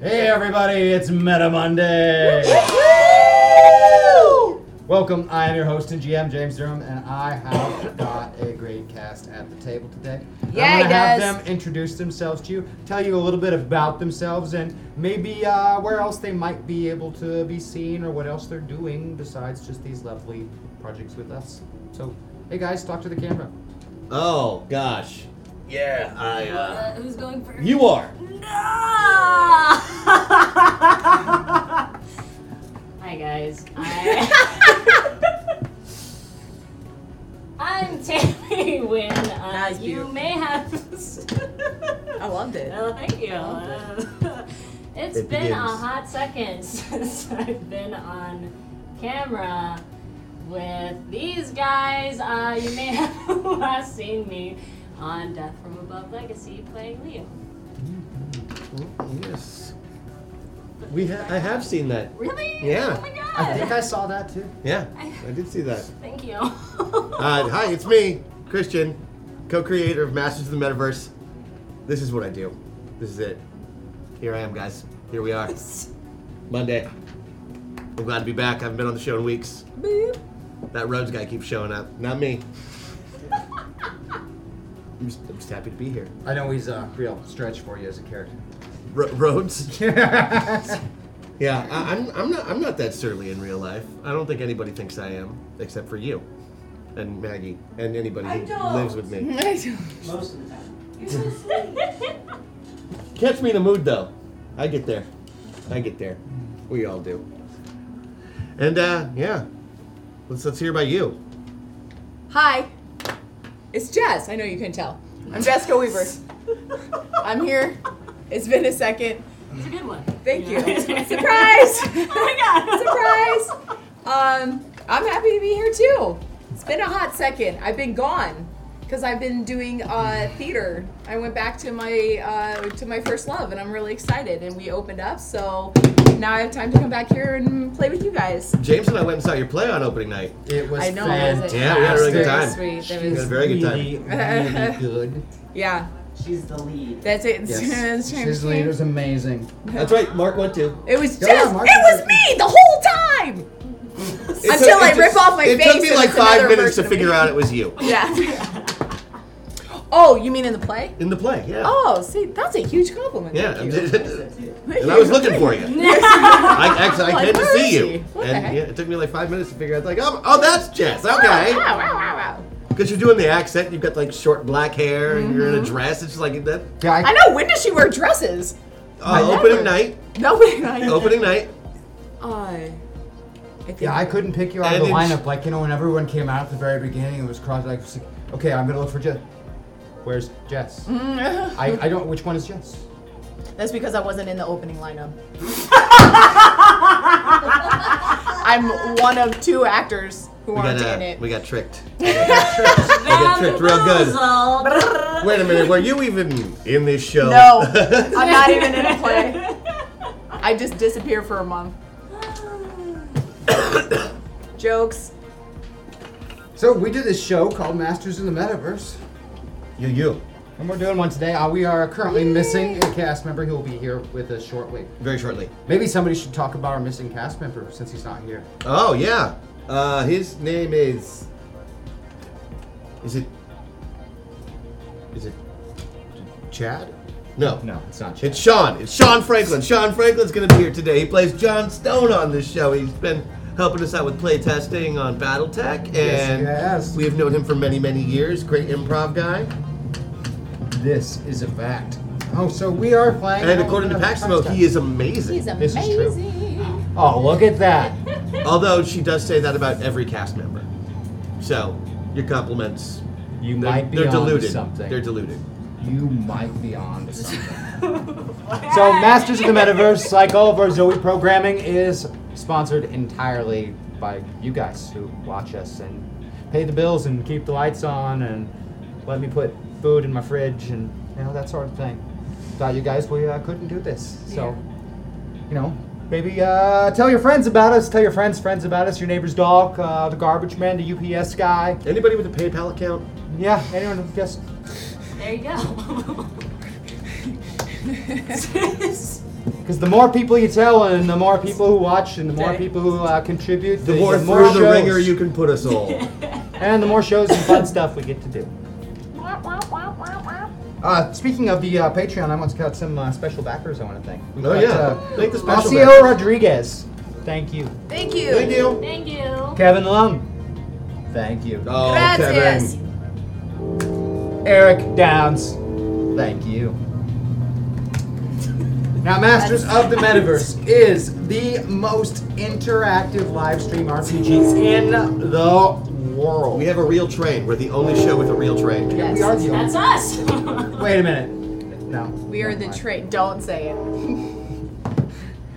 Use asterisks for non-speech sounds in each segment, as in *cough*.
Hey everybody, it's Meta Monday. Welcome. I am your host and GM, James Durham, and I have got a great cast at the table today. Yeah, I'm gonna guys. have them introduce themselves to you, tell you a little bit about themselves, and maybe uh, where else they might be able to be seen or what else they're doing besides just these lovely projects with us. So, hey guys, talk to the camera. Oh gosh. Yeah, I. Uh, Uh, who's going first? you are. No! Hi guys. I... *laughs* I'm Tammy Wynn. Uh, Nice, you beautiful. may have. I loved *laughs* it. I like you. Loved Uh, it's It been a begins. hot second *laughs* since I've been on camera with these guys. Uh, you may *laughs* have last seen me on Death from Above Legacy playing Leo. Yes. We ha- I have seen that. Really? Yeah. Oh my god. I think I saw that too. Yeah, I did see that. Thank you. Uh, hi, it's me, Christian, co-creator of Masters of the Metaverse. This is what I do. This is it. Here I am, guys. Here we are. Monday. I'm glad to be back. I haven't been on the show in weeks. Boop. That Rhodes guy keeps showing up. Not me. I'm just, I'm just happy to be here. I know he's a real stretch for you as a character. R- *laughs* Rhodes. *laughs* Yeah, I, I'm, I'm not. I'm not that surly in real life. I don't think anybody thinks I am, except for you, and Maggie, and anybody I who don't. lives with *laughs* me. Most of the time. Catch me in a mood, though. I get there. I get there. We all do. And uh, yeah, let's let's hear about you. Hi. It's Jess. I know you couldn't tell. I'm Jessica Weaver. I'm here. It's been a second. *laughs* it's a good one. Thank you. *laughs* Yeah. Surprise! Oh Surprise! Um, I'm happy to be here too. It's been a hot second. I've been gone because I've been doing uh, theater. I went back to my uh, to my first love, and I'm really excited. And we opened up, so now I have time to come back here and play with you guys. James and I went and saw your play on opening night. It was I know, fantastic. was it? Yeah, we had a really good Very time. sweet. That We was- had a very good time. really, really good. Yeah, She's the lead. that's it. Yes. *laughs* That's His lead was amazing. That's right. Mark went to. It was Go just, on, it Mark. was me the whole time! It took- Until it I took- rip *laughs* off my it face took me and like it's another five minutes to version of figure me. out it was you Yeah. oh, you mean in the play? in the play. Yeah. Oh, see, that's a huge compliment. Yeah. Thank you. *laughs* and *laughs* I was looking for you. I actually I Like, came to where see is you, she? What the and heck? yeah, it took me like five minutes to figure out. Like, oh, oh that's Jess. Okay, Wow, wow, wow, wow. because you're doing the accent. You've got like short black hair, and you're in Mm-hmm. a dress. It's just like that. Yeah, I know, when does she wear dresses? Uh, never- opening night, *laughs* No, wait, I opening night. I, I think Yeah, I couldn't pick you out of And the it's- lineup. Like, you know, when everyone came out at the very beginning, it was cross. Like, it's like, okay, I'm gonna look for Jess. Where's Jess? Mm-hmm. I, I don't. Which one is Jess? Mm. *laughs* That's because I wasn't in the *laughs* opening lineup. I'm one of two actors who We got aren't uh, in it. we got tricked. We got tricked real good. good. Wait a minute, were you even in this show? No, I'm not even in a play. I just disappear for *coughs* a month. Jokes. So we do this show called Masters in the Metaverse, *laughs* you, you. and we're doing one today. Uh, we are currently missing a cast member who will be here with us shortly. Very shortly. Maybe somebody should talk about our missing cast member since he's not here. Oh yeah. Uh, his name is. Is it? Is it? Chad? No. it's not It's Sean. It's Sean Franklin. Sean Franklin's gonna be here today. He plays John Stone on this show. He's been helping us out with play testing on BattleTech, and Yes, he has. we have known him for many, many years. Great improv guy. This is a fact. Oh, so we are playing. And according to Paximo, he is amazing. This is true. Oh, look at that. Although she does say that about every cast member. So, your compliments. You They're, might be they're onto diluted. something. They're diluted. You might be on to something. so, Masters of the Metaverse, like all of our Zoe programming, is sponsored entirely by you guys who watch us and pay the bills and keep the lights on and let me put food in my fridge and you know that sort of thing. Without you guys, we uh, couldn't do this. So, you know, maybe uh, tell your friends about us. Tell your friends' friends about us. Your neighbor's dog, uh, the garbage man, the UPS guy. Anybody with a PayPal account? Yeah, anyone who just *laughs* There you go. Because the more people you tell, and the more people who watch, and the more Okay. people who uh, contribute, The more through the ringer you can put us all. and the more shows and fun stuff we get to do. Uh, speaking of the uh, Patreon, I once got some uh, special backers. I want to thank. We've Oh, got, yeah. uh, Thank the special Osseo backers. Rodriguez. Thank you. Thank you. Thank you. Thank you. Kevin Lung. Thank you. Oh, Gracias. Kevin. Eric Downs. Thank you. Now, Masters of the Metaverse is the most interactive live stream RPG in the world. We have a real train. We're the only show with a real train. Yes. We are the That's only. us. Wait a minute. No. We are the train. Don't say it.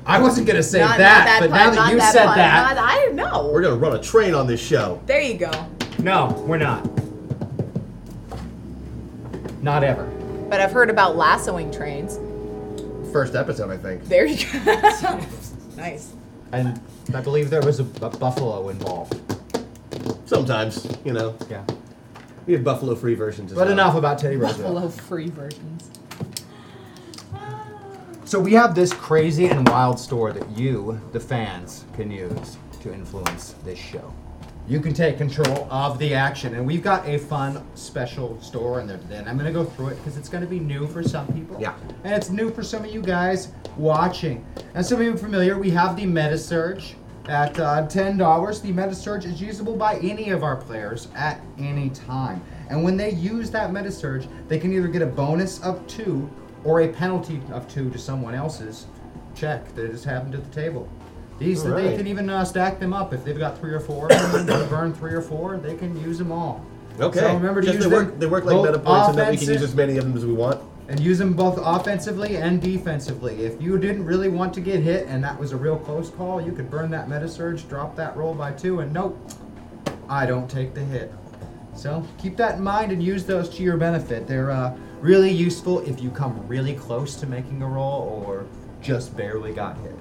I wasn't gonna say Not- not that, but now that pun, not you said pun, that, not- I don't know. We're gonna run a train on this show. there you go. no, we're not. Not ever. But I've heard about lassoing trains. First episode, I think. There you go. *laughs* nice. And I believe there was a, a buffalo involved. Sometimes, you know, Yeah. we have buffalo free versions. As But well. enough about Teddy Roosevelt. Buffalo free versions. So we have this crazy and wild store that you, the fans, can use to influence this show. You can take control of the action, and we've got a fun special store in there today. And I'm gonna go through it because it's gonna be new for some people. Yeah. And it's new for some of you guys watching. And some of you are familiar, we have the MetaSurge at uh, $10. The MetaSurge is usable by any of our players at any time. And when they use that MetaSurge, they can either get a bonus of two or a penalty of two to someone else's check that just happened at the table. These, they Alright. can even uh, stack them up. If they've got three or four, *coughs* they burn three or four, they can use them all. Okay. So remember to Just use they work. them They work like both meta points, and that we can offensive- use as many of them as we want. and use them both offensively and defensively. If you didn't really want to get hit and that was a real close call, you could burn that meta surge, drop that roll by two, and nope, I don't take the hit. So keep that in mind and use those to your benefit. They're uh, really useful if you come really close to making a roll or just barely got hit.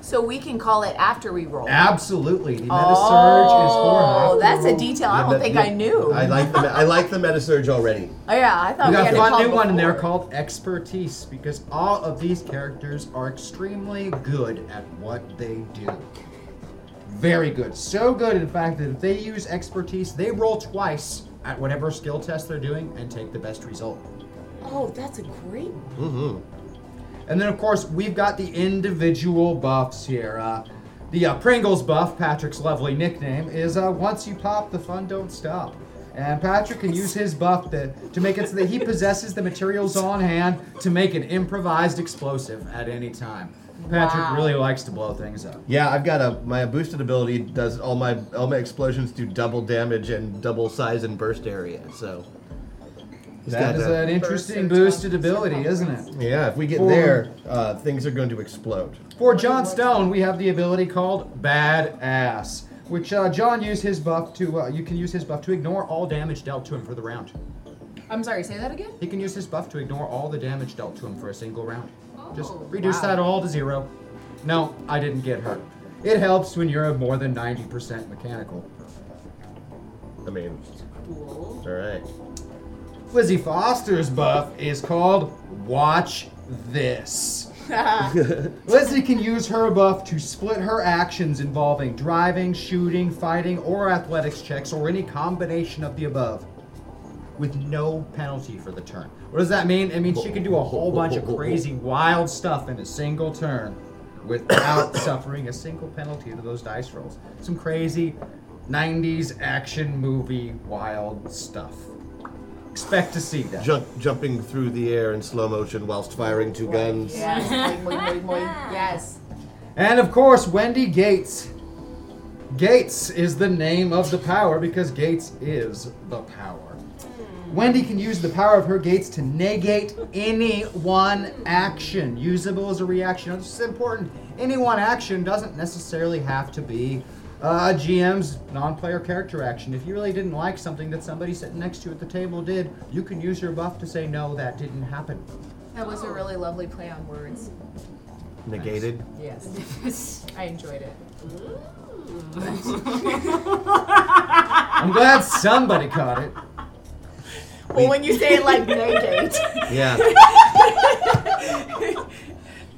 So we can call it after we roll. Absolutely, the meta surge is for half. Oh, the that's a roll. detail I The don't me- think the- I knew. I like the I like the meta surge already. oh, yeah, I thought We we, got had a to fun call new one in there before. called expertise because all of these characters are extremely good at what they do. Very good. So good, in fact, that if they use expertise, they roll twice at whatever skill test they're doing and take the best result. Oh, that's a great one. Mm-hmm. And then, of course, we've got the individual buffs here. Uh, the uh, Pringles buff, Patrick's lovely nickname, is uh, once you pop, the fun don't stop. And Patrick can use his buff to, to make it so that he possesses the materials on hand to make an improvised explosive at any time. Patrick Wow. really likes to blow things up. Yeah, I've got a my boosted ability does all my all my explosions do double damage and double size and burst area. So He's That got is that. an interesting into boosted some ability, isn't conference. it? yeah, if we get Four. there, uh, things are going to explode. For John Stone, we have the ability called Badass, which uh, John used his buff to. Uh, you can use his buff to ignore all damage dealt to him for the round. I'm sorry, say that again? He can use his buff to ignore all the damage dealt to him for a single round. Just Oh, reduce wow. that all to zero. No, I didn't get hurt. It helps when you're more than 90% mechanical. I mean, Cool. all right. Lizzie Foster's buff is called Watch *laughs* This. *laughs* Lizzie can use her buff to split her actions involving driving, shooting, fighting, or athletics checks, or any combination of the above, with no penalty for the turn. What does that mean? It means she can do a whole bunch of crazy, wild stuff in a single turn without *coughs* suffering a single penalty to those dice rolls. Some crazy 90s action movie wild stuff. Expect to see that. Jump, jumping through the air in slow motion whilst firing two guns. *laughs* Yes. Boing, boing, boing, boing. yes. And of course, Wendy Gates. Gates is the name of the power because Gates is the power. Wendy can use the power of her gates to negate any one action, usable as a reaction. This is important. Any one action doesn't necessarily have to be uh, a GM's non player character action. If you really didn't like something that somebody sitting next to you at the table did, you can use your buff to say, no, that didn't happen. That was a really lovely play on words. Negated. Yes. *laughs* I enjoyed it. I'm glad somebody caught it. Well, when you say it like negate, Yeah. *laughs*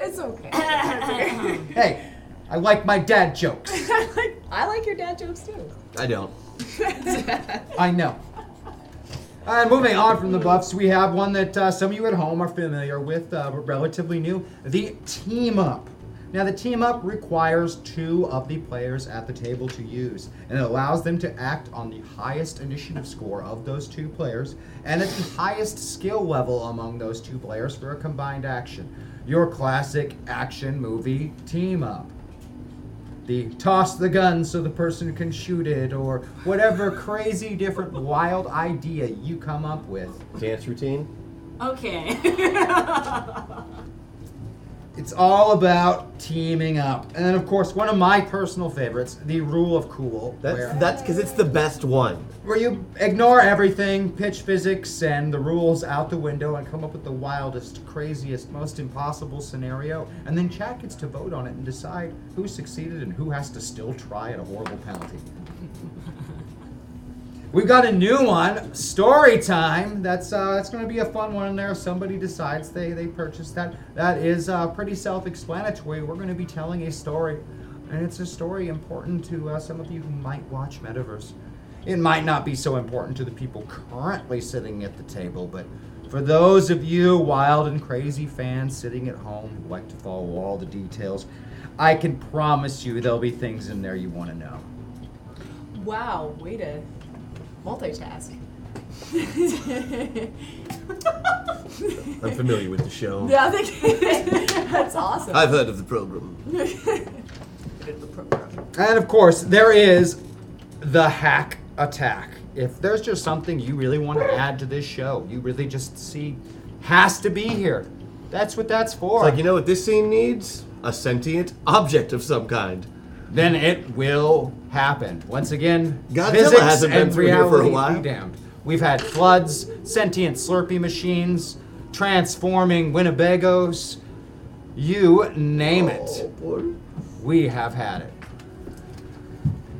it's a *coughs* Uh-huh. Hey, I like my dad jokes. I like, *laughs* I like your dad jokes too. I don't. I know. All right, moving on from the buffs, we have one that uh, some of you at home are familiar with, uh, relatively new the team up. Now, the team up requires two of the players at the table to use, and it allows them to act on the highest initiative score of those two players and at the highest skill level among those two players for a combined action. Your classic action movie team up the toss the gun so the person can shoot it, or whatever crazy, different, wild idea you come up with. Dance routine. *laughs* Okay. It's all about teaming up. And then, of course, one of my personal favorites, the rule of cool, where, That's that's because it's the best one. where you ignore everything, pitch physics and the rules out the window, and come up with the wildest, craziest, most impossible scenario. And then chat gets to vote on it and decide who succeeded and who has to still try at a horrible penalty. We've got a new one, story time. That's uh, that's going to be a fun one in there. If somebody decides they they purchased that, that is uh, pretty self-explanatory. We're going to be telling a story, and it's a story important to uh, some of you who might watch Metaverse. It might not be so important to the people currently sitting at the table, but for those of you wild and crazy fans sitting at home who like to follow all the details, I can promise you there'll be things in there you want to know. *laughs* Wow, way to multitask. *laughs* I'm familiar with the show. yeah, I think that's awesome. *laughs* I've heard of the program. And of course, there is the hack attack. If there's just something you really want to add to this show, you really just see has to be here. That's what that's for. It's like you know what this scene needs? A sentient object of some kind. then it will happen. Once again, Godzilla physics hasn't been and through here for a reality while. be damned. We've had floods, sentient slurpee machines, transforming Winnebagos. You name it. Oh, boy. we have had it.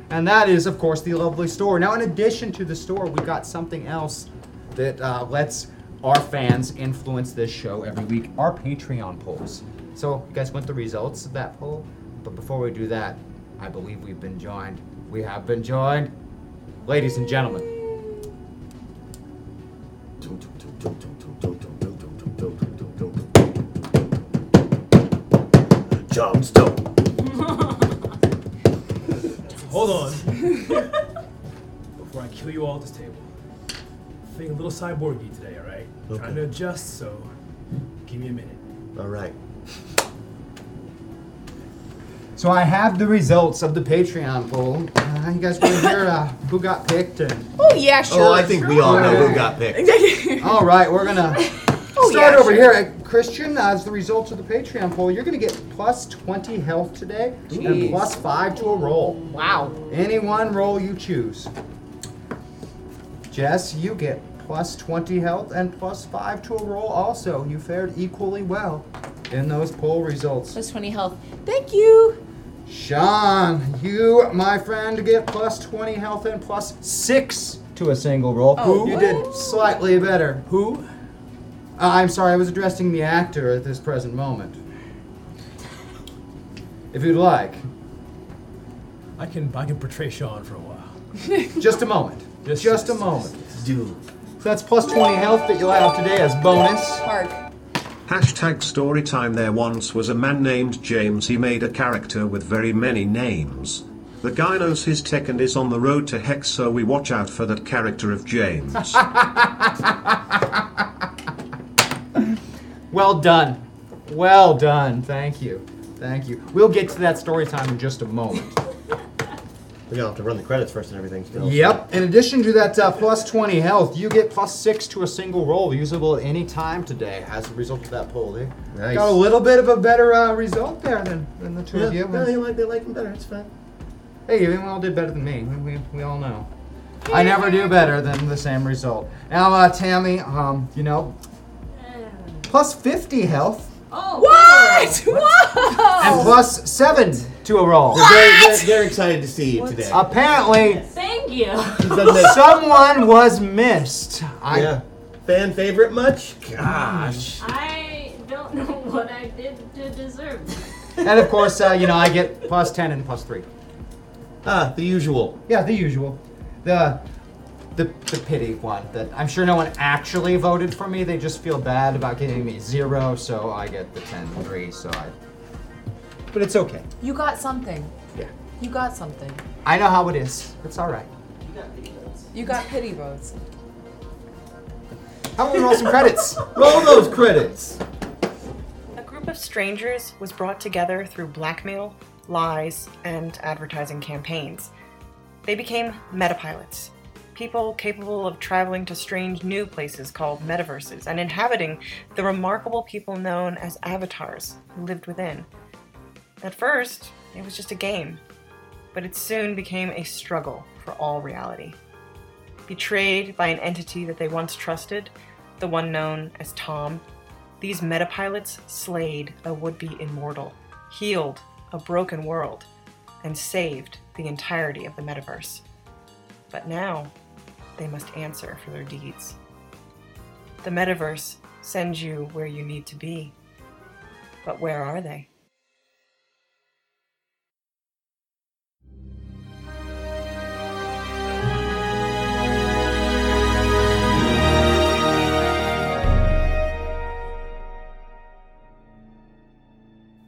And that is, of course, the lovely store. Now, in addition to the store, we've got something else that uh, lets our fans influence this show every week our Patreon polls. So, you guys want the results of that poll? But before we do that, I believe we've been joined. We have been joined. Ladies and gentlemen, John Stone. Hold on. Before I kill you all at this table. Feeling a little cyborgy today, alright? Trying to adjust, so give me a minute. All right. so I have the results of the Patreon poll. Uh, you guys want to hear uh, who got picked? And Oh, Oh yeah, sure. oh, I think we all know who got picked. sure. All right, we're *laughs* gonna start Oh, yeah, over sure. here. Uh, Christian, as the results of the Patreon poll, you're gonna get plus 20 health today and Jeez. plus five to a roll. wow. Any one roll you choose. Jess, you get plus 20 health and plus five to a roll also. You fared equally well in those poll results. Plus twenty health. Thank you. Sean, you, my friend, get plus 20 health and plus six to a single roll. Oh, you what? did slightly better. Who? Uh, I'm sorry, I was addressing the actor at this present moment. If you'd like, I can I can portray Sean for a while. *laughs* just a moment. Yes, just a yes, moment. Dude. So that's plus 20 health that you'll have today as bonus. Park. Hashtag story time. There once was a man named James. He made a character with very many names. The guy knows his tech and is on the road to hex, so we watch out for that character of James. Well done. Well done. Thank you. Thank you. We'll get to that story time in just a moment. We're gonna have to run the credits first and everything still. Yep. In addition to that uh, plus 20 health, you get plus 6 to a single roll usable at any time today as a result of that poll. Eh? Nice. Got a little bit of a better uh, result there than, than the two Yeah, of you. no, they like they like him better. It's fine. Hey, you all did better than me. We, we, we all know. I never do better than the same result. Now, uh, Tammy, um, you know, plus 50 health oh. What? Whoa. and plus 7 to a roll. They're, they're, they're excited to see you today. Apparently, Thank you. Doesn't that- someone was missed. I, yeah. Fan favorite much? Gosh. *laughs* I don't know what I did to deserve. and of course, uh, you know, I get plus ten and plus three. Ah, the usual. Yeah, the usual, the the the pity one that I'm sure no one actually voted for me. They just feel bad about giving me zero, so I get the ten and three. So I, but it's okay. *laughs* You got something. Yeah, You got something. I know how it is. It's all right. You got big votes. You got pity votes. How about we *laughs* roll some credits? Roll those credits. A group of strangers was brought together through blackmail, lies, and advertising campaigns. They became metapilots, people capable of traveling to strange new places called metaverses and inhabiting the remarkable people known as avatars who lived within. At first, it was just a game, but it soon became a struggle for all reality. Betrayed by an entity that they once trusted, the one known as Tom, these metapilots slayed a would be immortal, healed a broken world, and saved the entirety of the metaverse. But now, they must answer for their deeds. The metaverse sends you where you need to be. But where are they?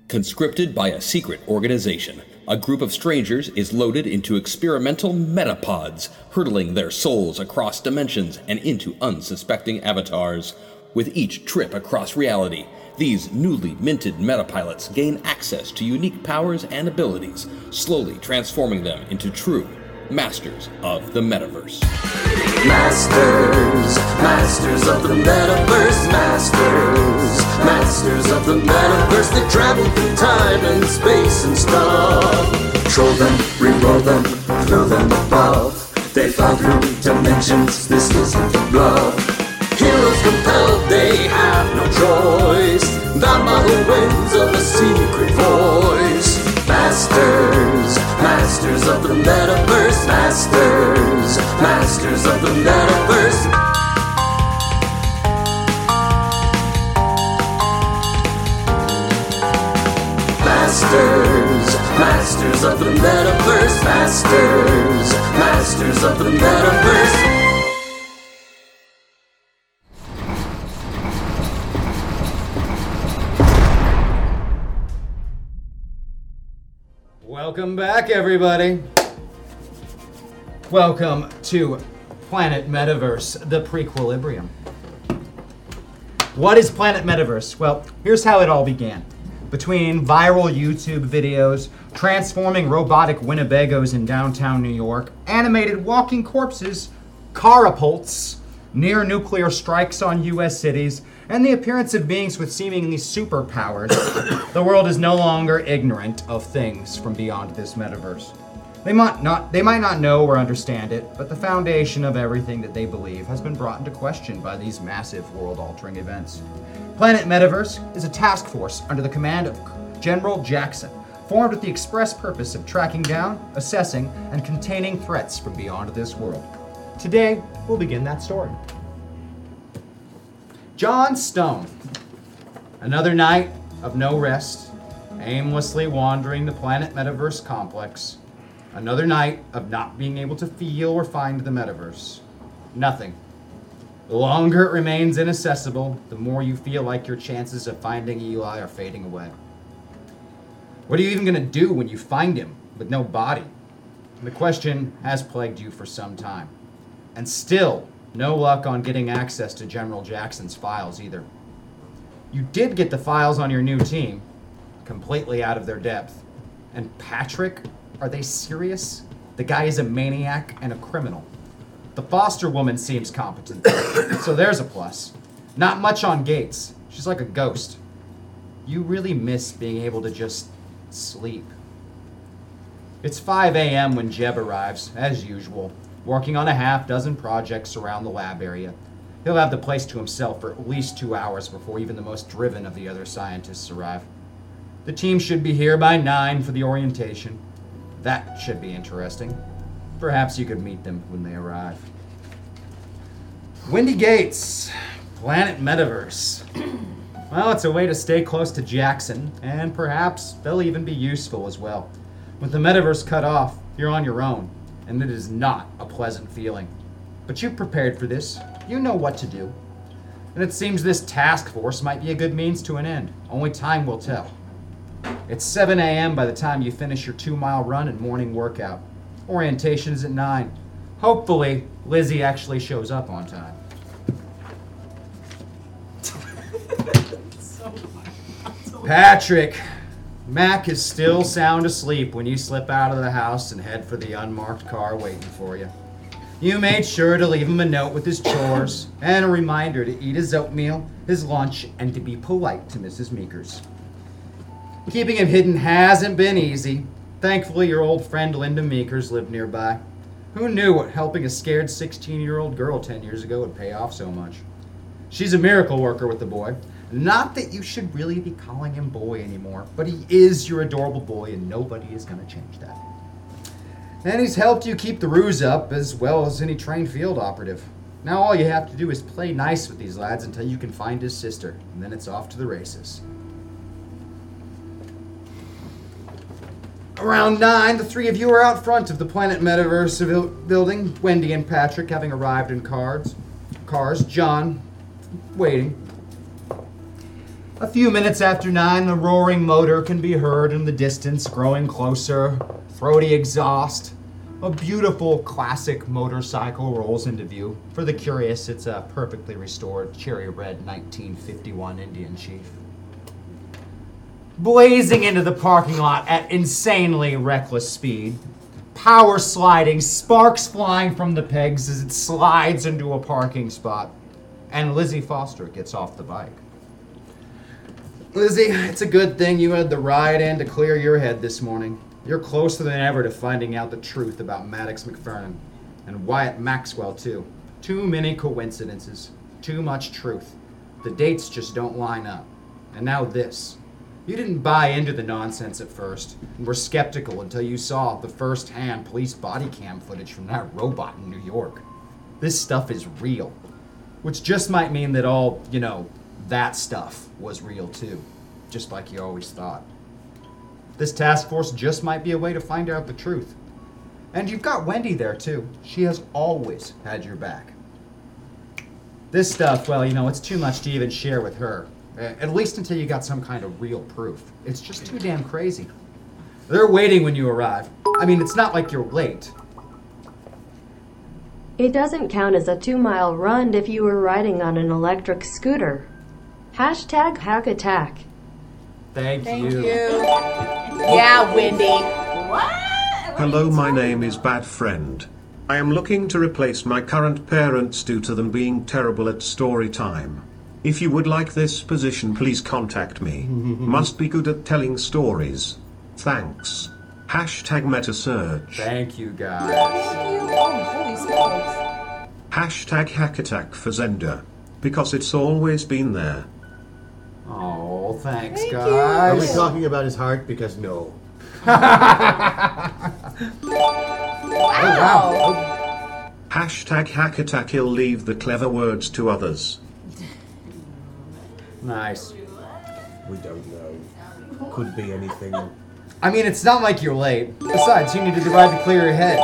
Conscripted by a secret organization, a group of strangers is loaded into experimental metapods, hurtling their souls across dimensions and into unsuspecting avatars. With each trip across reality, these newly minted metapilots gain access to unique powers and abilities, slowly transforming them into true masters of the metaverse. Masters, masters of the metaverse, masters, masters of the metaverse that travel through time and space and stuff. Troll them, re-roll them, throw them above. They fly through dimensions, this isn't the bluff. Heroes compelled, they have no choice. Thou who wins of a secret voice. Masters, masters of the metaverse, masters, masters of the metaverse. Masters, masters of the metaverse, masters, masters of the metaverse. Welcome back, everybody. Welcome to Planet Metaverse, the prequilibrium. What is Planet Metaverse? Well, here's how it all began. Between viral YouTube videos, transforming robotic Winnebagos in downtown New York, animated walking corpses, carapults, near nuclear strikes on US cities, and the appearance of beings with seemingly superpowers, *coughs* the world is no longer ignorant of things from beyond this metaverse. They might not they might not know or understand it, but the foundation of everything that they believe has been brought into question by these massive world-altering events. Planet Metaverse is a task force under the command of General Jackson, formed with the express purpose of tracking down, assessing, and containing threats from beyond this world. Today, we'll begin that story. John Stone. Another night of no rest, aimlessly wandering the planet metaverse complex. Another night of not being able to feel or find the metaverse. Nothing. The longer it remains inaccessible, the more you feel like your chances of finding Eli are fading away. What are you even going to do when you find him with no body? The question has plagued you for some time. And still, no luck on getting access to General Jackson's files either. You did get the files on your new team, completely out of their depth. And Patrick, are they serious? The guy is a maniac and a criminal. The foster woman seems competent, *coughs* so there's a plus. Not much on Gates. She's like a ghost. You really miss being able to just sleep. It's 5 a.m. when Jeb arrives, as usual, working on a half dozen projects around the lab area. He'll have the place to himself for at least two hours before even the most driven of the other scientists arrive. The team should be here by 9 for the orientation. That should be interesting. Perhaps you could meet them when they arrive. Wendy Gates, Planet Metaverse. *clears throat* Well, it's a way to stay close to Jackson, and perhaps they'll even be useful as well. With the metaverse cut off, you're on your own, and it is not a pleasant feeling. But you prepared for this, you know what to do. And it seems this task force might be a good means to an end. Only time will tell. It's 7 a.m. by the time you finish your two mile run and morning workout. Orientation is at 9. Hopefully, Lizzie actually shows up on time. Patrick, Mac is still sound asleep when you slip out of the house and head for the unmarked car waiting for you. You made sure to leave him a note with his chores and a reminder to eat his oatmeal, his lunch, and to be polite to Mrs. Meekers. Keeping him hidden hasn't been easy. Thankfully, your old friend Linda Meekers lived nearby. Who knew what helping a scared 16 year old girl 10 years ago would pay off so much? She's a miracle worker with the boy. Not that you should really be calling him boy anymore, but he is your adorable boy, and nobody is going to change that. And he's helped you keep the ruse up as well as any trained field operative. Now all you have to do is play nice with these lads until you can find his sister, and then it's off to the races. Around 9, the three of you are out front of the Planet Metaverse vil- building, Wendy and Patrick having arrived in cards, cars, John waiting. A few minutes after 9, the roaring motor can be heard in the distance, growing closer, throaty exhaust. A beautiful classic motorcycle rolls into view. For the curious, it's a perfectly restored cherry red 1951 Indian Chief blazing into the parking lot at insanely reckless speed. Power sliding, sparks flying from the pegs as it slides into a parking spot. And Lizzie Foster gets off the bike. Lizzie, it's a good thing you had the ride in to clear your head this morning. You're closer than ever to finding out the truth about Maddox McFerrin and Wyatt Maxwell, too. Too many coincidences, too much truth. The dates just don't line up. And now this. You didn't buy into the nonsense at first, and were skeptical until you saw the first hand police body cam footage from that robot in New York. This stuff is real. Which just might mean that all, you know, that stuff was real too, just like you always thought. This task force just might be a way to find out the truth. And you've got Wendy there too. She has always had your back. This stuff, well, you know, it's too much to even share with her. A- At least until you got some kind of real proof. It's just too damn crazy. They're waiting when you arrive. I mean, it's not like you're late. It doesn't count as a two mile run if you were riding on an electric scooter. Hashtag hack attack. Thank, you. Yeah, Wendy. What? Hello, my name is Bad Friend. I am looking to replace my current parents due to them being terrible at story time. If you would like this position, please contact me. Mm-hmm. Must be good at telling stories. Thanks. Hashtag MetaSearch. Thank you, guys. Holy smokes. Hashtag hackattack for Zender. Because it's always been there. Oh, thanks, Thank guys. you. Are we talking about his heart? Because no. Oh, Wow. Hashtag hackattack, he'll leave the clever words to others. Nice. We don't know. Could be anything. *laughs* I mean, it's not like you're late. Besides, you needed the ride to clear your head.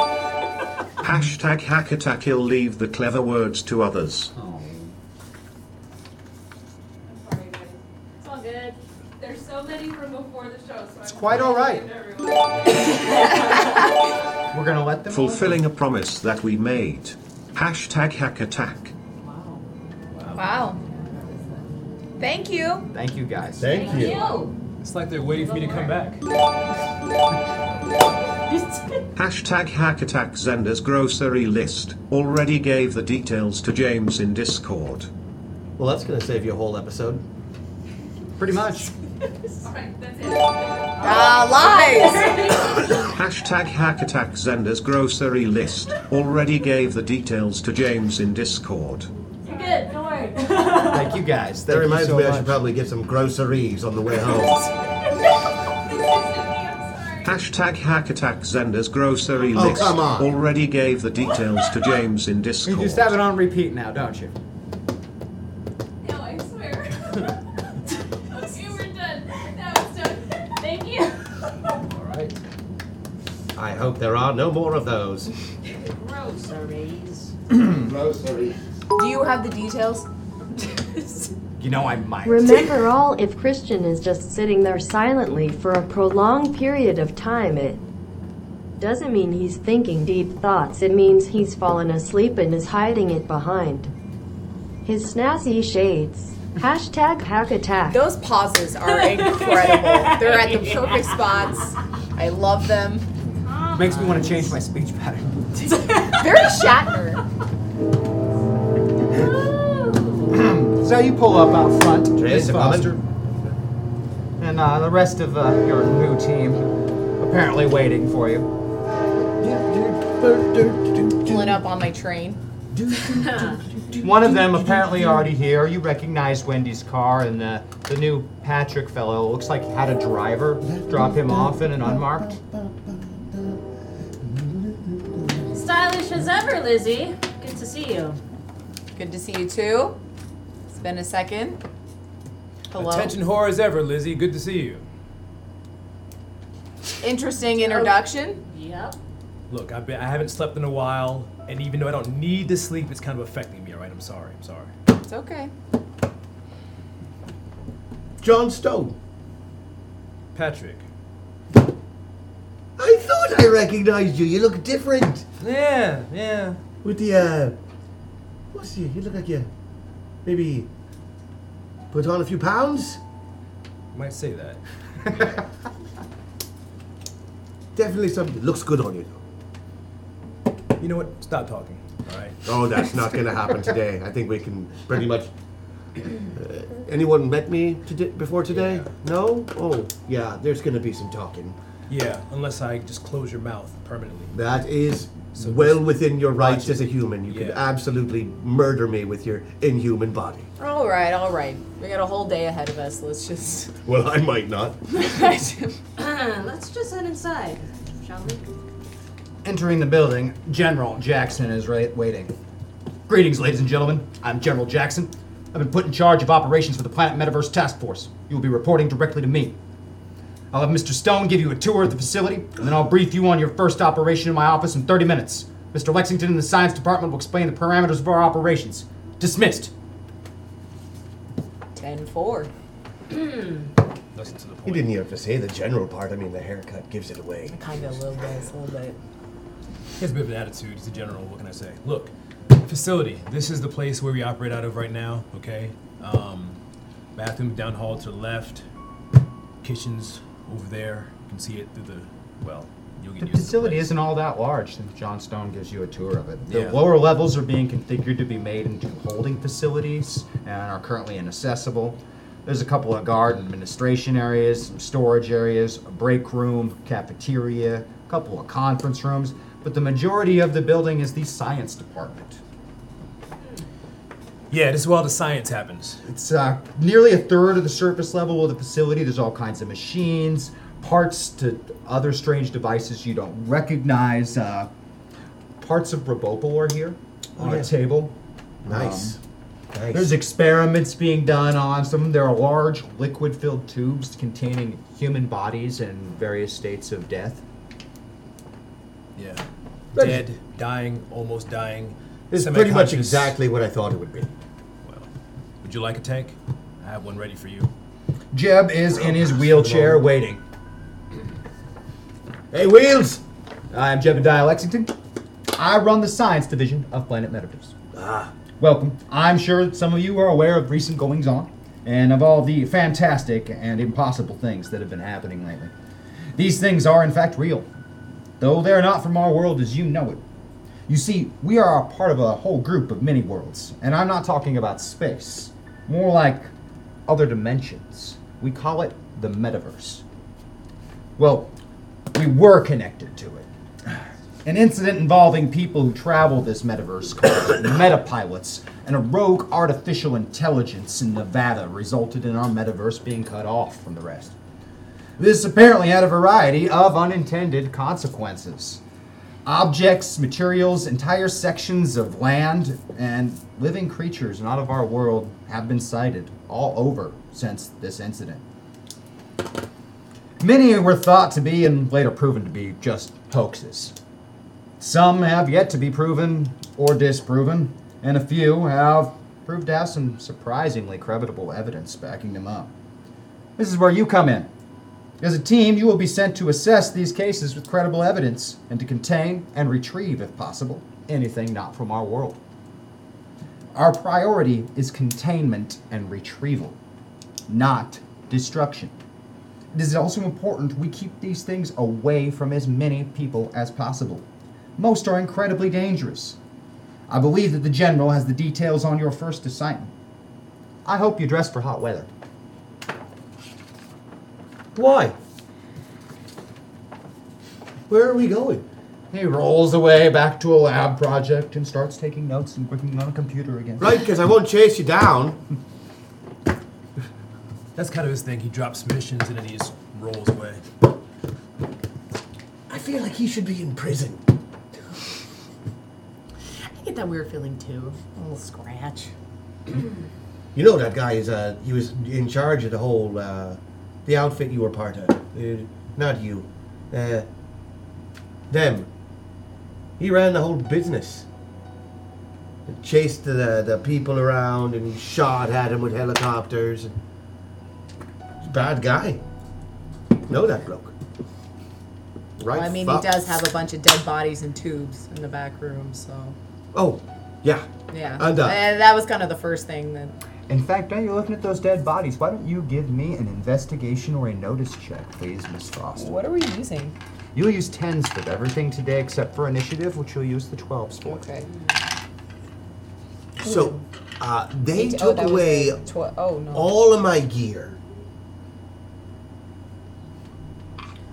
Hashtag hackattack, he'll leave the clever words to others. It's all good. There's so many from before the show, so it's quite all right. *laughs* We're gonna let them. Fulfilling a promise that we made. Hashtag hackattack. *laughs* Wow. Thank you. Thank you, guys. Thank Thank you. It's like they're waiting for me to come back. *laughs* Hashtag hackattack Zender's grocery list. Already gave the details to James in Discord. Well, that's going to save you a whole episode. Pretty much. Alright, that's it. Ah, Ah, *laughs* lies! Hashtag hackattack Zender's grocery list. Already gave the details to James in Discord. You're good. Don't worry. Thank you, guys. That Thank you reminds so me, I much. should probably get some groceries on the way home. *laughs* Hashtag hackattack Zender's grocery Oh, list. come on. Already gave the details to James in You Discord. just have it on repeat now, don't you? no, I swear. hope there are no more of those. Rosaries. Rosary. *clears throat* Do you have the details? You know I might. Remember all, if Christian is just sitting there silently for a prolonged period of time, it doesn't mean he's thinking deep thoughts. It means he's fallen asleep and is hiding it behind his snazzy shades. Hashtag hack attack. Those pauses are incredible. They're at the perfect spots. I love them. Makes me want to change my speech pattern. Very Shatner. so you pull up out front, Miss a Foster, and uh, the rest of uh, your new team apparently waiting for you. Pulling up on my train. One of them apparently already here. You recognize Wendy's car, and the, the new Patrick fellow looks like he had a driver drop him off in an unmarked. Stylish as ever, Lizzie. Good to see you. Good to see you too. It's been a second. *laughs* Hello. Attention whore as ever, Lizzie. Good to see you. Interesting introduction. Yep. Look, I've been, I haven't slept in a while, and even though I don't need to sleep, it's kind of affecting me. All right, I'm sorry. I'm sorry. It's okay. John Stowe. Patrick. I thought I recognized you. You look different. Yeah, yeah. With the, uh, what's you? You look like you maybe put on a few *laughs* pounds. Might say that. Definitely something. Looks good on you, though. You know what? Stop talking. All right. Oh, that's not going to happen today. I think we can pretty much. Uh, anyone met me today, before today? No? Oh, yeah, there's going to be some talking. *laughs* Yeah, unless I just close your mouth permanently. That is well within your rights as a human. You can absolutely murder me with your inhuman body. All right, all right. We got a whole day ahead of us. Let's just. *laughs* Well, I might not. Uh, Let's just head inside, shall we? Entering the building, General Jackson is right waiting. Greetings, ladies and gentlemen. I'm General Jackson. I've been put in charge of operations for the Planet Metaverse Task Force. You will be reporting directly to me. I'll have Mr. Stone give you a tour of the facility, and then I'll brief you on your first operation in my office in 30 minutes. Mr. Lexington in the Science Department will explain the parameters of our operations. Dismissed. 10 4. Listen to the point. You didn't even have to say the general part. I mean, the haircut gives it away. Kind of a little bit, a little bit. He has a bit of an attitude. He's a general. What can I say? Look, facility. This is the place where we operate out of right now. Okay. Um, bathroom down hall to the left. Kitchens over there. You can see it through the. Well, you'll get The used to facility isn't all that large since John Stone gives you a tour of it. The Yeah. lower levels are being configured to be made into holding facilities and are currently inaccessible. There's a couple of guard and administration areas, some storage areas, a break room, cafeteria, a couple of conference rooms, but the majority of the building is the science department. Yeah, this is where all the science happens. It's uh, nearly a third of the surface level of the facility. There's all kinds of machines, parts to other strange devices you don't recognize. Uh, parts of Robopol are here Oh, on yeah. a table. Nice. Um, nice. There's experiments being done on some. There are large liquid filled tubes containing human bodies in various states of death. Yeah. That's- Dead, dying, almost dying. This is pretty much semi-conscious. exactly what I thought it would be. Would you like a tank? I have one ready for you. Jeb is in his wheelchair waiting. Hey, Wheels! I'm Jebediah Lexington. I run the science division of Planet Metaverse. Ah. Welcome. I'm sure some of you are aware of recent goings on and of all the fantastic and impossible things that have been happening lately. These things are, in fact, real, though they're not from our world as you know it. You see, we are a part of a whole group of many worlds, and I'm not talking about space, more like other dimensions. We call it the metaverse. Well, we were connected to it. An incident involving people who travel this metaverse called Metapilots and a rogue artificial intelligence in Nevada resulted in our metaverse being cut off from the rest. This apparently had a variety of unintended consequences. Objects, materials, entire sections of land, and living creatures not of our world have been sighted all over since this incident. Many were thought to be and later proven to be just hoaxes. Some have yet to be proven or disproven, and a few have proved to have some surprisingly credible evidence backing them up. This is where you come in. As a team, you will be sent to assess these cases with credible evidence and to contain and retrieve, if possible, anything not from our world. Our priority is containment and retrieval, not destruction. It is also important we keep these things away from as many people as possible. Most are incredibly dangerous. I believe that the general has the details on your first assignment. I hope you dress for hot weather. Why? Where are we going? He rolls away back to a lab project and starts taking notes and working on a computer again. Right, because I won't chase you down. That's kind of his thing. He drops missions and then he just rolls away. I feel like he should be in prison. I get that weird feeling too. A little scratch. You know that guy is. Uh, he was in charge of the whole, uh, the outfit you were part of. Uh, not you. Uh, them. He ran the whole business. He chased the the people around and he shot at them with helicopters. And he's a bad guy. Know that bloke. Right. Well, I mean, fuck. he does have a bunch of dead bodies and tubes in the back room, so Oh, yeah. yeah. And, uh, Eh, that was kind of the first thing that. In fact, now you're looking at those dead bodies. Why don't you give me an investigation or a notice check, please, Miss Frost? What are we using? You'll use 10s for everything today except for initiative, which you'll use the 12s for. Okay. So, uh, they Eight- oh, took that was away a twe- oh no. all of my gear.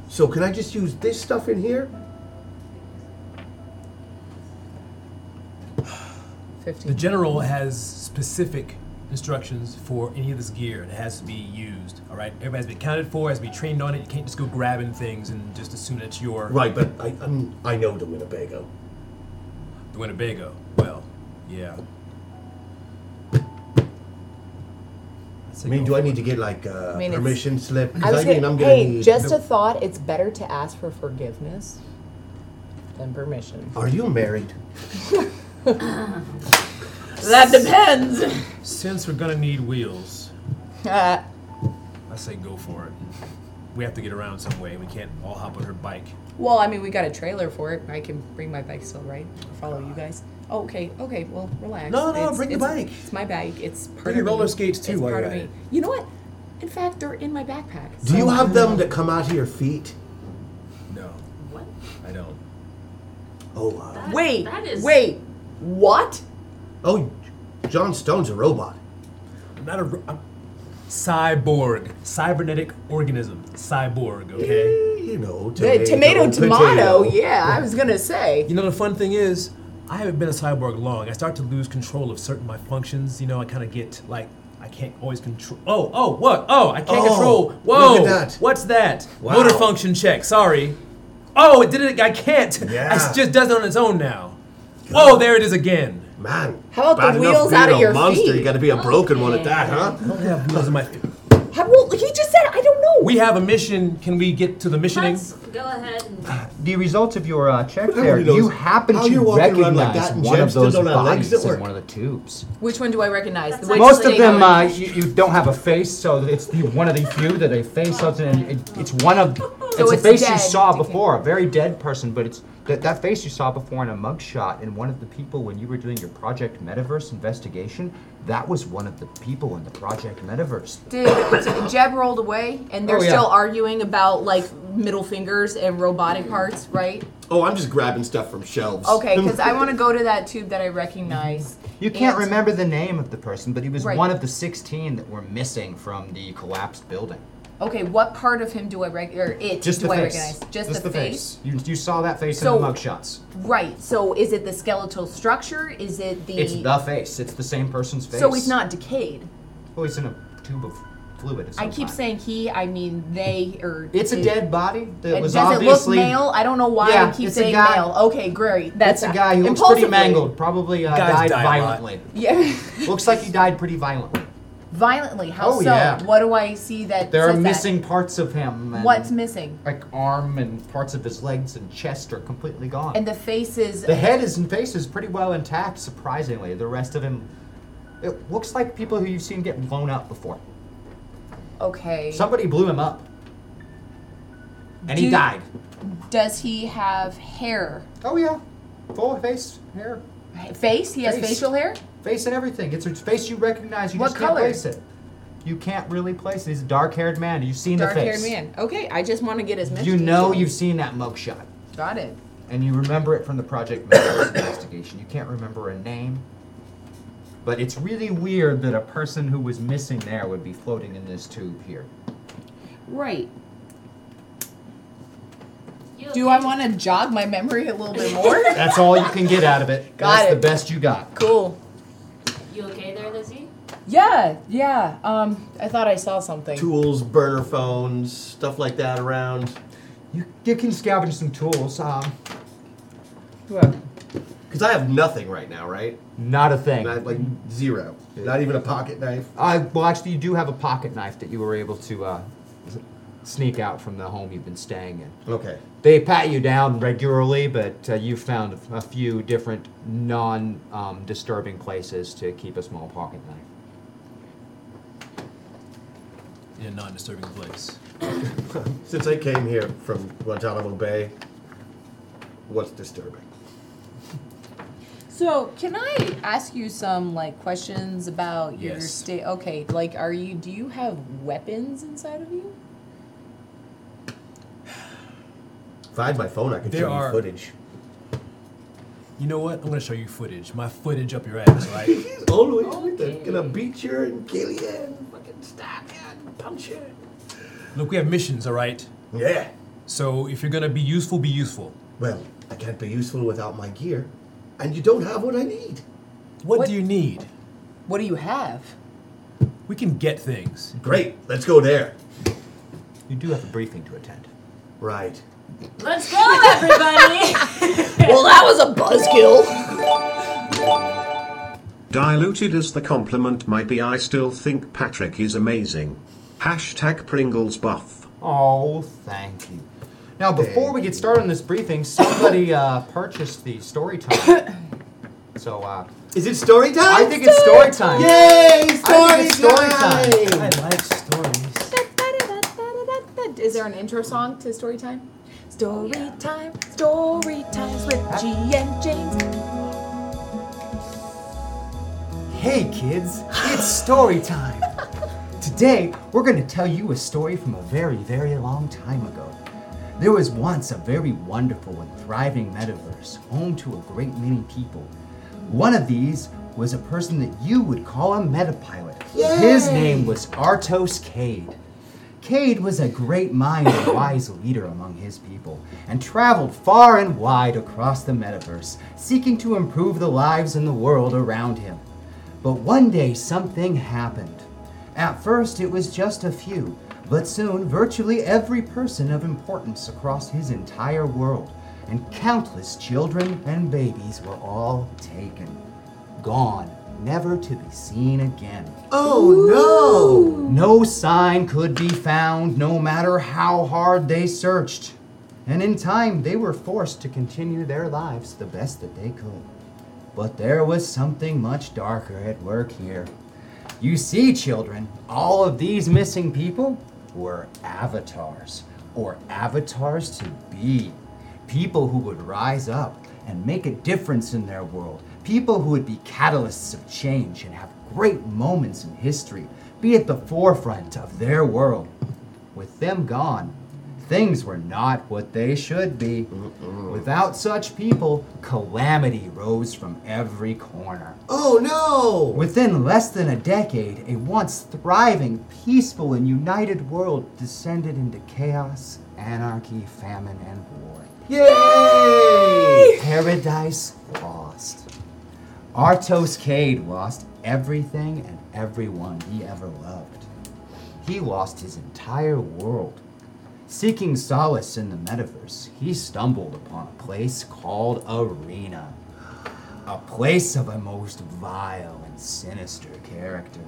So can I just use this stuff in here? The general has specific instructions for any of this gear and it has to be used. All right, everybody has to be counted for, has to be trained on it. You can't just go grabbing things and just assume that's your Right, but I I'm, I know the Winnebago. the Winnebago. Well, yeah. I mean, do I need to get like a I mean, it's- permission slip? 'Cause I was I mean, gonna- I'm gonna hey, need. just a thought. It's better to ask for forgiveness than permission. Are you married? That depends. *laughs* Since we're gonna need wheels, Uh, I say go for it. We have to get around some way. We can't all hop on her bike. well, I mean, we got a trailer for it. I can bring my bike still, right? Follow you guys. Oh, okay, okay. Well, relax. No, no, bring the it's- bike. It's my bike. It's part Bring your of me. roller skates, too, It's while part you're of at me. You know what? In fact, they're in my backpack. Do you so- have them that come out of your feet? No, What? I don't. Oh, uh, wait. Wait. What? Oh, John Stone's a robot. I'm not a. ro- I'm cyborg, cybernetic organism, cyborg. Okay. Eh, You know, The tomato, tomato. Oh, Yeah, I was gonna say. You know, the fun thing is, I haven't been a cyborg long. I start to lose control of certain of my functions. You know, I kind of get like, I can't always control. Oh, oh, what? Oh, I can't Oh, control. look Whoa, at that. what's that? Wow. Motor function check. Sorry. Oh, it did it. I can't. *laughs* Yeah. It just does it on its own now. Whoa, there it is again. Man. How about the wheels out of your feet? be Oh. a broken one at that, huh? I don't have wheels in my feet. How- well, he just said I don't know. We have a mission. Can we get to the missioning? Go ahead and The results of your uh, check Nobody there, knows you happen how to you're walking recognize around like that and one Jem of still those don't have bodies legs that in work. one of the tubes. Which one do I recognize? The one Most of sitting them, on- uh, you, you don't have a face, so it's the one of the few that a face doesn't. and It, it's one of. it's a it's face you dead. saw before, a very dead person, but it's that, that face you saw before in a mugshot in one of the people when you were doing your Project Metaverse investigation. That was one of the people in the Project Metaverse. Dude, so Jeb rolled away, and they're Oh, yeah. still arguing about like middle fingers and robotic parts, right? Oh, I'm just grabbing stuff from shelves. Okay, Mm-hmm. *laughs* because I want to go to that tube that I recognize. You can't And- remember the name of the person, but he was Right. one of the 16 that were missing from the collapsed building. Okay, what part of him do I rec- or it Just do the I face. recognize? Just, the, face? You, you saw that face So- in the mugshots. Right. So is it the skeletal structure? Is it the It's the face. It's the same person's face. So he's not decayed. Oh, he's in a tube of fluid. of I some keep kind. saying he, I mean they or It's a it- dead body that And was does obviously. it look male? I don't know why Yeah, I keep it's a saying guy- male. Okay, great. That's it's a guy who looks pretty impulsively. mangled. Probably uh, died Guys die a lot. violently. *laughs* Yeah. looks like he died pretty violently. Violently. How Oh, so? yeah. What do I see that There are says that? missing parts of him. And What's missing? Like arm and parts of his legs and chest are completely gone. And the face is the head is and face is pretty well intact, surprisingly. The rest of him, it looks like people who you've seen get blown up before. okay. Somebody blew him up, and he Do- died. Does he have hair? Oh yeah, full face hair. Face? He has Face. facial hair. Face and everything. It's a face you recognize. You What just color? can't place it. You can't really place it. He's a dark-haired man. You've seen the Dark-haired face. man. Okay, I just want to get as much. You know you've seen that mugshot. Got it. and you remember it from the Project Memories investigation. You can't remember a name, but it's really weird that a person who was missing there would be floating in this tube here. Right. Do I want to jog my memory a little bit more? That's all you can get out of it. Got That's it. the best you got. *laughs* cool. You okay there, Lizzie? Yeah, yeah. Um, I thought I saw something. Tools, burner phones, stuff like that around. You, you can scavenge some tools. Um, Because I have nothing right now, right? Not a thing. Not, like zero. Not even a pocket knife. I, Uh, well, actually, you do have a pocket knife that you were able to uh, s- sneak out from the home you've been staying in. Okay. They pat you down regularly, but uh, you found a few different non um, disturbing places to keep a small pocket knife. in a non-disturbing place. *laughs* Since I came here from Guantanamo Bay, what's disturbing? So, can I ask you some like questions about your Yes. state? Okay, like, are you? Do you have weapons inside of you? If I had my phone, I could There show are- you footage. You know what? I'm gonna show you footage. My footage up your ass, right? *laughs* Always with it. Gonna beat you and kill you and fucking stab you and punch you. Look, we have missions, all right? Yeah. So if you're gonna be useful, be useful. Well, I can't be useful without my gear, and you don't have what I need. What, do you need? What do you have? We can get things. Great. Let's go there. You do have a briefing to attend. Right. Let's go, *laughs* everybody! *laughs* well, that was a buzzkill. Diluted as the compliment might be, I still think Patrick is amazing. Hashtag Pringles buff. Oh, thank you. Now, before we get started on this briefing, somebody uh, purchased the story *coughs* time. So, uh, is it story time? I think it's story time. Yay, I think it's story time. I like stories. Is there an intro song to story time? Story time, story times with G and James. Hey, kids, it's story time. Today, we're going to tell you a story from a very, very long time ago. There was once a very wonderful and thriving metaverse, home to a great many people. One of these was a person that you would call a metapilot. His Yay! name was Artos Cade. Cade was a great mind and wise leader among his people, and traveled far and wide across the metaverse, seeking to improve the lives in the world around him. But one day something happened. At first, it was just a few, but soon virtually every person of importance across his entire world, and countless children and babies were all taken. Gone, never to be seen again. Oh no! No sign could be found, no matter how hard they searched. And in time, they were forced to continue their lives the best that they could. But there was something much darker at work here. You see, children, all of these missing people were avatars, or avatars to be. People who would rise up and make a difference in their world. People who would be catalysts of change and have great moments in history, be at the forefront of their world. With them gone, things were not what they should be. Without such people, calamity rose from every corner. Oh no! Within less than a decade, a once thriving, peaceful, and united world descended into chaos, anarchy, famine, and war. Yay! Paradise lost. Artos Cade lost everything and everyone he ever loved. He lost his entire world. Seeking solace in the metaverse, he stumbled upon a place called Arena. A place of a most vile and sinister character.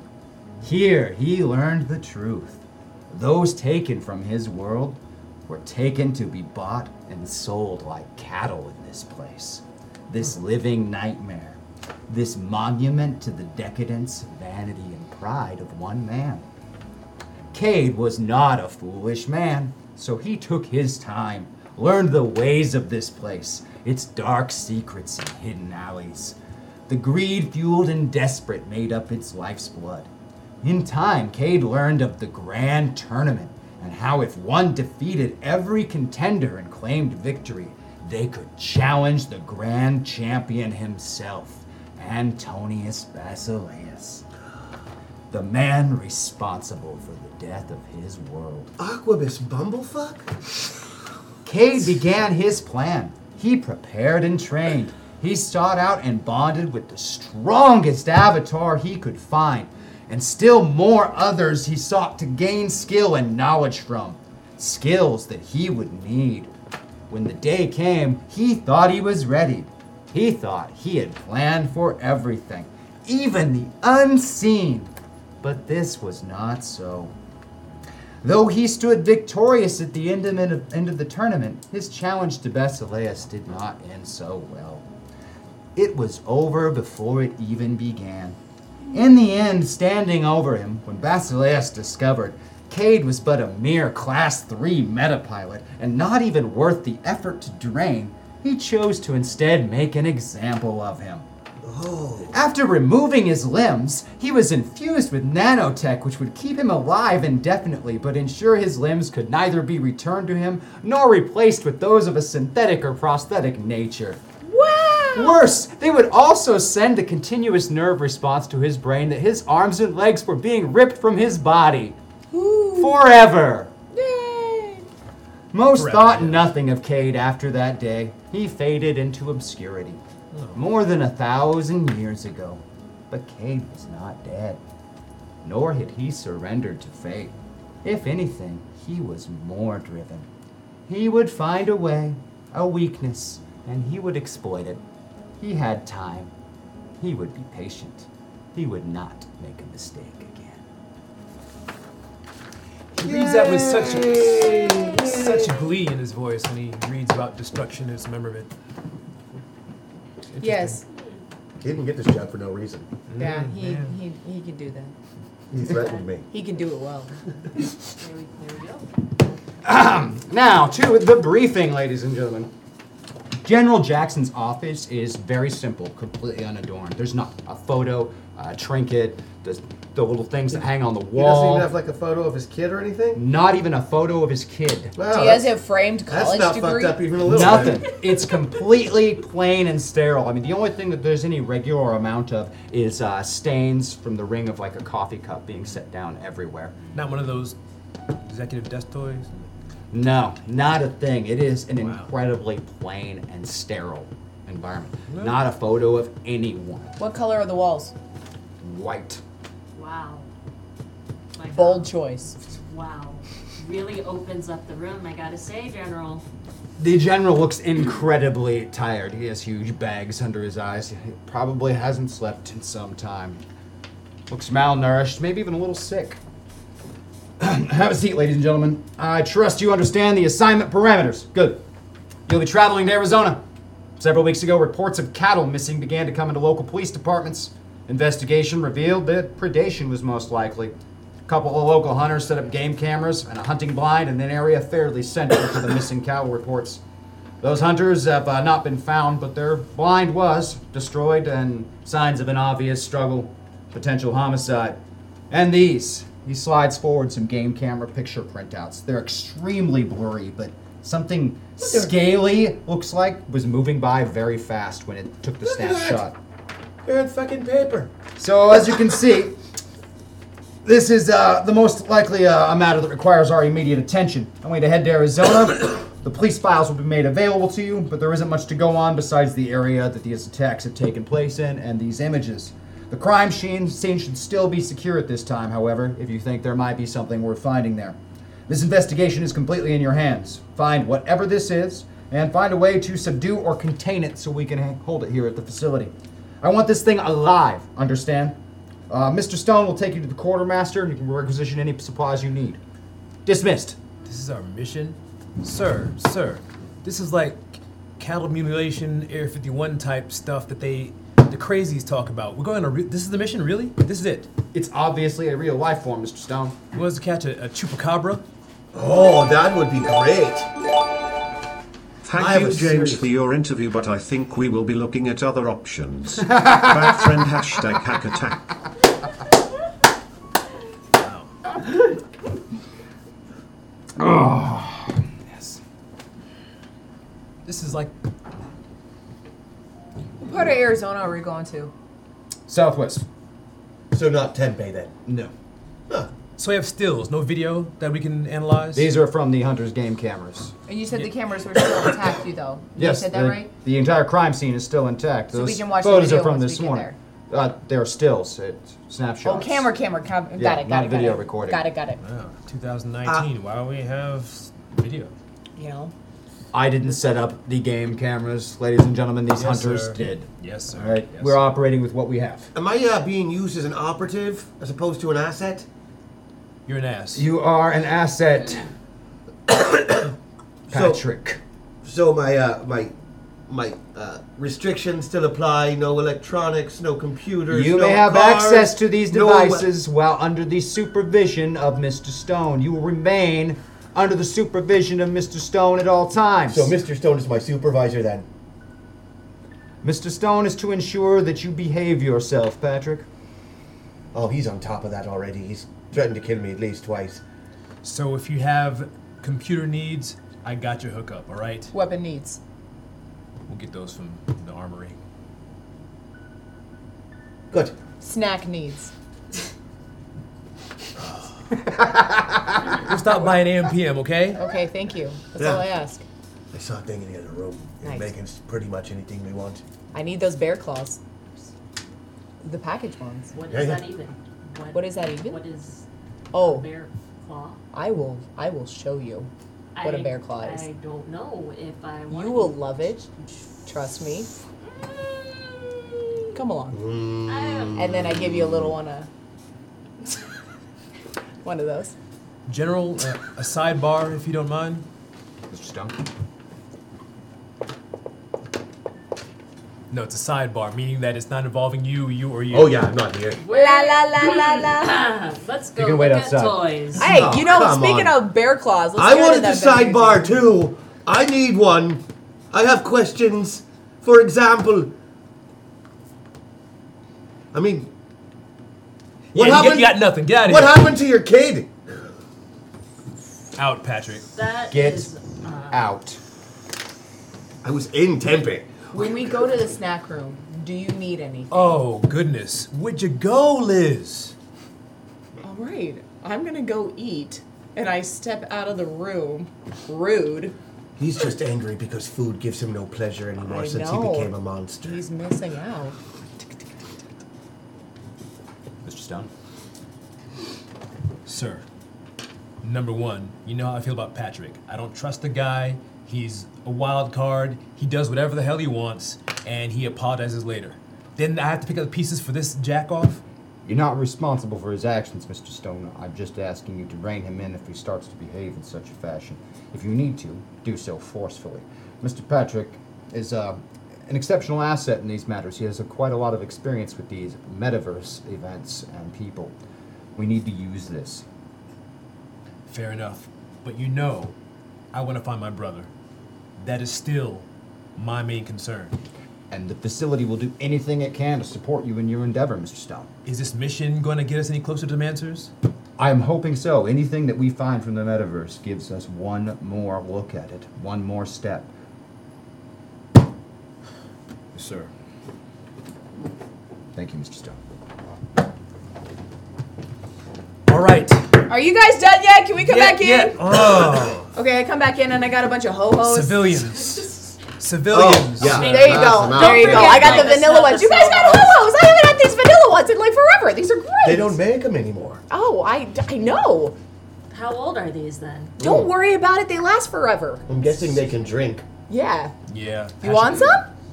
Here he learned the truth. Those taken from his world were taken to be bought and sold like cattle in this place. This living nightmare. This monument to the decadence, vanity, and pride of one man. Cade was not a foolish man, so he took his time, learned the ways of this place, its dark secrets and hidden alleys. The greed fueled and desperate made up its life's blood. In time, Cade learned of the grand tournament and how if one defeated every contender and claimed victory, they could challenge the grand champion himself, Antonius Basileus, the man responsible for the death of his world. Aquabus Bumblefuck? Cade began his plan. He prepared and trained. He sought out and bonded with the strongest avatar he could find, and still more others he sought to gain skill and knowledge from. Skills that he would need. When the day came, he thought he was ready. He thought he had planned for everything, even the unseen. But this was not so. Though he stood victorious at the end of, end of the tournament, his challenge to Basileus did not end so well. It was over before it even began. In the end, standing over him, when Basileus discovered Cade was but a mere Class 3 metapilot and not even worth the effort to drain, he chose to instead make an example of him. After removing his limbs, he was infused with nanotech, which would keep him alive indefinitely but ensure his limbs could neither be returned to him nor replaced with those of a synthetic or prosthetic nature. Wow! Worse, they would also send a continuous nerve response to his brain that his arms and legs were being ripped from his body. Forever! Most thought nothing of Cade after that day. He faded into obscurity. More than a thousand years ago. But Cade was not dead. Nor had he surrendered to fate. If anything, he was more driven. He would find a way, a weakness, and he would exploit it. He had time. He would be patient. He would not make a mistake again. He reads that with such a, such glee in his voice when he reads about destruction and dismemberment. Yes. He didn't get this job for no reason. Yeah, Mm, he, he, he can do that. He threatened me. He can do it *laughs* well. Ahem. *clears throat* now to the briefing, ladies and gentlemen. General Jackson's office is very simple, completely unadorned. There's not a photo, a trinket, the, the little things that hang on the He doesn't wall. even have like a photo of his kid or anything? Not even a photo of his kid. do you guys have framed that's college not fucked degree? up even a little Nothing. it's completely plain and sterile. I mean, the only thing that there's any regular amount of is uh, stains from the ring of like a coffee cup being set down everywhere. Not one of those executive desk toys. No, not a thing. It is an incredibly plain and sterile environment. Well- Not a photo of anyone. What color are the walls? White. Wow. Bold choice. Wow. Really opens up the room, I gotta say, General. The general looks incredibly tired. He has huge bags under his eyes. He probably hasn't slept in some time. Looks malnourished, maybe even a little sick. *clears throat* Have a seat, ladies and gentlemen. I trust you understand the assignment parameters. Good. You'll be traveling to Arizona. Several weeks ago, reports of cattle missing began to come into local police departments. Investigation revealed that predation was most likely. A couple of local hunters set up game cameras and a hunting blind in an area fairly central to the missing cow reports. Those hunters have uh, not been found, but their blind was destroyed and signs of an obvious struggle, potential homicide. And these. He slides forward some game camera picture printouts. They're extremely blurry, but something scaly looks like was moving by very fast when it took the snapshot. They're in fucking paper. So as you can see, this is uh, the most likely uh, a matter that requires our immediate attention. I want you to head to Arizona. *coughs* the police files will be made available to you, but there isn't much to go on besides the area that these attacks have taken place in and these images. The crime scene, scene should still be secure at this time, however, if you think there might be something worth finding there. This investigation is completely in your hands. Find whatever this is and find a way to subdue or contain it so we can ha- hold it here at the facility. I want this thing alive, understand? Uh, Mr. Stone will take you to the quartermaster and you can requisition any supplies you need. Dismissed. This is our mission? Sir, sir, this is like cattle mutilation, Air 51 type stuff that they, the crazies talk about. We're going to, re- this is the mission, really? This is it? It's obviously a real life form, Mr. Stone. He wants to catch a, a chupacabra? Oh, that would be *laughs* great. Thank I you, was James, serious. for your interview, but I think we will be looking at other *laughs* options. Bad friend hashtag hack attack. yes. This is like What part of Arizona are we going to? Southwest. So not Tempe then? No. So we have stills, no video that we can analyze? These are from the Hunter's game cameras. And you said the cameras were still intact, you though. Yes, You said that the, right? the entire crime scene is still intact. So Those we can watch the photos video are from once we this get morning. Uh, they're stills, it's snapshots. Oh, camera, camera, cam- got Yeah, it, got not it, got video it. recording. Got it, got it. Wow, 2019. Why don't we have video? You know, I didn't set up the game cameras, ladies and gentlemen. These Yes, hunters sir. did. Yes, sir. All right, we're operating with what we have. Am I uh, being used as an operative as opposed to an asset? You're an ass. You are an *coughs* asset. Patrick. So, my uh, my my uh, restrictions still apply. No electronics, no computers. You no may have cars, access to these no- devices while under the supervision of Mr. Stone. You will remain under the supervision of Mr. Stone at all times. So Mr. Stone is my supervisor then. Mr. Stone is to ensure that you behave yourself, Patrick. Oh, he's on top of that already. He's threatened to kill me at least twice. So if you have computer needs, I got your hookup, all right? weapon needs. We'll get those from the armory. Good. Snack needs. We'll stop by at 8 p.m., okay? Okay, thank you. That's all I ask. I saw a thing in the other room. They're Nice. making pretty much anything they want. I need those bear claws. The package ones. What Yeah, is yeah. that even? What, What is that even? What is Oh, bear claw? I will I will show you what a I- bear claw is. I don't know if I want You will love it. Trust me. Come along. And then I give you a little one of *laughs* one of those. General, uh, a sidebar, if you don't mind. Mr. Stone? No, it's a sidebar, meaning that it's not involving you, you, or you. Oh, yeah, I'm not here. La la la la *clears throat* la. Let's You can wait outside. toys. Hey, Oh, you know, come speaking on. of bear claws, let's I go wanted to the that bear- sidebar too. I need one. I have questions. For example, I mean, Yeah, you, got, you got nothing. Get out of What here. happened to your kid? Out, Patrick. That Get is, uh, out. I was in Tempe. When we go to the snack room, do you need anything? Oh, goodness. Where'd you go, Liz? All right, I'm gonna go eat, and I step out of the room. Rude. He's just angry because food gives him no pleasure anymore I since know. he became a monster. He's missing out. Mr. Stone? Sir, number one, you know how I feel about Patrick. I don't trust the guy. He's a wild card. He does whatever the hell he wants, and he apologizes later. Then I have to pick up the pieces for this jack off. You're not responsible for his actions, Mr. Stone. I'm just asking you to rein him in if he starts to behave in such a fashion. If you need to, do so forcefully. Mr. Patrick is uh, an exceptional asset in these matters. He has a, quite a lot of experience with these metaverse events and people. We need to use this. Fair enough. But you know, I want to find my brother. That is still my main concern. And the facility will do anything it can to support you in your endeavor, Mr. Stone. Is this mission going to get us any closer to answers? I am hoping so. Anything that we find from the metaverse gives us one more look at it, one more step. Sir. Thank you, Mr. Stone. All right. Are you guys done yet? Can we come Yeah, back in? yeah. Oh, *laughs* Okay, I come back in and I got a bunch of ho Oh, hos. *laughs* civilians. Civilians. yeah. There you go. There you go. I got the vanilla ones. You guys got ho hos. I haven't had these vanilla ones in like forever. These are great. They don't make them anymore. Oh, I, I know. How old are these then? Don't worry about it. They last forever. I'm guessing they can drink. Yeah. Yeah. You want some?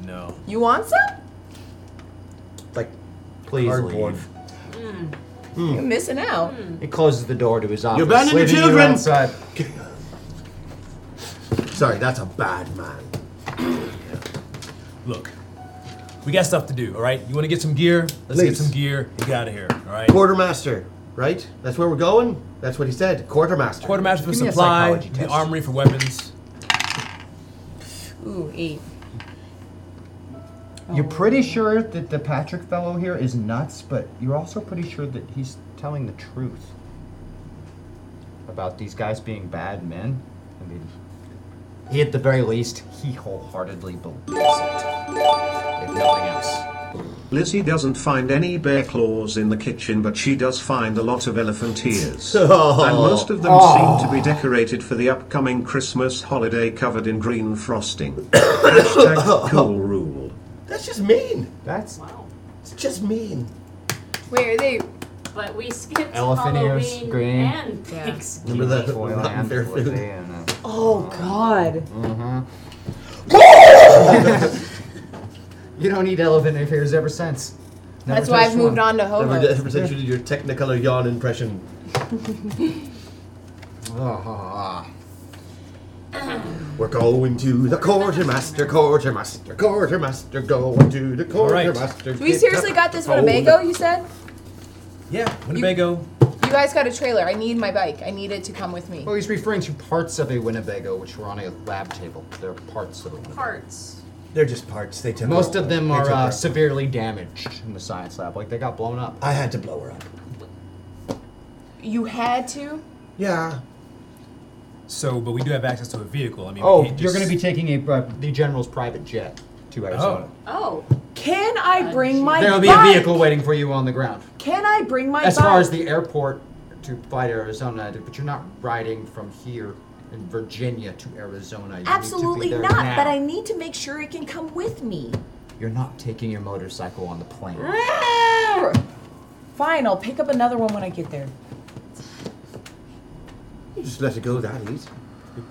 No. You want some? Like Please cardboard. leave. Hmm. You're missing out. He Hmm. closes the door to his office. You abandoned your leaving children! outside. Sorry, that's a bad man. Look, we got stuff to do, all right? You want to get some gear? Let's get Please. some gear and get out of here, all right? Quartermaster, right? That's where we're going? That's what he said. Quartermaster. Quartermaster for supply, the armory for weapons. Ooh, eight. You're pretty sure that the Patrick fellow here is nuts, but you're also pretty sure that he's telling the truth about these guys being bad men. I mean, he at the very least, he wholeheartedly believes it. If nothing else. Lizzie doesn't find any bear claws in the kitchen, but she does find a lot of elephant *laughs* ears. Oh. And most of them Oh. seem to be decorated for the upcoming Christmas holiday covered in *coughs* green frosting. Hashtag cool rule. That's just mean. That's It's just mean. Wait, are they? But we skipped Elephant ears, Halloween green. and Thanksgiving. Remember *laughs* that? Foil Not and fair foil food. and, uh, Oh God. Mm-hmm. *laughs* You don't need elephant ears ever since. Never That's why touched I've moved one. on to Never, hobo. never said you did your Technicolor yawn impression. We're going to the quartermaster, quartermaster, quartermaster, going to the right. quartermaster. We seriously got this Winnebago. You said Yeah, Winnebago. you guys got a trailer. I need my bike. I need it to come with me. *laughs* Well, he's referring to parts of a Winnebago, which were on a lab table. They're parts of a Winnebago. Parts. They're just parts. They took Most of them they are took uh, her. severely damaged in the science lab. Like, they got blown up. I had to blow her up. You had to. Yeah. So, but we do have access to a vehicle. I mean, Oh, we can't you're just- going to be taking a uh, the general's private jet to Arizona. Oh. Can I bring my There will be a vehicle waiting for you on the ground. Can I bring my as bike? far as the airport to fly to Arizona, but you're not riding from here in Virginia to Arizona. You need to be Absolutely there not. now. But I need to make sure it can come with me. You're not taking your motorcycle on the plane. Fine, I'll pick up another one when I get there. You just let it go that easy.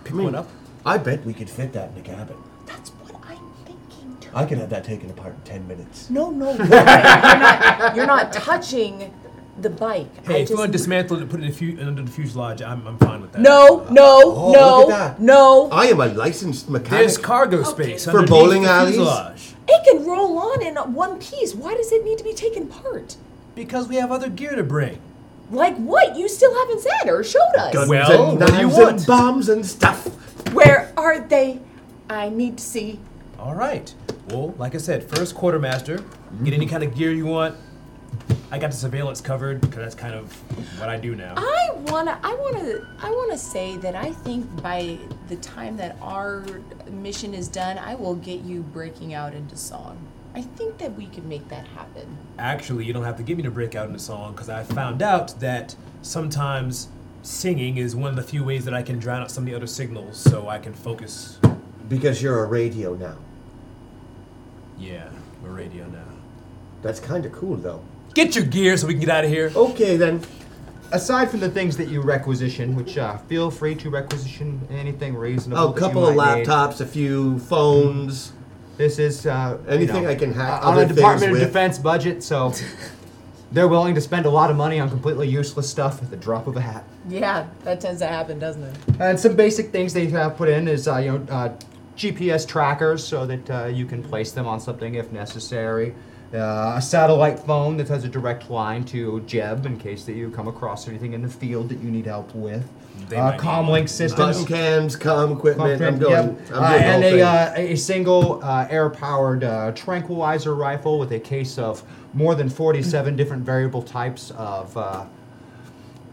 Pick one up. I bet we could fit that in a cabin. That's what I'm thinking. Too. I could have that taken apart in ten minutes. *laughs* No, no, *laughs* you're not, you're not touching the bike. Hey, I if you want just to dismantle it and put it in a fu- under the fuselage, I'm, I'm fine with that. no, no, Oh, no, look at that. no. I am a licensed mechanic. There's cargo space For underneath bowling the alleys? fuselage. It can roll on in one piece. Why does it need to be taken apart? Because we have other gear to bring. Like what? You still haven't said or showed us. Guns Well, and what do you knives and want? bombs and stuff. Where are they? I need to see. All right. Well, like I said, first quartermaster, get Mm. any kind of gear you want. I got the surveillance covered because that's kind of what I do now. I wanna, I wanna, I wanna say that I think by the time that our mission is done, I will get you breaking out into song. I think that we can make that happen. Actually, you don't have to give me the breakout in the song because I found out that sometimes singing is one of the few ways that I can drown out some of the other signals so I can focus. Because you're a radio now. Yeah, we're radio now. That's kind of cool though. *laughs* Get your gear so we can get out of here. Okay then. Aside from the things that you requisition, which uh, feel free to requisition anything reasonable. Oh, a that couple you of might need. laptops, a few phones. This is uh, you Anything know, I can hack uh, on other a Department of things with. Defense budget, so they're willing to spend a lot of money on completely useless stuff at the drop of a hat. Yeah, that tends to happen, doesn't it? And some basic things they have put in is uh, you know uh, GPS trackers so that uh, you can place them on something if necessary. Uh, a satellite phone that has a direct line to Jeb in case that you come across anything in the field that you need help with. They Uh, might need comlink Button systems. cams, com equipment. I'm going. Yep. I'm doing Uh, the whole and thing. a, uh, a single uh, air-powered uh, tranquilizer rifle with a case of more than 47 different variable types of uh,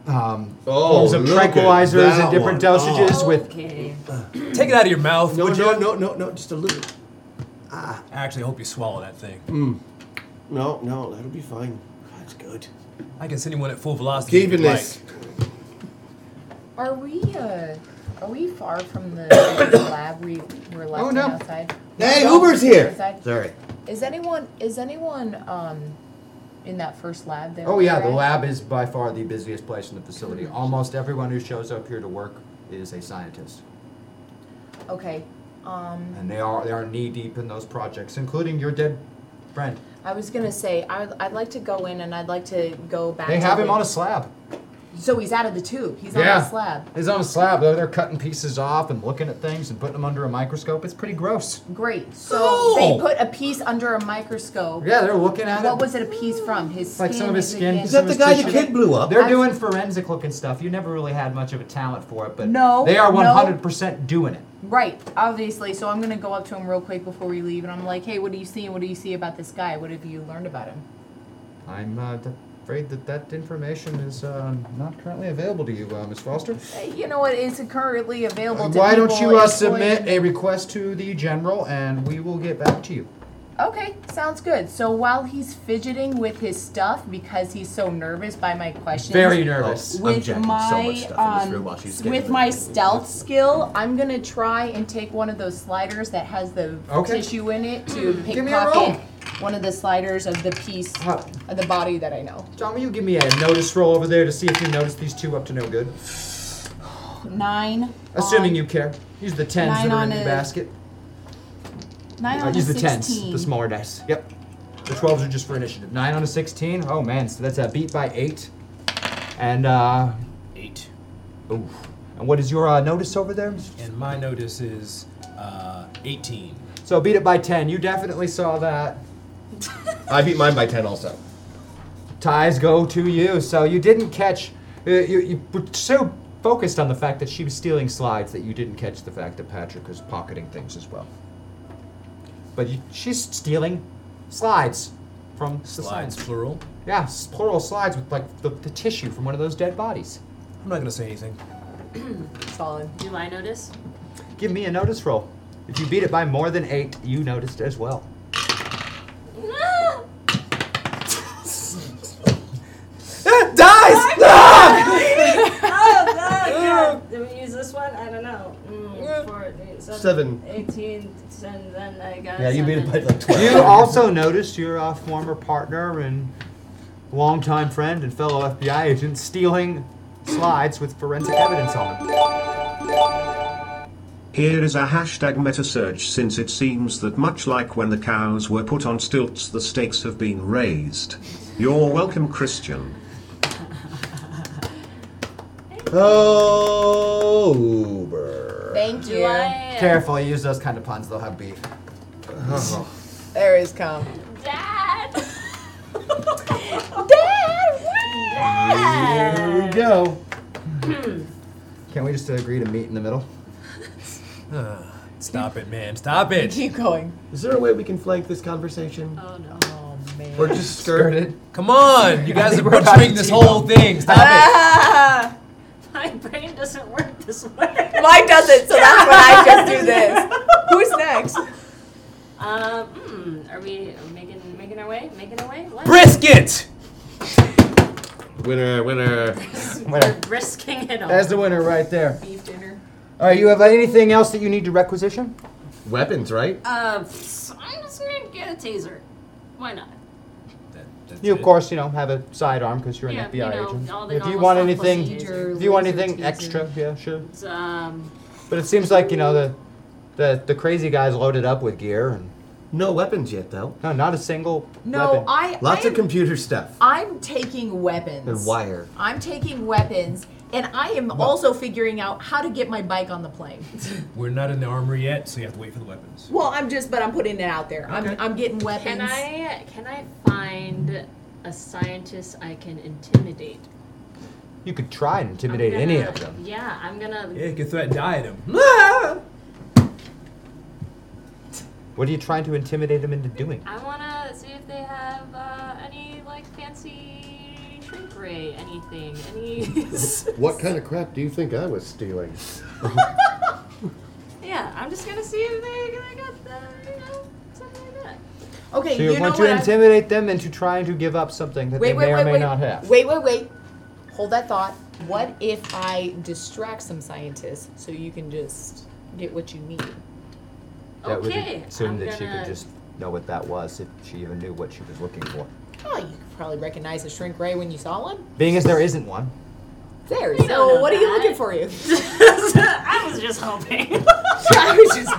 um, Oh, forms of look at tranquilizers that and different one. dosages Oh. with Take it out of your mouth. No, would no, you? no, no, no, just a little. Ah. I actually hope you swallow that thing. uh, Mm. No, no, Oh, that'll be fine. That's good. I can send you one at full velocity. if Keeping you'd like. this. Are we, uh, are we far from the *coughs* lab we were left Oh, in no. outside? Hey, No, Uber's here. outside? Sorry. Is anyone, is anyone, um, in that first lab there? Oh yeah, the lab is by far the busiest place in the facility. Almost everyone who shows up here to work is a scientist, Okay, um. and they are they are knee deep in those projects, including your dead friend. I was gonna say I would, I'd like to go in and I'd like to go back. They to have him the- on a slab. So he's out of the tube. He's on Yeah. a slab. He's on a slab. They're, they're cutting pieces off and looking at things and putting them under a microscope. It's pretty gross. Great. So Cool. they put a piece under a microscope. Yeah, they're looking at What it. was it a piece from? His Like some of his skin. again- some of his tissue. They're I've- doing forensic looking stuff. You never really had much of a talent for it, but No, they are no. 100% doing it. Right, obviously. So I'm gonna go up to him real quick before we leave, and I'm like, "Hey, what do you see? What do you see about this guy? What have you learned about him?" I'm uh, d- afraid that that information is uh, not currently available to you, uh, Ms. Foster. Uh, You know what? It's currently available. To Why don't people you uh, employed- submit a request to the general and we will get back to you? Okay, sounds good. So while he's fidgeting with his stuff because he's so nervous by my questions, Very nervous. I'm With jacking so my much stuff in this um, room while she's getting with the- my stealth skill, I'm gonna try and take one of those sliders that has the Okay. tissue in it to Give me a roll. pickpocket one of the sliders of the piece of the body that I know. Tommy, you give me a notice roll over there to see if you notice these two up to no good. Nine. Assuming you care. Use the tens Uh, Nine that are on in the a- basket. Nine Uh, on use a the tens, 16. the smaller dice. Yep. The twelves are just for initiative. Nine on a sixteen. Oh man, so that's a beat by eight. And uh Eight. Ooh. And what is your uh, notice over there? And my notice is uh, 18. So beat it by ten. You definitely saw that. *laughs* I beat mine by 10 also. Ties go to you. So you didn't catch. Uh, you, you were so focused on the fact that she was stealing slides that you didn't catch the fact that Patrick was pocketing things as well. But you, she's stealing slides from the Slides, science. plural. Yeah, s- plural slides with like the, the tissue from one of those dead bodies. I'm not gonna say anything. Solid. Do I notice? Give me a notice roll. If you beat it by more than eight, you noticed as well. Ah! It Ah! dies! *laughs* oh, *laughs* Ah! God. Did we use this one? I don't know. Mm, four, eight, seven, Seven. 18, and then I got Yeah, you beat seven. it *laughs* by You also noticed your uh, former partner and longtime friend and fellow FBI agent stealing slides with forensic evidence on them. Here is a hashtag meta search since it seems that much like when the cows were put on stilts, the stakes have been raised. You're welcome, *laughs* Christian. Oh. Ober. Thank you. Careful, you use those kind of puns, they'll have beef. There is come. *laughs* Dad! Here we go. Hmm. Can't we just agree to meet in the middle? Uh, *sighs* stop it, man. Stop *laughs* it. Keep going. Is there a way we can flank this conversation? Oh no. Oh man. Or just skirt it? Come on, you guys are butchering this whole thing. Stop Ah! My brain doesn't work this way. Mine doesn't, so that's when I just do *laughs* this. Who's next? Um, hmm, are we making making our way? Making our way? *laughs* What? Brisket! Winner, winner. We're Brisking it all. That's the winner right there. Beef dinner. All right, you have anything else that you need to requisition? Weapons, right? Uh, pfft, I'm just gonna get a taser. Why not? you, of course, you know, have a sidearm because you're an Yeah, FBI you know, agent. all the if you normal want stuff, anything, procedure, if you want laser anything taser. extra, yeah, sure. It's, um, But it seems like you know the, the the crazy guys loaded up with gear and no weapons yet though. No, not a single. No, weapon. I- Lots I'm- of computer stuff I'm taking weapons. and wire. I'm taking weapons, and I am also figuring out how to get my bike on the plane. it. We're not in the armory yet, so you have to wait for the weapons. *laughs* well, I'm just, but I'm putting it out there. I'm, I'm getting weapons. can I can I find a scientist I can intimidate? You could try and intimidate I'm any gonna- of them. Yeah, I'm gonna. Yeah, you can threaten die at him. What are you trying to intimidate them into doing? I wanna see if they have uh, any like fancy trickery, anything, *laughs* any. What kind of crap do you think I was *laughs* stealing? yeah, I'm just gonna see if they, they got the, you know something like that. Okay, so you, you, know want what? to I- intimidate them into trying to give up something that they may wait, wait, or wait, may wait. not have. Wait, wait, wait. Hold that thought. What if I distract some scientists so you can just get what you need? That Okay, would assume I'm that she gonna- could just know what that was if she even knew what she was looking for. Oh, you could probably recognize a shrink ray when you saw one. *laughs* Being as there isn't one. there. We don't So, know what are you that. looking for? You? *laughs* I was just hoping.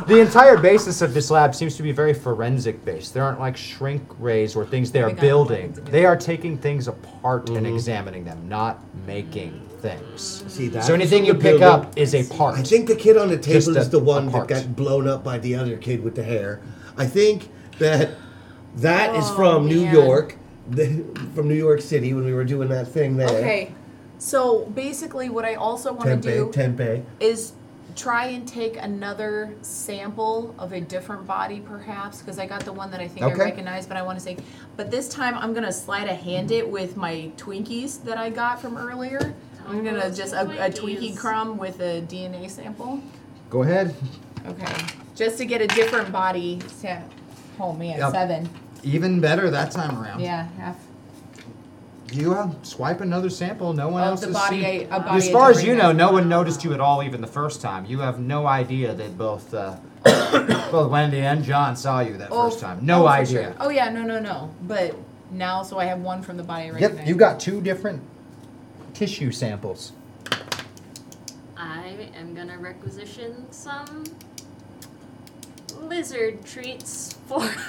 The entire basis of this lab seems to be very forensic based. There aren't like shrink rays or things they are building. They are taking things apart and Mm-hmm. examining them, not making things. See that? So anything you pick up is a part. I think the kid on the Just table a- is the one part. that got blown up by the other kid with the hair. I think that that is from New Oh, man. York, the, from New York City when we were doing that thing there. *laughs* Okay. So, basically, what I also want to do Tempe, Tempe. is try and take another sample of a different body, perhaps, because I got the one that I think I Okay. recognize, but I want to say. But this time, I'm gonna slide a hand it with my Twinkies that I got from earlier. I'm gonna just a, a Twinkie crumb with a DNA sample, Go ahead. Okay. just to get a different body. Sam- oh man, Yep. seven. Even better that time around. Yeah, half. You uh, swipe another sample. No one Of else the has body seen. I- a body As I far don't as you know, recognize. no one noticed you at all even the first time. You have no idea that both uh, *coughs* both Wendy and John saw you that Oh, first time. No oh, for idea. sure. Oh yeah, no, no, no. But now, so I have one from the body I recognize. Yep, you got two different tissue samples. *laughs* I am gonna requisition some lizard treats for. *laughs*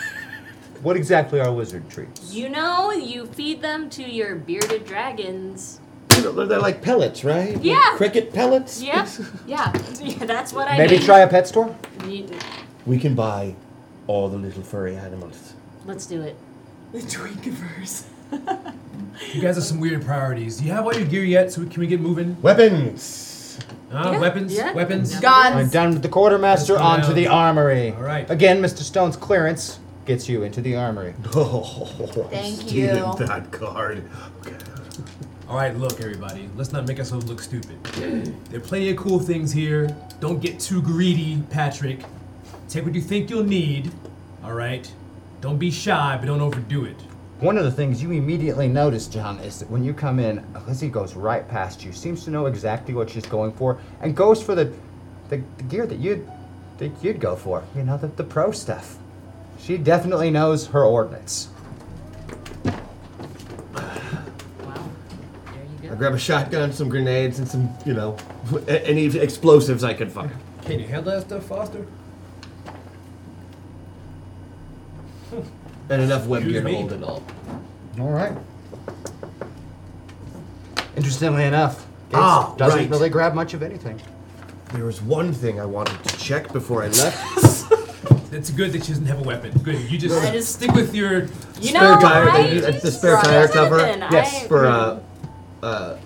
What exactly are lizard treats? You know, you feed them to your bearded dragons. They're they're like pellets, right? Like Yeah. cricket pellets. Yep. yeah. *laughs* That's what I Maybe need. try a pet store? Need- We can buy all the little furry animals. Let's do it. The Twinkiverse. You guys have some weird priorities. Do you have all your gear yet? So we- can we get moving? Weapons. Ah, Yeah, weapons. yeah. Weapons. I'm done with the quartermaster, Let's go onto down. the armory. All right. Again, Mr. Stone's clearance gets you into the *laughs* armory. Oh, Thank stealing you. that card. All right, look, everybody. Let's not make ourselves look stupid. There are plenty of cool things here. Don't get too greedy, Patrick. Take what you think you'll need. All right. Don't be shy, but don't overdo it. One of the things you immediately notice, John, is that when you come in, Lizzie goes right past you, seems to know exactly what she's going for, and goes for the the, the gear that you'd that you'd go for. You know, the, the pro stuff. She definitely knows her ordinance. I grab a shotgun, some grenades, and some, you know, a- any explosives I could find. *laughs* Can you handle that stuff, Foster? And enough web gear Excuse to me? hold it all. All right. Interestingly enough, Gates Ah, doesn't right. really grab much of anything. There was one thing I wanted to check before I left. *laughs* It's good that she doesn't have a weapon. Good. You just Right. stick with your You know, I the, the spare tire cover. Yes, for uh, uh,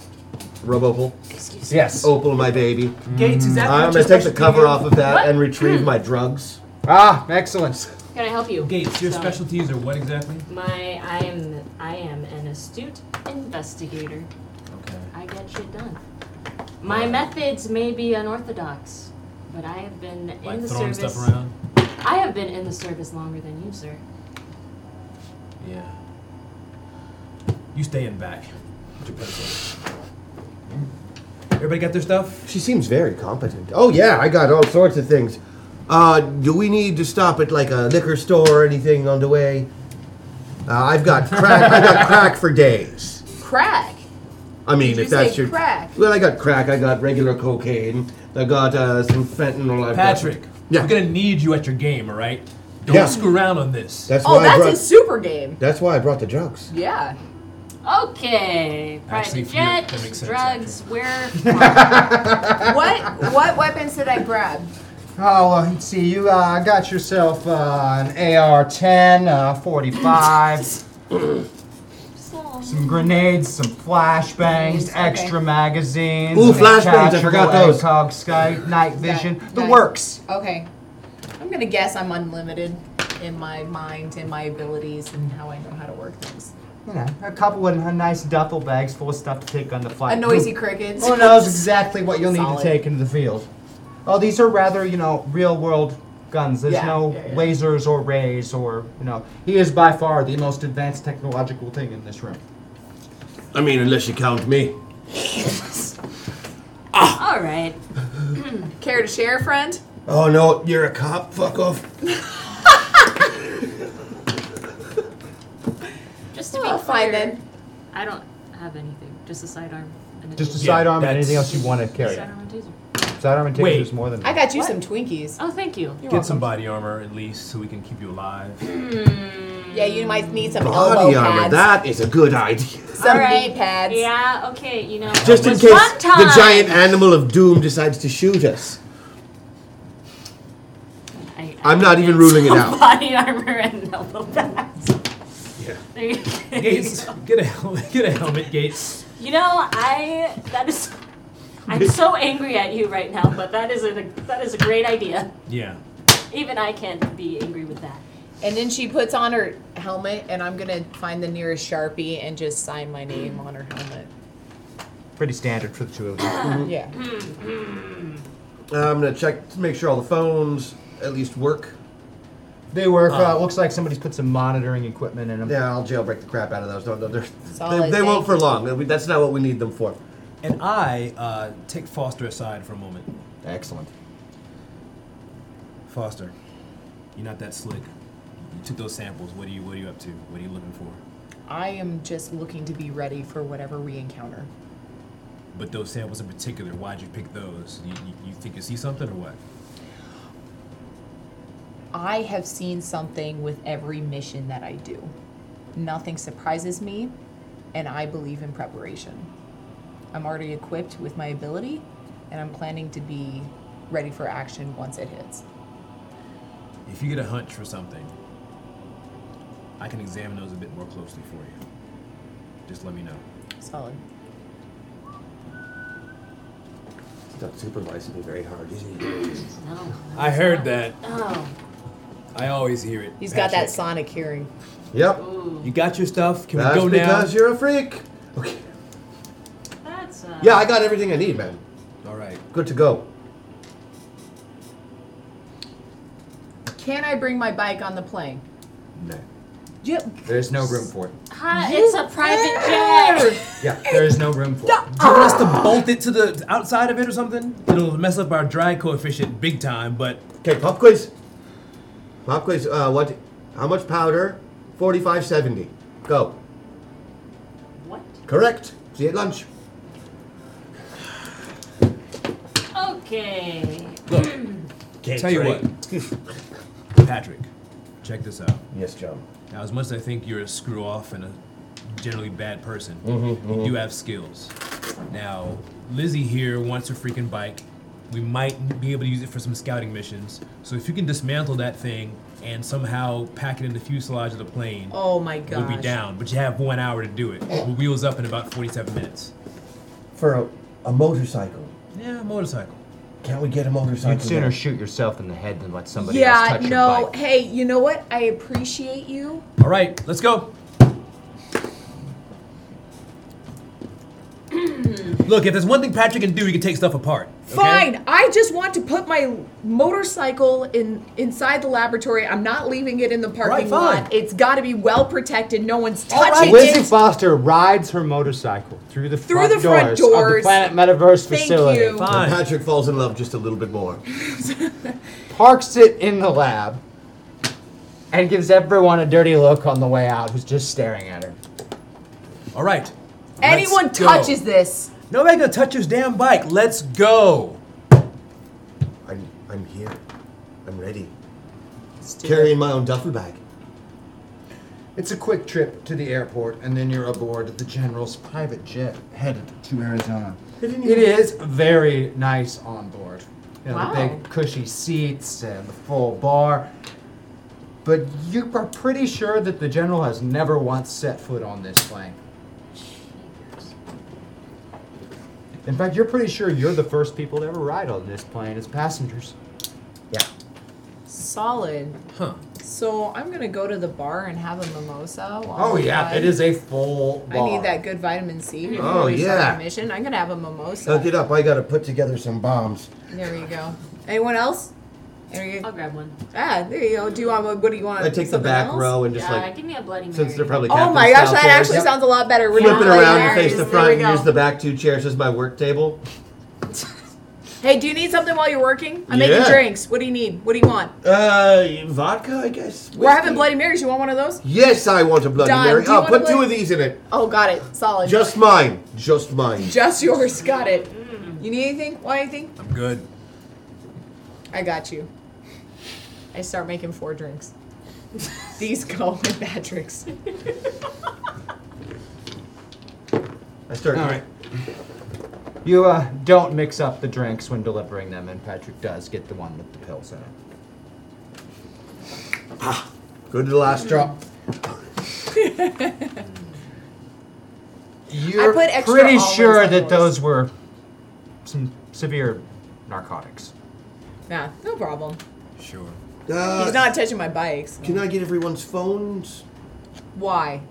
Robopal. Excuse Yes. Opal, my baby. Gates, is that I'm what gonna your take the specialty cover is? off of that What? *clears throat* and retrieve my drugs. Ah, excellent. *laughs* Can I help you? Gates, your So, specialties are what exactly? My, I am, I am an astute investigator. Okay. I get shit done. My methods may be unorthodox, but I have been in Like the throwing service. stuff around? I have been in the service longer than you, sir. Yeah. You stay in back. Put your pencil. Everybody got their stuff? She seems very competent. Oh yeah, I got all sorts of things. Uh, do we need to stop at like a liquor store or anything on the way? Uh, I've got crack. I got crack for days. Crack. I mean, if Did you that's say your crack? Well, I got crack. I got regular cocaine. I got uh, some fentanyl. I've got- Patrick, Yeah. we're gonna need you at your game, all right? Don't Yeah. screw around on this. That's Oh, why I that's brought. a super game. that's why I brought the drugs. Yeah. Okay. Private Actually, if you- jet, that makes sense, drugs. Where? what what weapons did I grab? Oh, uh, let's see, you uh, got yourself uh, an AR-10, uh, 45, some grenades, some flashbangs, Okay. extra magazines, Ooh, a flashbangs, I forgot retractable those. ACOG sky, night vision, the Nice. works. Okay. I'm gonna guess I'm unlimited in my mind, in my abilities, and how I know how to work things. You know, a couple of nice duffel bags full of stuff to take on the flight. A noisy Who- crickets. Who knows exactly what you'll need Solid. to take into the field? Oh, these are rather, you know, real-world guns. There's Yeah, no yeah, yeah. lasers or rays or, you know, he is by far the most advanced technological thing in this room. I mean, unless you count me. Ah. All right. *clears throat* Care to share, friend? *laughs* Oh no, you're a cop. Fuck off. Just to Well, be fine clear, then. I don't have anything. Just a sidearm. and a Just a taser. sidearm and that's- anything else you want to carry. Sidearm and taser. Sidearm and taser Wait. is more than. I got you some Twinkies. Oh, thank you. Get some body armor at least so we can keep you alive. Hmm. Yeah, you might need some Body elbow armor. pads. That is a good idea. Some knee pads. Yeah, okay, you know. Just it in was case one time. the giant animal of doom decides to shoot us. I, I'm not even ruling *laughs* it out. Body armor and elbow pads. Yeah. There you there you Gates, get a helmet. *laughs* Get a helmet, Gates. You know, I that is I'm so angry at you right now, but that is a that is a great idea. Yeah. Even I can't be angry with that. And then she puts on her helmet, and I'm gonna find the nearest sharpie and just sign my name on her helmet. Pretty standard for the two of you. Yeah. Uh, I'm gonna check to make sure all the phones at least work. They work. Ah. Uh, it looks like somebody's put some monitoring equipment in them. Yeah, I'll jailbreak the crap out of those. No, no, they're- Solid, they, they won't thank for you. long. They'll be- That's not what we need them for. And I uh, take Foster aside for a moment. Excellent. Foster, you're not that slick. You took those samples. What are you What are you up to? What are you looking for? I am just looking to be ready for whatever we encounter. But those samples in particular, why'd you pick those? You, you, you think you see something or what? I have seen something with every mission that I do. Nothing surprises me, and I believe in preparation. I'm already equipped with my ability, and I'm planning to be ready for action once it hits. If you get a hunch for something, I can examine those a bit more closely for you. Just let me know. Solid. He's not supervising me very hard, is he? No. I heard that. Oh. I always hear it. He's got that sonic hearing. Yep. You got your stuff. Can That's we go now? because you're a freak. Okay. That's uh, Yeah, I got everything I need, man. All right. Good to go. Can I bring my bike on the plane? No. You, There's no room for it. Hi, it's a private jet. Yeah, there is no room for it. Do you want us to bolt it to the outside of it or something? It'll mess up our drag coefficient big time, but. Okay, pop quiz. Pop quiz. Uh, what? How much powder? Forty-five seventy. Go. What? Correct. See you at lunch. Okay. Look, Gates, tell you right? *laughs* what, Patrick, check this out. Yes, Joe. Now, as much as I think you're a screw off and a generally bad person, Mhm, you mhm. do have skills. Now, Lizzie here wants her freaking bike. We might be able to use it for some scouting missions. So if you can dismantle that thing and somehow pack it in the fuselage of the plane, Oh my gosh. we'll be down. But you have one hour to do it. We're wheels up in about 47 minutes. For a, a motorcycle. Yeah, motorcycle. Can't we get a motorcycle? You'd sooner then? shoot yourself in the head than let somebody else Yeah, touch your no. bike. Hey, you know what? I appreciate *clears throat* you. All right, let's go. Look, if there's one thing Patrick can do, he can take stuff apart. okay? Fine. I just want to put my motorcycle in inside the laboratory. I'm not leaving it in the parking Right, fine. lot. It's got to be well protected. No one's All right, touching Lizzie it. Foster rides her motorcycle through the Through front the front doors, of the doors. Planet Metaverse Thank facility. you. And Patrick falls in love just a little bit more. Parks it in the lab and gives everyone a dirty look on the way out who's just staring at her. All right. Anyone Let's go. touches this. Nobody gonna touch his damn bike. Let's go. I'm, I'm here. I'm ready. do Carrying my own duffel bag. It's a quick trip to the airport, and then you're aboard the general's private jet headed to Arizona. It is very nice on board. You know, Wow. the big cushy seats and the full bar. But you are pretty sure that the general has never once set foot on this plane. In fact, you're pretty sure you're the first people to ever ride on this plane as passengers. Yeah. Solid. Huh. So I'm gonna go to the bar and have a mimosa. while Oh we yeah, ride. it is a full I bar. need that good vitamin C. before Oh, we start yeah. the Mission. I'm gonna have a mimosa. Look it up. I gotta put together some bombs. There you go. Anyone else? I'll grab one. Ah, there you go. Do you want? What, what do you want? I take the Something back else? row and just like. Since they're probably Oh my gosh, captain-style that chairs. actually sounds a lot better. We're Flip not it like around and ours. face the There we front and go. use the back two chairs as my work table. Hey, do you need something while you're working? I'm Yeah. making drinks. What do you need? What do you want? Uh, vodka, I guess. We're having Bloody Marys. You want one of those? Yes, I want a Bloody Don, Mary. do you Oh, want a put two Bloody- of these in it. Oh, got it. Solid. Just mine. Just mine. Just yours. Got it. Mm. You need anything? Want anything? I'm good. I got you. I start making *laughs* four drinks. These go with bad drinks. I start. All right. You uh, don't mix up the drinks when delivering them, and Patrick does get the one with the pills in it. Go Ah, to the last drop. *laughs* You're put extra pretty almonds sure on that those were some severe narcotics. Nah, no problem. Sure. Uh, He's not touching my bikes. Can I get everyone's phones? Why?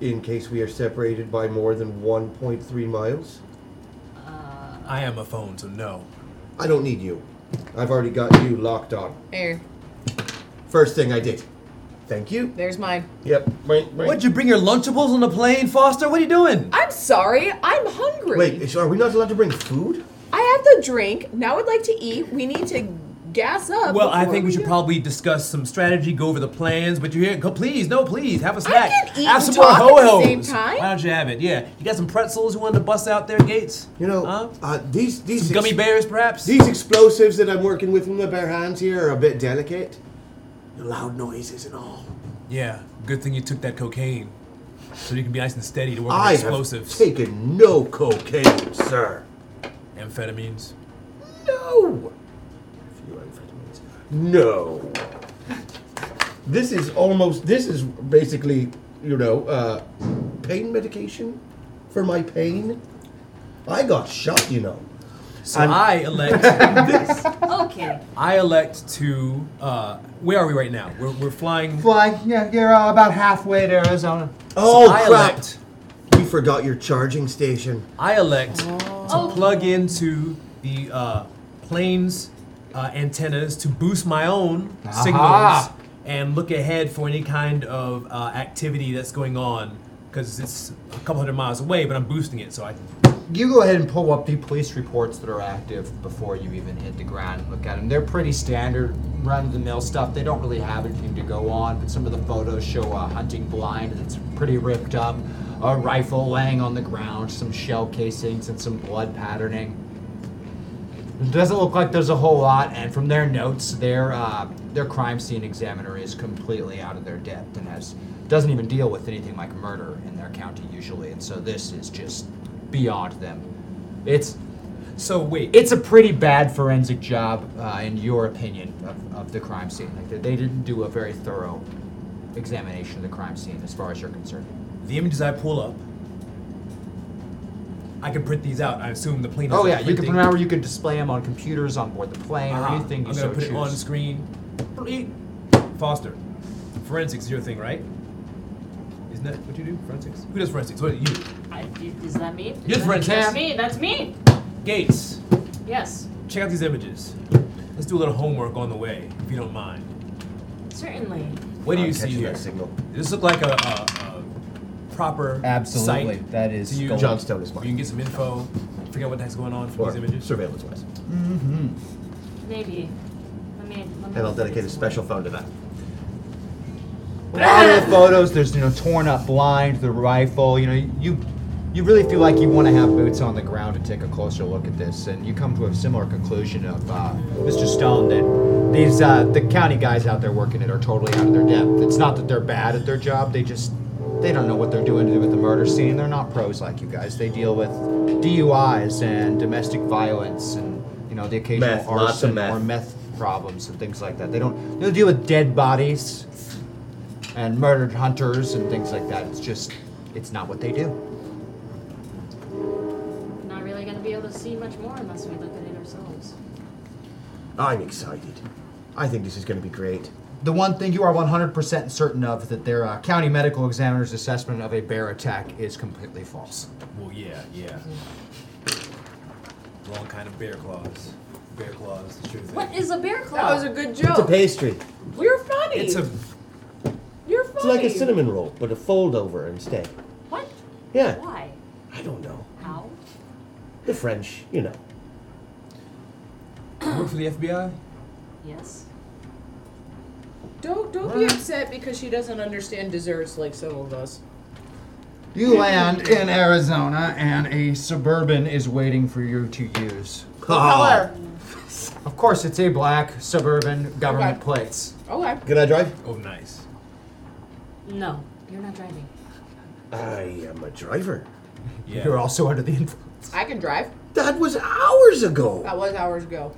In case we are separated by more than 1.3 miles. I am a phone, so no. I don't need you. I've already got you locked on. Here, First thing I did. Thank you. there's mine. Yep. Wait, wait. What'd you bring your Lunchables on the plane, Foster? What are you doing? I'm sorry. I'm hungry. Wait, is- are we not allowed to bring food? I have the drink. Now I'd like to eat. We need to gas up. Well, I before think we should probably discuss some strategy, go over the plans. But you're here, go, please, no, please, have a snack. can eat have and some talk more at the ho-hos. same time. Why don't you have it? Yeah, you got some pretzels you wanted to bust out there, Gates. You know, uh, these these Some gummy bears, perhaps. These explosives that I'm working with with my bare hands here are a bit delicate. The loud noises and all. Yeah, good thing you took that cocaine. So you can be nice and steady to work on I explosives. have taken no cocaine, sir. Amphetamines. No. Few amphetamines. No. This is almost. This is basically, you know, uh, pain medication for my pain. I got shot, you know. So I elect. *laughs* Okay. I elect to. Uh, where are we right now? We're, we're flying. Flying, yeah, you're uh, about halfway to Arizona. Oh I crap! elect- You forgot your charging station. I elect to plug into the uh, plane's uh, antennas to boost my own Aha. signals and look ahead for any kind of uh, activity that's going on because it's a couple hundred miles away, but I'm boosting it so I can You go ahead and pull up the police reports that are active before you even hit the ground and look at them. They're pretty standard, run of the mill stuff. They don't really have anything to go on, but some of the photos show a hunting blind that's pretty ripped up, a rifle laying on the ground, some shell casings, and some blood patterning. It doesn't look like there's a whole lot, and from their notes, their uh, their crime scene examiner is completely out of their depth and has doesn't even deal with anything like murder in their county usually, and so this is just beyond them. It's so wait. It's a pretty bad forensic job, uh, in your opinion, of, of the crime scene. Like they, they didn't do a very thorough examination of the crime scene, as far as you're concerned. The images I pull up, I can print these out. I assume the plane. Oh doesn't yeah, you can print remember you can display them on computers on board the plane Uh-huh. or anything you I'm so gonna put choose. it on screen. Foster, forensics is your thing, right? Isn't that what you do? Forensics. Who does forensics? What do you? I, is that me? Is Yes, that- friend, That's Cam. me. That's me. Gates, Yes, check out these images. Let's do a little homework on the way, if you don't mind. certainly. What do I'm you see catching here? that signal. Does this look like a, a, a proper Absolutely. site That is to you? gold. Johnstone is You can get some info. Figure out what the heck's going on from Or these images. Surveillance wise. Hmm. Mm-hmm. Maybe. Let me. Let me And I'll dedicate a special phone to that. A lot *laughs* of the photos, there's you know torn up blind, the rifle. You know you you really feel like you want to have boots on the ground and take a closer look at this, and you come to a similar conclusion of uh, Mr. Stone that these uh, the county guys out there working it are totally out of their depth. It's not that they're bad at their job; they just they don't know what they're doing with the murder scene. They're not pros like you guys. They deal with DUIs and domestic violence and you know the occasional Meth, arson lots of meth. or meth problems and things like that. They don't they deal with dead bodies and murdered hunters and things like that. It's just, it's not what they do. We're Not really gonna be able to see much more unless we look at it ourselves. I'm excited. I think this is going to be great. The one thing you are 100% certain of that their uh, county medical examiner's assessment of a bear attack is completely false. Well, yeah, yeah. Wrong kind of bear claws. Bear claws, *coughs* the truth. What is a bear claw? That was a good joke. pastry. You're funny. It's a You're funny. It's like a cinnamon roll, but a fold over instead. What? Yeah. Why? I don't know. How? The French, you know. You work for the FBI? Yes. Don't don't be upset because she doesn't understand desserts like several of us. You land in Arizona, and a suburban is waiting for you to use. Oh. color? Of course, it's a black suburban government Okay. plates. Okay. Can I drive? Oh, nice. No, you're not driving. I am a driver. You're also under the influence. I can drive. That was hours ago. That was hours ago,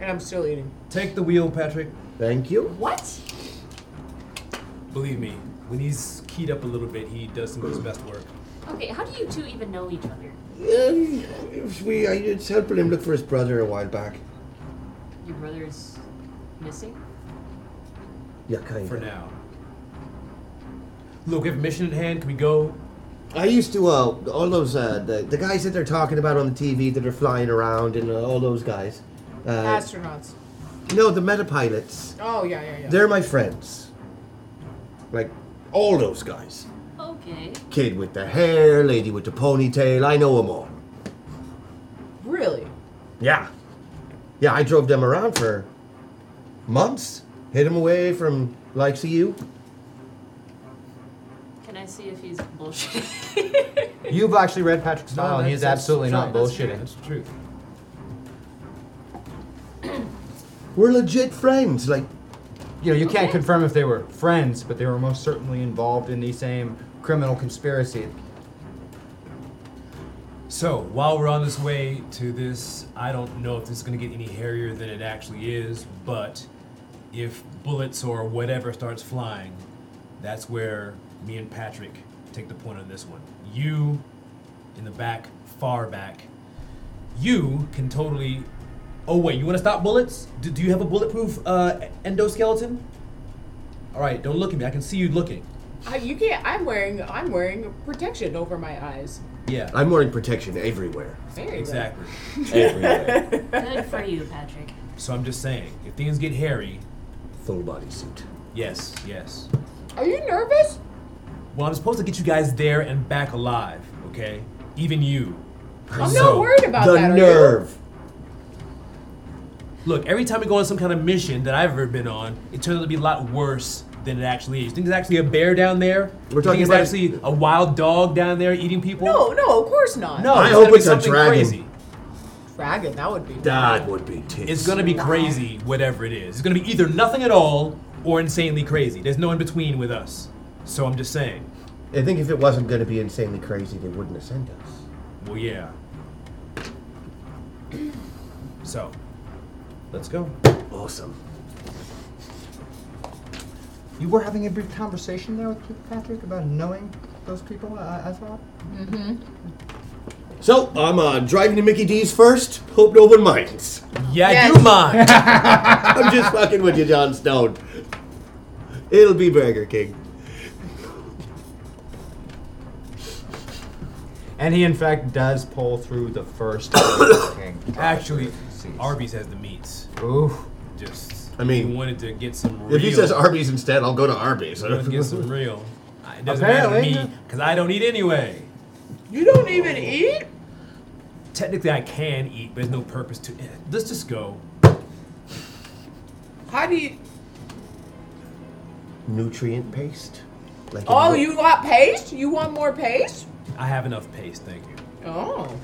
and I'm still eating. Take the wheel, Patrick. Thank you. What? Believe me, when he's keyed up a little bit, he does some of his best work. Okay, how do you two even know each other? Um, we, I was helping him look for his brother a while back. Your brother's missing? Yeah, kind For now. Look, we have a mission at hand. Can we go? I used to uh, all those uh, the, the guys that they're talking about on the TV that are flying around and uh, all those guys. Uh, Astronauts. no, the metapilots. Oh yeah yeah yeah. They're my friends. Like all those guys. Okay. Kid with the hair, lady with the ponytail. I know them all. Really? Yeah. Yeah, I drove them around for months. Hid them away from likes of you. Can I see *laughs* if he's bullshit? You've actually read Patrick's No, novel, and he that's- is that's absolutely true, not that's true, bullshitting. That's the *clears throat* truth. We're legit friends. Like, you know, you can't confirm if they were friends, but they were most certainly involved in the same criminal conspiracy. So, while we're on this way to this, I don't know if this is going to get any hairier than it actually is, but if bullets or whatever starts flying, that's where me and Patrick take the point on this one. You in the back, far back, you can totally. Oh, wait, you want to stop bullets? Do, do you have a bulletproof uh, endoskeleton? All right, don't look at me. I can see you looking. I, you can't. I'm wearing I'm wearing protection over my eyes. Yeah. I'm wearing protection everywhere. Very good. Exactly. Good for you, Patrick. So I'm just saying, if things get hairy, full body suit. Yes, yes. Are you nervous? Well, I'm supposed to get you guys there and back alive, okay? Even you. I'm not worried about the that, are you? nerve. Look, every time we go on some kind of mission that I've ever been on, it turns out to be a lot worse than it actually is. You think there's actually a bear down there? We're talking you think about- it's actually a wild dog down there eating people? *laughs* No, no, of course not. No, I it's hope gonna be it's a something dragon. crazy. Dragon, that would be. That would be tits. It's gonna be crazy, whatever it is. It's gonna be either nothing at all or insanely crazy. There's no in between with us. So I'm just saying. I think if it wasn't going to be insanely crazy, they wouldn't have sent us. Well, yeah. *clears throat* So, let's go. Awesome. You were having a brief conversation there with Patrick about knowing those people, I, I thought? Mm-hmm. So I'm uh, driving to Mickey D's first. Hope no one minds. *laughs* Yeah, Yes. you mind. I'm just fucking with you, John Stone. It'll be Burger King. And he, in fact, does pull through the first Burger *coughs* King. Actually, Arby's has the meats. Ooh. Just. I mean, we wanted to get some real. If he says Arby's instead, I'll go to Arby's. we wanted to get *laughs* some real. It doesn't Apparently. matter to me because I don't eat anyway. You don't even eat. Technically, I can eat, but there's no purpose to it. Let's just go. How do you? Nutrient paste. Like Oh, a- you got paste? You want more paste? I have enough paste, thank you. Oh.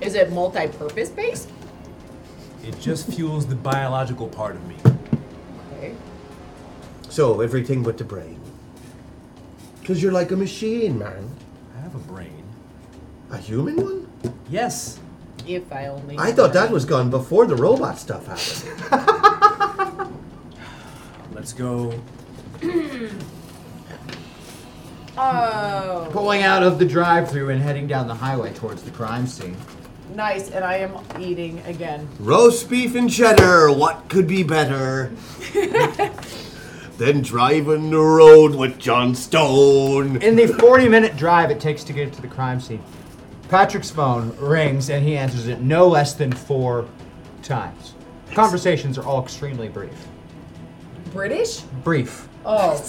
Is it multi-purpose paste? It *laughs* just fuels the biological part of me. Okay. So everything but the brain. Cause you're like a machine, man. I have a brain. A human one? Yes. If I only. I thought that was gone before the robot stuff happened. *laughs* Let's go. *clears throat* Oh. Pulling out of the drive thru and heading down the highway towards the crime scene. Nice, and I am eating again. Roast beef and cheddar. What could be better than driving the road with John Stone? In the 40 minute drive it takes to get to the crime scene, Patrick's phone rings and he answers it no less than four times. Conversations are all extremely brief. British? Brief. Oh.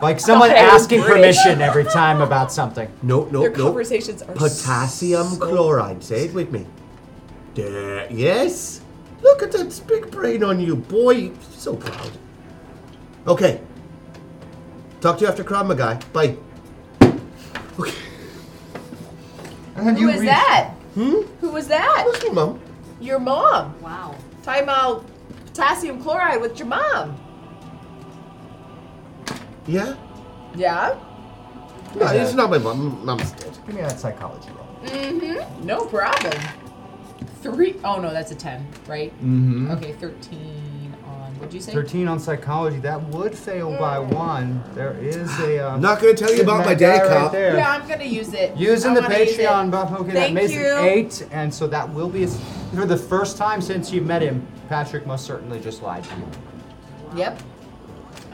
Like someone Okay, asking British. permission every time *laughs* about something. No, no, Their no. conversations are Potassium chloride. Say it with me. Da- yes. Look at that big brain on you, boy. So proud. Okay. Talk to you after Krav Maga. Bye. And Who is that? Hmm? Who was that? your mom. Your mom. Wow. Talking about potassium chloride with your mom. Yeah. Yeah. No, Yeah. it's not my mom. Mom's dead. Give me that psychology roll. Mm-hmm. No problem. Three oh no, that's a ten, right? Mhm. Okay, thirteen on what'd you say? 13 on psychology. That would fail by Mm. one. There is a. Uh, *sighs* I'm not gonna tell you good about my math day, guy cop. there. Yeah, I'm gonna use it. Using I the wanna use it. Patreon buff, okay, that Thank makes it you. eight, and so that will be his- for the first time since you met him. Patrick most certainly just lied to you. Yep.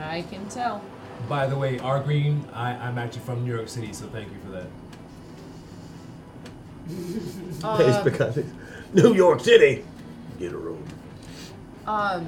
I can tell. By the way, R Green, I, I'm actually from New York City, so thank you for that. it's Uh, because it's New York City. Get a room. Um.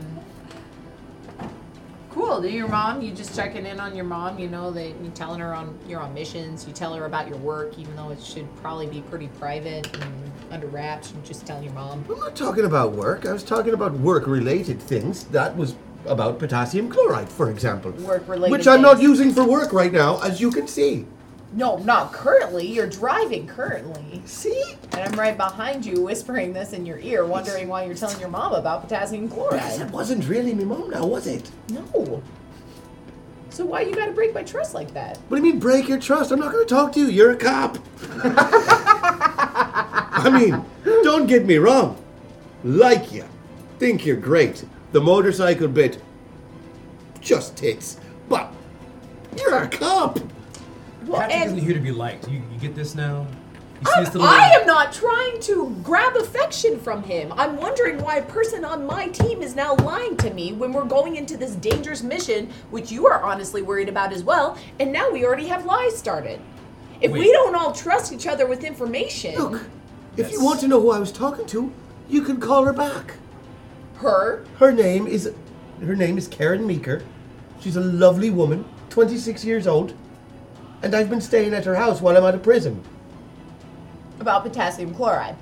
Cool. Then your mom, you just checking in on your mom. You know that you're telling her on you're on missions. You tell her about your work, even though it should probably be pretty private and under wraps. You're just telling your mom. I'm not talking about work. I was talking about work-related things. That was about potassium chloride, for example. Work related. Which I'm not using for work right now, as you can see. No, not currently. You're driving currently. See? And I'm right behind you, whispering this in your ear, wondering why you're telling your mom about potassium Because it chloride. wasn't really my mom now, was it? No. So why you gotta break my trust like that? What do you mean break your trust? I'm not going to talk to you. You're a cop. *laughs* I mean, don't get me wrong. Like you. Think you're great. The motorcycle bit just tits. But you're a cop. Patrick and- isn't here to be liked. You, you get this now? You see I'm, this little- I am not trying to grab affection from him. I'm wondering why a person on my team is now lying to me when we're going into this dangerous mission, which you are honestly worried about as well, and now we already have lies started. If we Wait. don't all trust each other with information, If you want to know who I was talking to, you can call her back. her Her name is her name is Karen Meeker. She's a lovely woman, 26 years old, and I've been staying at her house while I'm out of prison. about potassium chloride.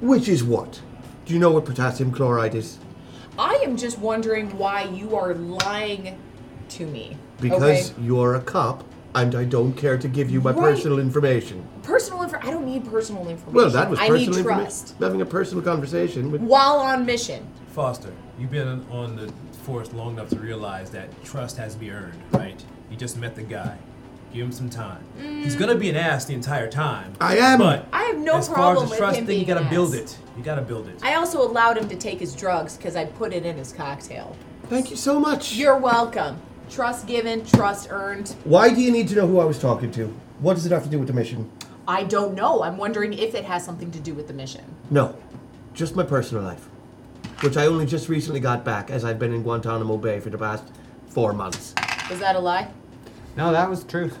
Which is what? Do you know what potassium chloride is? I am just wondering why you are lying to me. Because okay? you're a cop, and I don't care to give you my Right. personal information. personal info I don't need personal information. Well, that was I personal need informa- trust Having a personal conversation with. while on mission. Foster, you've been on the force long enough to realize that trust has to be earned, right? You just met the guy. Give him some time. He's gonna be an ass the entire time. I am. But I have no as far as problem the with trust him thing, you being gotta an build ass. it. You gotta build it. I also allowed him to take his drugs because I put it in his cocktail. Thank you so much. You're welcome. Trust given, trust earned. Why do you need to know who I was talking to? What does it have to do with the mission? I don't know. I'm wondering if it has something to do with the mission. No, just my personal life, which I only just recently got back as I've been in Guantanamo Bay for the past four months. Is that a lie? No, that was truth.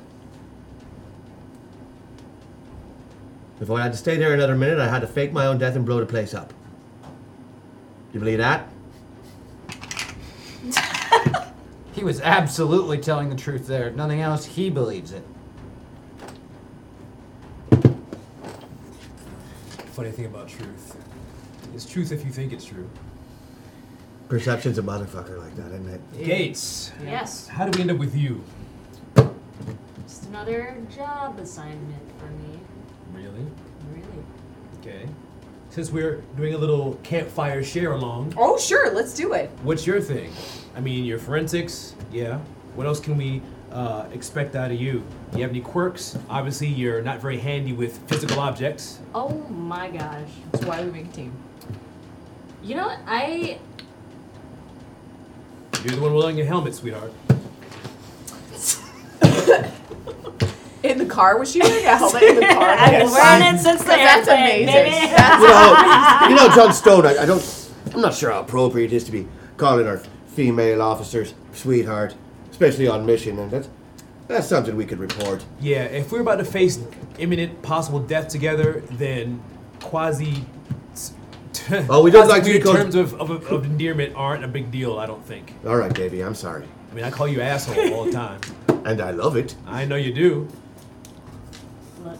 If I had to stay there another minute, I had to fake my own death and blow the place up. You believe that? He was absolutely telling the truth there. If nothing else, he believes it. Funny thing about truth. It's truth if you think it's true. Perception's a motherfucker like that, isn't it? Gates. Yes. How do we end up with you? Just another job assignment for me. Really? Really. Okay. Since we're doing a little campfire share along, Oh, sure. Let's do it. what's your thing? I mean, your forensics, yeah. What else can we uh, expect out of you? You have any quirks? Obviously, you're not very handy with physical objects. Oh my gosh. That's why we make a team. You know what? I You're the one wearing a helmet, sweetheart. In the *laughs* car was she wearing a helmet in the car? I've been wearing it since the 'Cause that's airplane, amazing. baby. *laughs* That's you know, you know, John Stone. I, I don't. I'm not sure how appropriate it is to be calling our female officers sweetheart, especially on mission, and that's that's something we could report. Yeah, if we're about to face imminent possible death together, then quasi. *laughs* Oh, we don't quasi like to be weird called- terms of, of, of endearment aren't a big deal, I don't think. All right, baby. I'm sorry. I mean, I call you asshole all the time. *laughs* and I love it. I know you do. Look,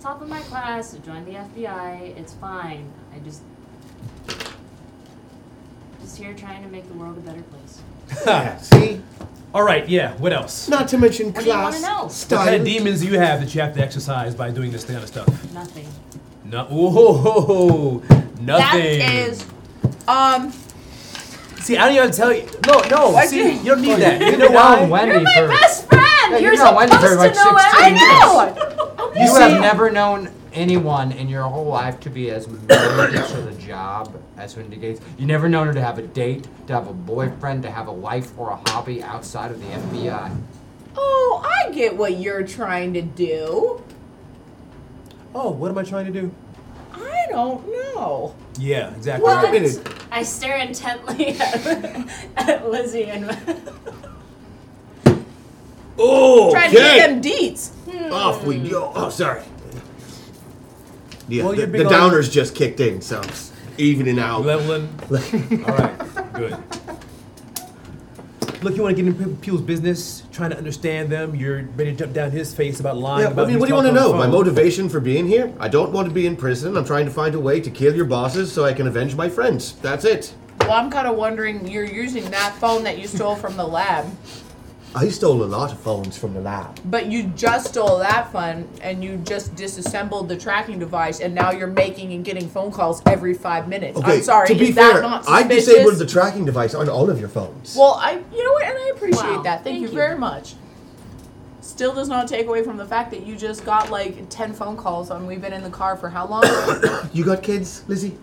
top of my class, I joined the FBI. It's fine. I just. Just here trying to make the world a better place. *laughs* See? All right, yeah, what else? Not to mention What do you wanna know? What kind of demons do you have that you have to exercise by doing this kind of stuff? Nothing. No, oh, nothing. That is, um, See, I don't even have to tell you. No, no. Why see, do- you don't need Well, that. you've You know known why? Wendy You're my for- best friend! Yeah, You're you've known Wendy for supposed like to know 16 everything. I years. know! You have never known anyone in your whole life to be as married to the job as Wendy Gates. You never known her to have a date, to have a boyfriend, to have a life or a hobby outside of the FBI. Oh, I get what you're trying to do. Oh, what am I trying to do? I don't know. Yeah, exactly. What? right. I stare intently *laughs* at, at Lizzie and. *laughs* Oh, Trying to okay. get them deets. Off we go. Oh, sorry. Yeah, Well, the, you're the big on- downers just kicked in, so it's evening out. *laughs* Leveling. All right, good. Look, you want to get into people's business, trying to understand them. You're ready to jump down his face about lying. Yeah, about I mean, who's what do you want to talking know? on the My phone. motivation for being here? I don't want to be in prison. I'm trying to find a way to kill your bosses so I can avenge my friends. That's it. Well, I'm kind of wondering, you're using that phone that you stole from the lab, I stole a lot of phones from the lab. but you just stole that phone and you just disassembled the tracking device, and now you're making and getting phone calls every five minutes. I'm sorry, to be is fair, that not I suspicious? disabled the tracking device on all of your phones. Well, I, you know what, and I appreciate Wow, that. Thank, thank you, you. very much. Still does not take away from the fact that you just got like ten phone calls on. We've been in the car for how *coughs* long? You got kids, Lizzie?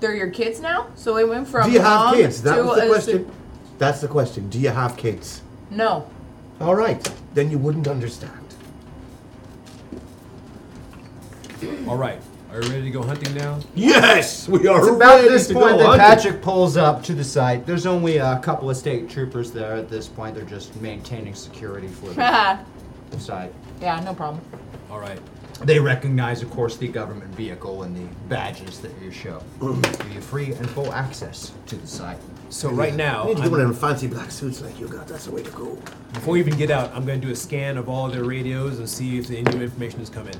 They're your kids now, so we went from do you have mom kids? That to was the a- question. That's the question. Do you have kids? No, *laughs* All right, then you wouldn't understand. All right, are you ready to go hunting now? Yes, we are It's about ready this to point go that hunting. Patrick pulls up to the site. There's only a couple of state troopers there at this point. They're just maintaining security for *laughs* the, yeah, the site. no problem. All right. They recognize, of course, the government vehicle and the badges that you show. Give you free and full access to the site. So right now, I need to get I'm- one of them fancy black suits like you got. That's the way to go. Before we even get out, I'm going to do a scan of all their radios and see if any new information has come in,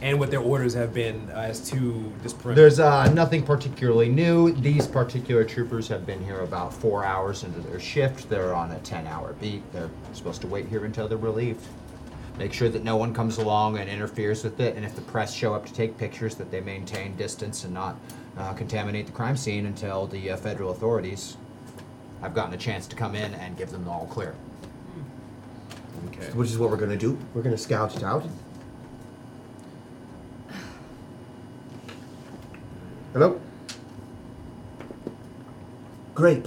and what their orders have been as to this perimeter. There's uh, nothing particularly new. These particular troopers have been here about four hours into their shift. They're on a 10 hour beat. They're supposed to wait here until they're relieved. Make sure that no one comes along and interferes with it. And if the press show up to take pictures, that they maintain distance and not uh, contaminate the crime scene until the uh, federal authorities have gotten a chance to come in and give them the all clear. Okay. Which is what we're gonna do. We're gonna scout it out. Hello? Grape.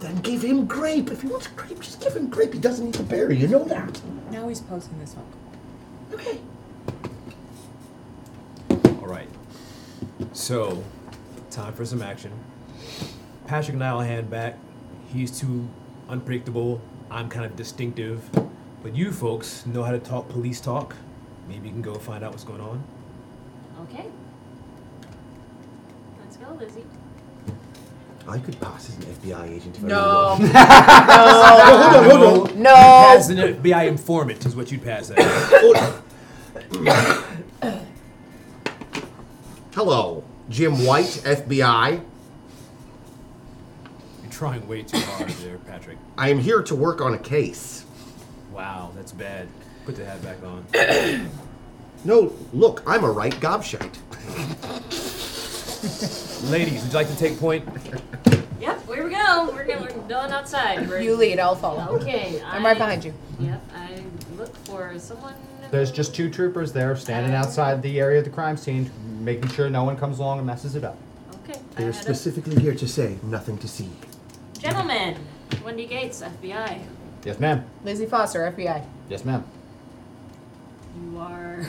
Then give him grape. If he wants grape, just give him grape. He doesn't need to berry, you know that. Now he's posting this one. All right. So, time for some action. Patrick and I will hand back. He's too unpredictable. I'm kind of distinctive. But you folks know how to talk police talk. Maybe you can go find out what's going on. Okay. Let's go, Lizzie. I could pass as an FBI agent if *laughs* No. I really wanted. no, hold on, hold on. No. As an FBI informant is what you'd pass as. Hello, Jim White, FBI. You're trying way too hard there, Patrick. I am here to work on a case. Wow, that's bad. Put the hat back on. *coughs* No, look, I'm a right gobshite. Ladies, would you like to take point? Yep, here we go. We're, gonna, we're going outside. We're- You lead, I'll follow. Okay. *laughs* I'm I- right behind you. Yep, I look for someone. There's just two troopers there standing outside the area of the crime scene, making sure no one comes along and messes it up. Okay. I They're had a- specifically here to say nothing to see. Gentlemen, Wendy Gates, FBI. Yes, ma'am. Lizzie Foster, FBI. Yes, ma'am. You are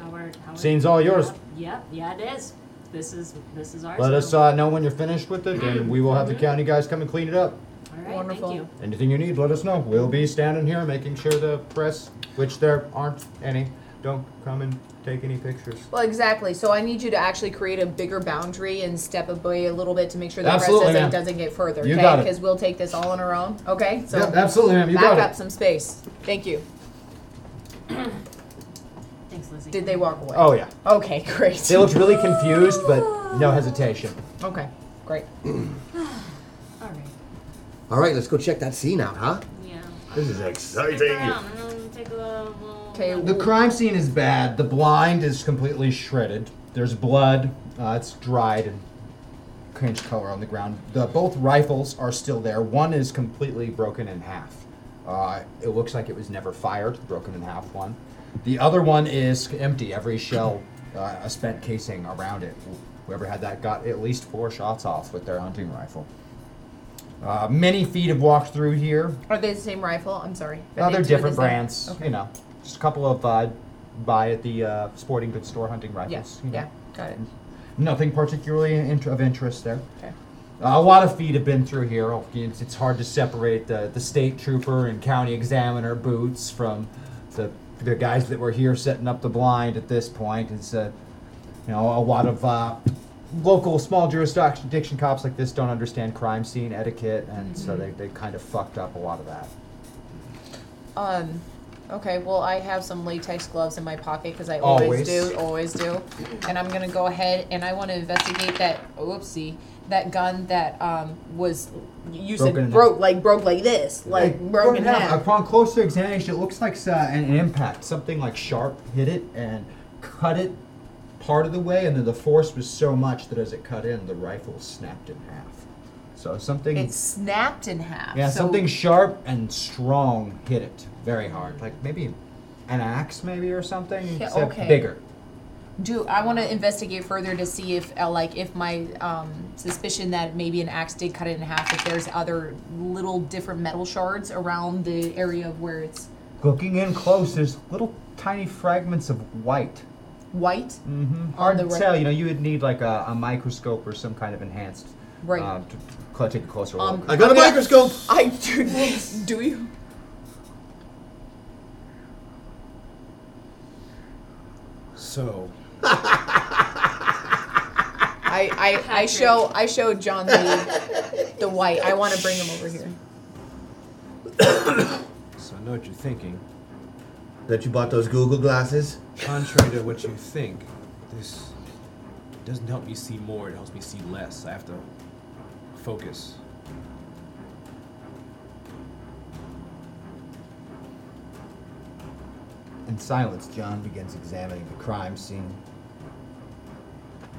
Howard. Howard. Scene's all yours. Yep. Yeah, it is. This is this is ours. Let now. us uh, know when you're finished with it, and we will have the county guys come and clean it up. All right. Wonderful. Thank you. Anything you need, let us know. We'll be standing here making sure the press, which there aren't any, don't come and take any pictures. Well, exactly. So I need you to actually create a bigger boundary and step away a little bit to make sure the Absolutely, rest doesn't, ma'am. doesn't get further. You okay? got it. Because we'll take this all on our own. Okay. So Yeah, absolutely, ma'am. You back got it. up some space. Thank you. Thanks, Lizzie. Did they walk away? Oh, yeah. *laughs* Okay. *laughs* Great. They looked really confused, but no hesitation. Okay. *sighs* Great. All right. All right, let's go check that scene out, huh? Yeah. This is exciting. um, Okay. The crime scene is bad. The blind is completely shredded. There's blood. Uh, it's dried and changed color on the ground. The, both rifles are still there. One is completely broken in half. Uh, it looks like it was never fired. Broken in half. One. The other one is empty. Every shell, uh, a spent casing around it. Whoever had that got at least four shots off with their hunting rifle. Uh, many feet have walked through here. Are they the same rifle? I'm sorry. No, Are they're two of the different same- brands. Okay. You know, just a couple of uh, buy at the uh, sporting goods store hunting rifles. Yes. you know. Yeah. Got it. Nothing particularly int- of interest there. Okay. Uh, a lot of feet have been through here. Oh, It's, it's hard to separate the, the state trooper and county examiner boots from the the guys that were here setting up the blind at this point. It's uh, you know a lot of uh, local small jurisdiction cops like this don't understand crime scene etiquette, and so Mhm. they, they kind of fucked up a lot of that. Um. Okay. Well, I have some latex gloves in my pocket because I Always. always, do, always do, and I'm gonna go ahead and I want to investigate that. Oopsie. That gun that um was you Broken in said broke like broke like this like broken Well, yeah, half. Upon closer examination, it looks like uh, an impact. Something like sharp hit it and cut it part of the way, and then the force was so much that as it cut in, the rifle snapped in half. So something. It snapped in half. yeah, so something sharp and strong hit it very hard. Like maybe an axe, maybe, or something. Yeah, except okay. Bigger. Do I want to investigate further to see if, uh, like, if my um, suspicion that maybe an axe did cut it in half, if there's other little different metal shards around the area of where it's Looking in close, there's little tiny fragments of white. white? Mm-hmm. On Hard the to right- tell. You know, you would need like a, a microscope or some kind of enhanced. Right. Uh, to cl- take a closer Um, look. I got a yeah. microscope. I do. Do you? So, I I, I show I show John the the white. I want to bring him over here. so I know what you're thinking. That you bought those Google glasses? Contrary to what you think, this doesn't help me see more. It helps me see less. I have to focus. In silence, John begins examining the crime scene,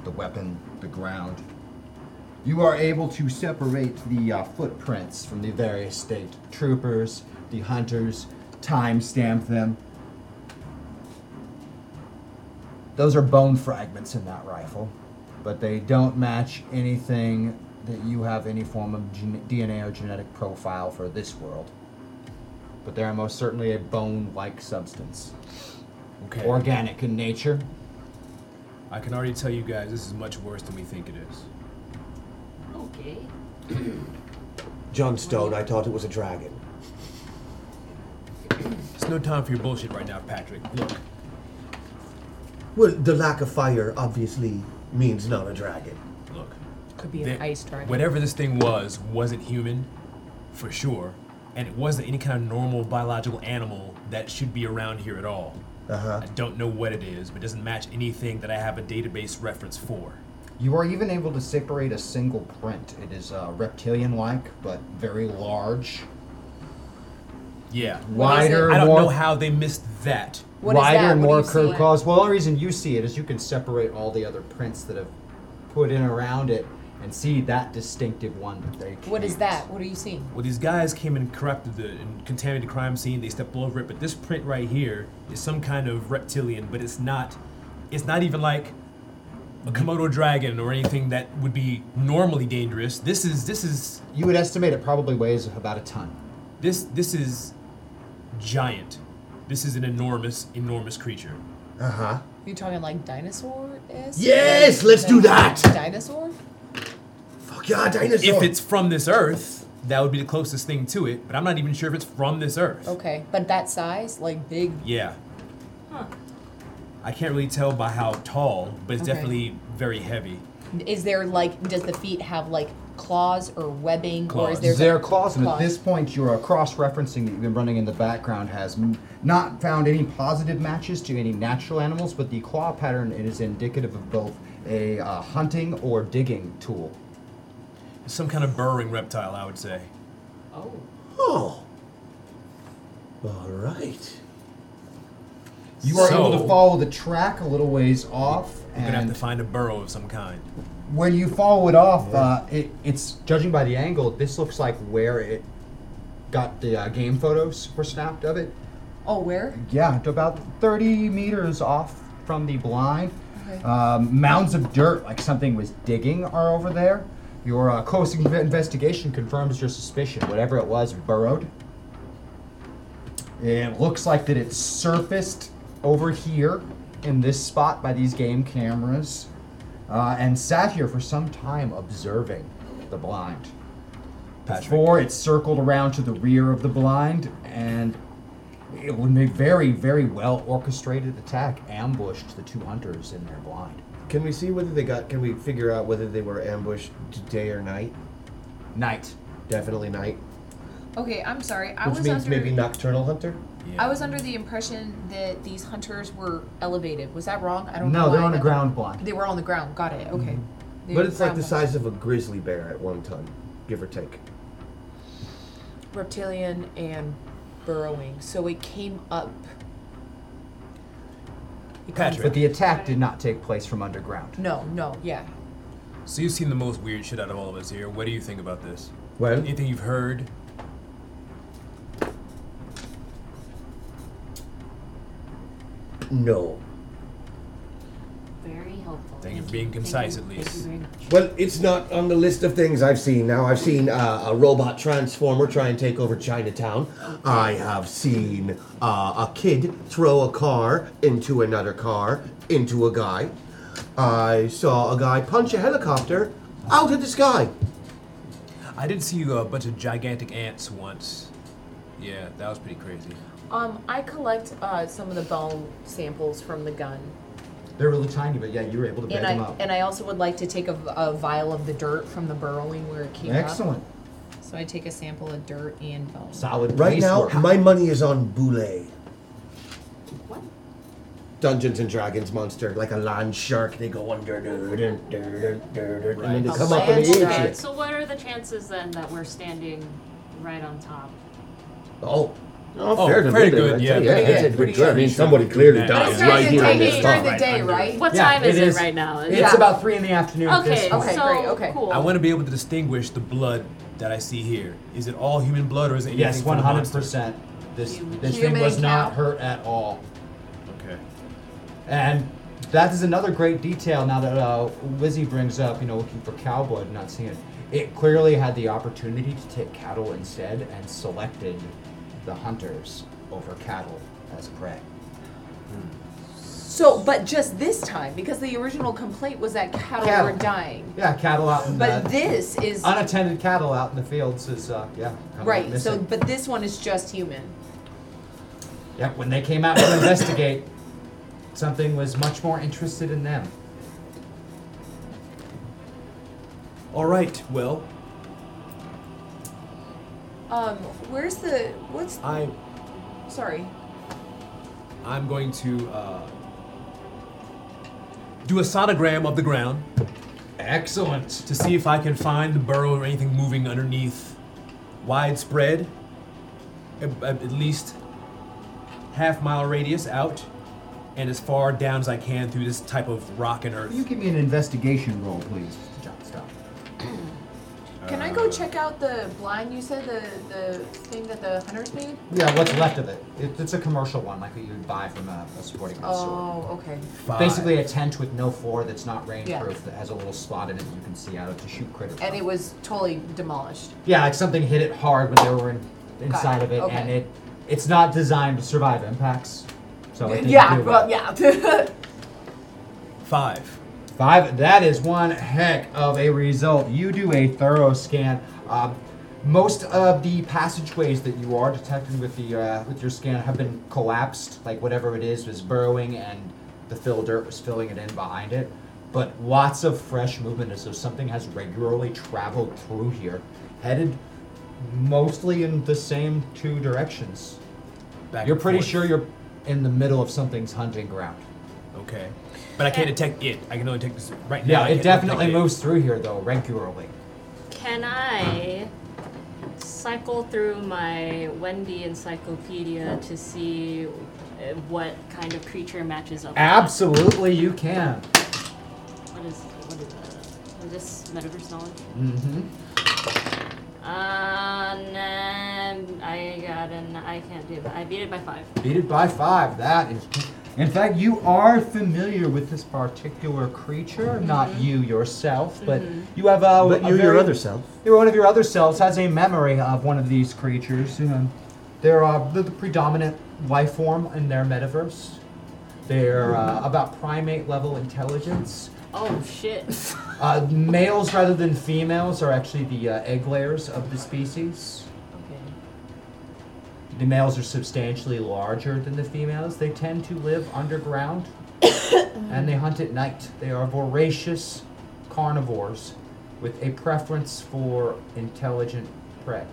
the weapon, the ground. You are able to separate the uh, footprints from the various state troopers, the hunters, timestamp them. Those are bone fragments in that rifle, but they don't match anything that you have any form of gen- DNA or genetic profile for this world. But they are most certainly a bone like substance. Okay. Organic in nature. I can already tell you guys this is much worse than we think it is. Okay. John Stone, I thought it was a dragon. It's no time for your bullshit right now, Patrick. Look, Well, the lack of fire obviously means not a dragon. look. Could be They- an ice dragon. Whatever this thing was, wasn't human, for sure, and it wasn't any kind of normal biological animal that should be around here at all. Uh-huh. I don't know what it is, but it doesn't match anything that I have a database reference for. You are even able to separate a single print. It is uh, reptilian like, but very large. Yeah. What is it? Wider, I don't more- know how they missed that. wider and more curved claws. Well, the only reason you see it is you can separate all the other prints that have put in around it and see that distinctive one that they What is can't. that? What are you seeing? Well, these guys came and corrupted the and contaminated the crime scene. They stepped all over it, but this print right here is some kind of reptilian, but it's not. It's not even like a Komodo dragon or anything that would be normally dangerous. This is this is You would estimate it probably weighs about a ton. this this is giant. This is an enormous, enormous creature. Uh huh. You talking like dinosaur? Yes, let's do that! Dinosaur? Fuck yeah, dinosaur! If it's from this Earth, that would be the closest thing to it. But I'm not even sure if it's from this Earth. Okay, but that size, like big. Yeah. Huh. I can't really tell by how tall, but it's Okay. definitely very heavy. Is there like, does the feet have like claws or webbing, or is there There are claws, and at this point, your uh, cross-referencing that you've been running in the background has m- not found any positive matches to any natural animals, but the claw pattern is indicative of both a uh, hunting or digging tool. Some kind of burrowing reptile, I would say. Oh. Oh. All right. You are able So- to follow the track a little ways off, We're gonna have and to find a burrow of some kind. when you follow it off, Yeah. uh, it, It's judging by the angle. This looks like where it got the uh, game photos were snapped of it. Oh, where? Yeah, to about 30 meters off from the blind. Um, mounds of dirt, like something was digging, are over there. Your uh, close in- investigation confirms your suspicion. Whatever it was burrowed. It looks like that it surfaced over here in this spot by these game cameras uh, and sat here for some time observing the blind. Before it circled around to the rear of the blind and it would be very, very well orchestrated attack ambushed the two hunters in their blind. Can we see whether they got? Can we figure out whether they were ambushed d- day or night? Night. Definitely night. Okay, I'm sorry. I Which was means under. maybe nocturnal hunter. I was under the impression that these hunters were elevated. Was that wrong? I don't know. No, they're why. on the ground Mm-hmm. blind. They were on the ground. Got it. Okay. They But were it's like the ground size of a grizzly bear at one ton, give or take. blind. reptilian and burrowing. So it came up. Patrick. But the attack did not take place from underground. No, no, yeah. So you've seen the most weird shit out of all of us here. What do you think about this? Well- anything you've heard? No. Very helpful. Thank you for being concise, at least. Well, it's not on the list of things I've seen. Now I've seen uh, a robot transformer try and take over Chinatown. I have seen uh, a kid throw a car into another car into a guy. I saw a guy punch a helicopter out of the sky. I did see uh, a bunch of gigantic ants once. Yeah, that was pretty crazy. Um, I collect uh, some of the bone samples from the gun, They're really tiny, but yeah, you were able to bag and them I up. and I also would like to take a, a vial of the dirt from the burrowing where it came Excellent. up. Excellent. So I take a sample of dirt and bone. Right now, my money is on Boule. What? Dungeons and Dragons monster, like a land shark. They go under, dur- dur- dur- dur- dur- dur, and then they A come up and they eat landslide. shit. So what are the chances then that we're standing right on top? Oh. Oh, fair to pretty me then, good, I'd yeah, say, pretty that's good. a Pretty good job. I mean, good. somebody clearly But died it's right here in this during the spot. day, right? What Yeah, time it is it is. right now? It's about three in the afternoon at this Okay, point. Okay, so great, okay. cool. I want to be able to distinguish the blood that I see here. Is it all human blood or is it anything Yes, from the monster? 100%. This this thing was not hurt at all. Okay. And that is another great detail now that uh, Lizzie brings up, you know, looking for cow blood, not seeing it. It clearly had the opportunity to take cattle instead and selected the hunters over cattle as prey. So, but just this time, because the original complaint was that cattle Cattle. were dying. Yeah, cattle out in But the this is unattended cattle out in the fields is uh, yeah coming up right. So, missing. but this one is just human. Yeah, when they came out to investigate, something was much more interested in them. All right. Well, Um, where's the what's? I Sorry. I'm going to uh, do a sonogram of the ground. Excellent. To see if I can find the burrow or anything moving underneath. Widespread, at, at- at least half mile radius out, and as far down as I can through this type of rock and earth. You give me an investigation roll, please, Mr. Johnstone. Can Uh, I go check out the blind? You said the the thing that the hunters made. Yeah, what's left of it? it it's a commercial one, like you'd buy from a, a sporting goods store. Oh, okay. Basically, a tent with no floor that's not rain proof Yeah. that has a little slot in it that you can see out of to shoot critters. And it was totally demolished. Yeah, like something hit it hard when they were in, inside it. of it, Okay. and it it's not designed to survive impacts. So it didn't yeah. do well. Well, yeah. *laughs* Five. Five. That is one heck of a result. You do a thorough scan. Um, most of the passageways that you are detecting with the uh, with your scan have been collapsed. Like whatever it is was burrowing and The fill dirt was filling it in behind it. But lots of fresh movement as though something has regularly traveled through here, headed mostly in the same two directions. Back you're and pretty forth. sure you're in the middle of something's hunting ground. Okay. But I can't detect it. I can only detect this right now. Yeah, I it can't definitely detect moves through here though regularly. Can I cycle through my Wendy encyclopedia to see uh, what kind of creature matches up? with that? Absolutely, you can. What is what is that? Is this metaverse knowledge? Mm-hmm. Uh, nah, I got an. I can't do it. I beat it by five. Beat it by five. That is. In fact, you are familiar with this particular creature, not you yourself, but Mhm. you have a. Mm-hmm. But a you, your very- other self. Your one of your other selves has a memory of one of these creatures. You know, they're uh, the, the predominant life form in their metaverse. They're Mm-hmm. uh, about primate level intelligence. Oh shit! Uh, males rather than females are actually the uh, egg layers of the species. The males are substantially larger than the females. They tend to live underground and they hunt at night. They are voracious carnivores with a preference for intelligent prey.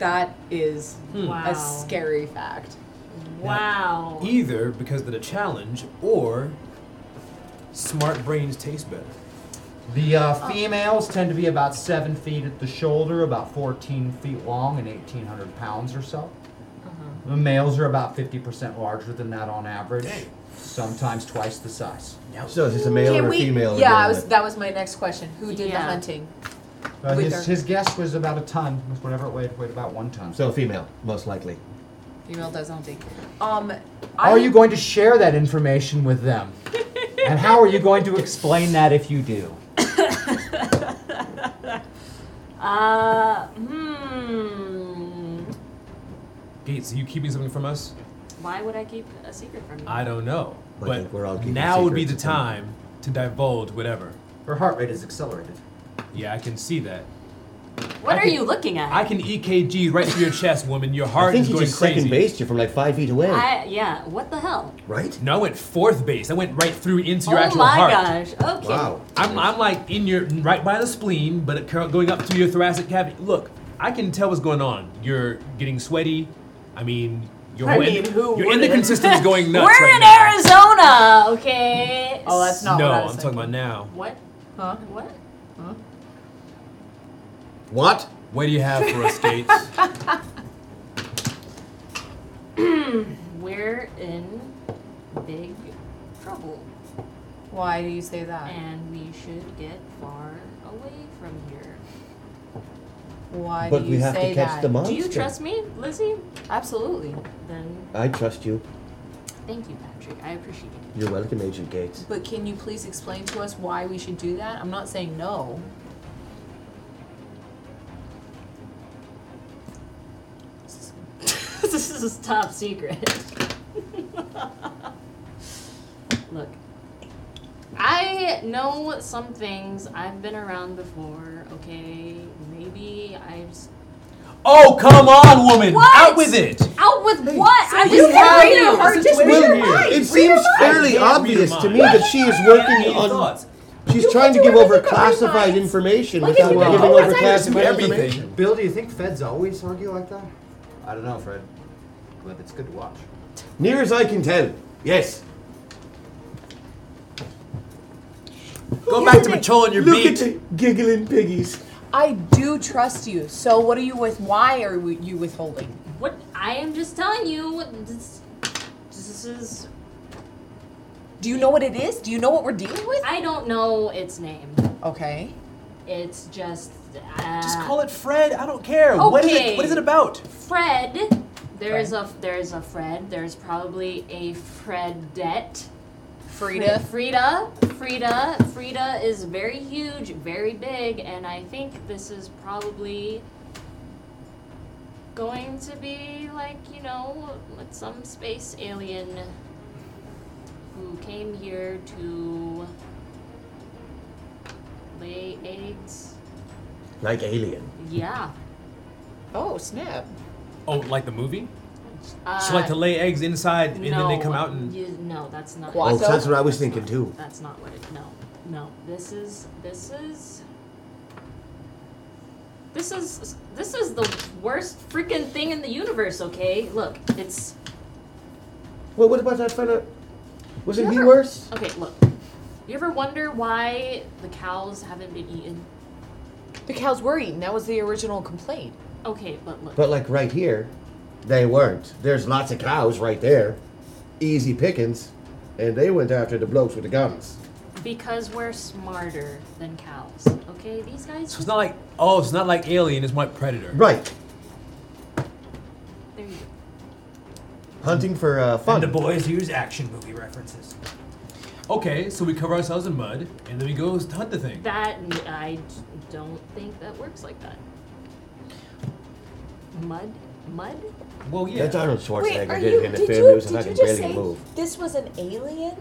That is Hmm. Wow. a scary fact. Wow. Either because of the challenge or smart brains taste better. The uh, females tend to be about 7 feet at the shoulder, about 14 feet long, and 1,800 pounds or so. The males are about 50% larger than that on average, sometimes twice the size. So is this a male Can or a we- female? we're Yeah, dealing I was, with? that was my next question. Who did the Yeah. hunting? Uh, With his, her. his guess was about a ton, was whatever it weighed, weighed about one ton. So female, most likely. Female does hunting. Um, I, Are you going to share that information with *laughs* them? and how are you going to explain that if you do? Uh, hmm. Gates, are you keeping something from us? Why would I keep a secret from you? I don't know. I But think we're all keeping now would be the secrets. time to divulge whatever. Her heart rate is accelerated. Yeah, I can see that. What I are can- you looking at? I can EKG right through your chest, woman. Your I heart think is he going just crazy. second based you from like five feet away. I yeah. What the hell? right? No, I went fourth base. I went right through into your oh actual my heart. gosh. Okay. I'm, I'm like in your right by the spleen, but it cur- going up to your thoracic cavity. Look, I can tell what's going on. You're getting sweaty. I mean, your I en- mean, who your wouldn't? endocrine *laughs* system's going nuts. We're right in now. Arizona, okay? Oh, that's not No, what I I'm was talking about now. What? Huh? What? What? What do you have *laughs* for us, Gates? *clears throat* We're in big trouble, Why do you say that? and we should get far away from here. Why But do we you have to say catch that? the mon- Do you Monster. trust me, Lizzie? Absolutely. Then I trust you. thank you, Patrick. I appreciate it. You're welcome, Agent Gates. But can you please explain to us why we should do that? I'm not saying no. *laughs* this is top secret. Look, I know some things. I've been around before, okay? Maybe I've. s- oh, come on, woman. What? Out with it. Out with what? I you just have read your it. heart- just read your mind. It seems fairly Yeah, read your obvious to mind. me that she is working on. Thoughts. She's trying to give over classified information Look without at you go. giving Oh, over that's classified everything. information. Bill, do you think feds always argue like that? I don't know, Fred. But it's good to watch. Near as I can tell. Yes. Go back to patrolling your Look at beat. the giggling piggies. I do trust you. So what are you with? Why are we- you withholding? What? I am just telling you. what This, this is. Do you know what it is? Do you know what we're dealing with? I don't know its name. Okay. It's just. Uh, Just call it Fred. I don't care. What is Okay. it? What is it about? Fred. There's a there's a Fred. There's probably a Fredette. Frida. Frida. Frida. Frida is very huge, very big, and I think this is probably going to be like you know some space alien who came here to lay eggs. Like alien. Yeah. Oh snap! Oh, like the movie? Uh, so like to lay eggs inside and then they no, come out and you- No, that's not. Oh, it. that's what I was thinking too. That's not what it. No, no. This is this is this is this is the worst freaking thing in the universe. Okay, look, it's Well, what about that fella? Wasn't he Whoever- worse? Okay, look. You ever wonder why the cows haven't been eaten? The cows were eaten. That was the original complaint. Okay, but look. But like right here, they weren't. There's lots of cows right there, easy pickings, and they went after the blokes with the guns. Because we're smarter than cows. Okay, these guys. So it's not like oh, it's not like Alien. It's like Predator. Right. There you go. Hunting for uh, fun. the boys use action movie references. Okay, so we cover ourselves in mud, and then we go hunt the thing. That n- I d- don't think that works like that. Mud, mud. Well, That's Arnold Schwarzenegger Wait, are did you- it in the did film. you- It was a did fucking you just brilliant say- move. This was an alien?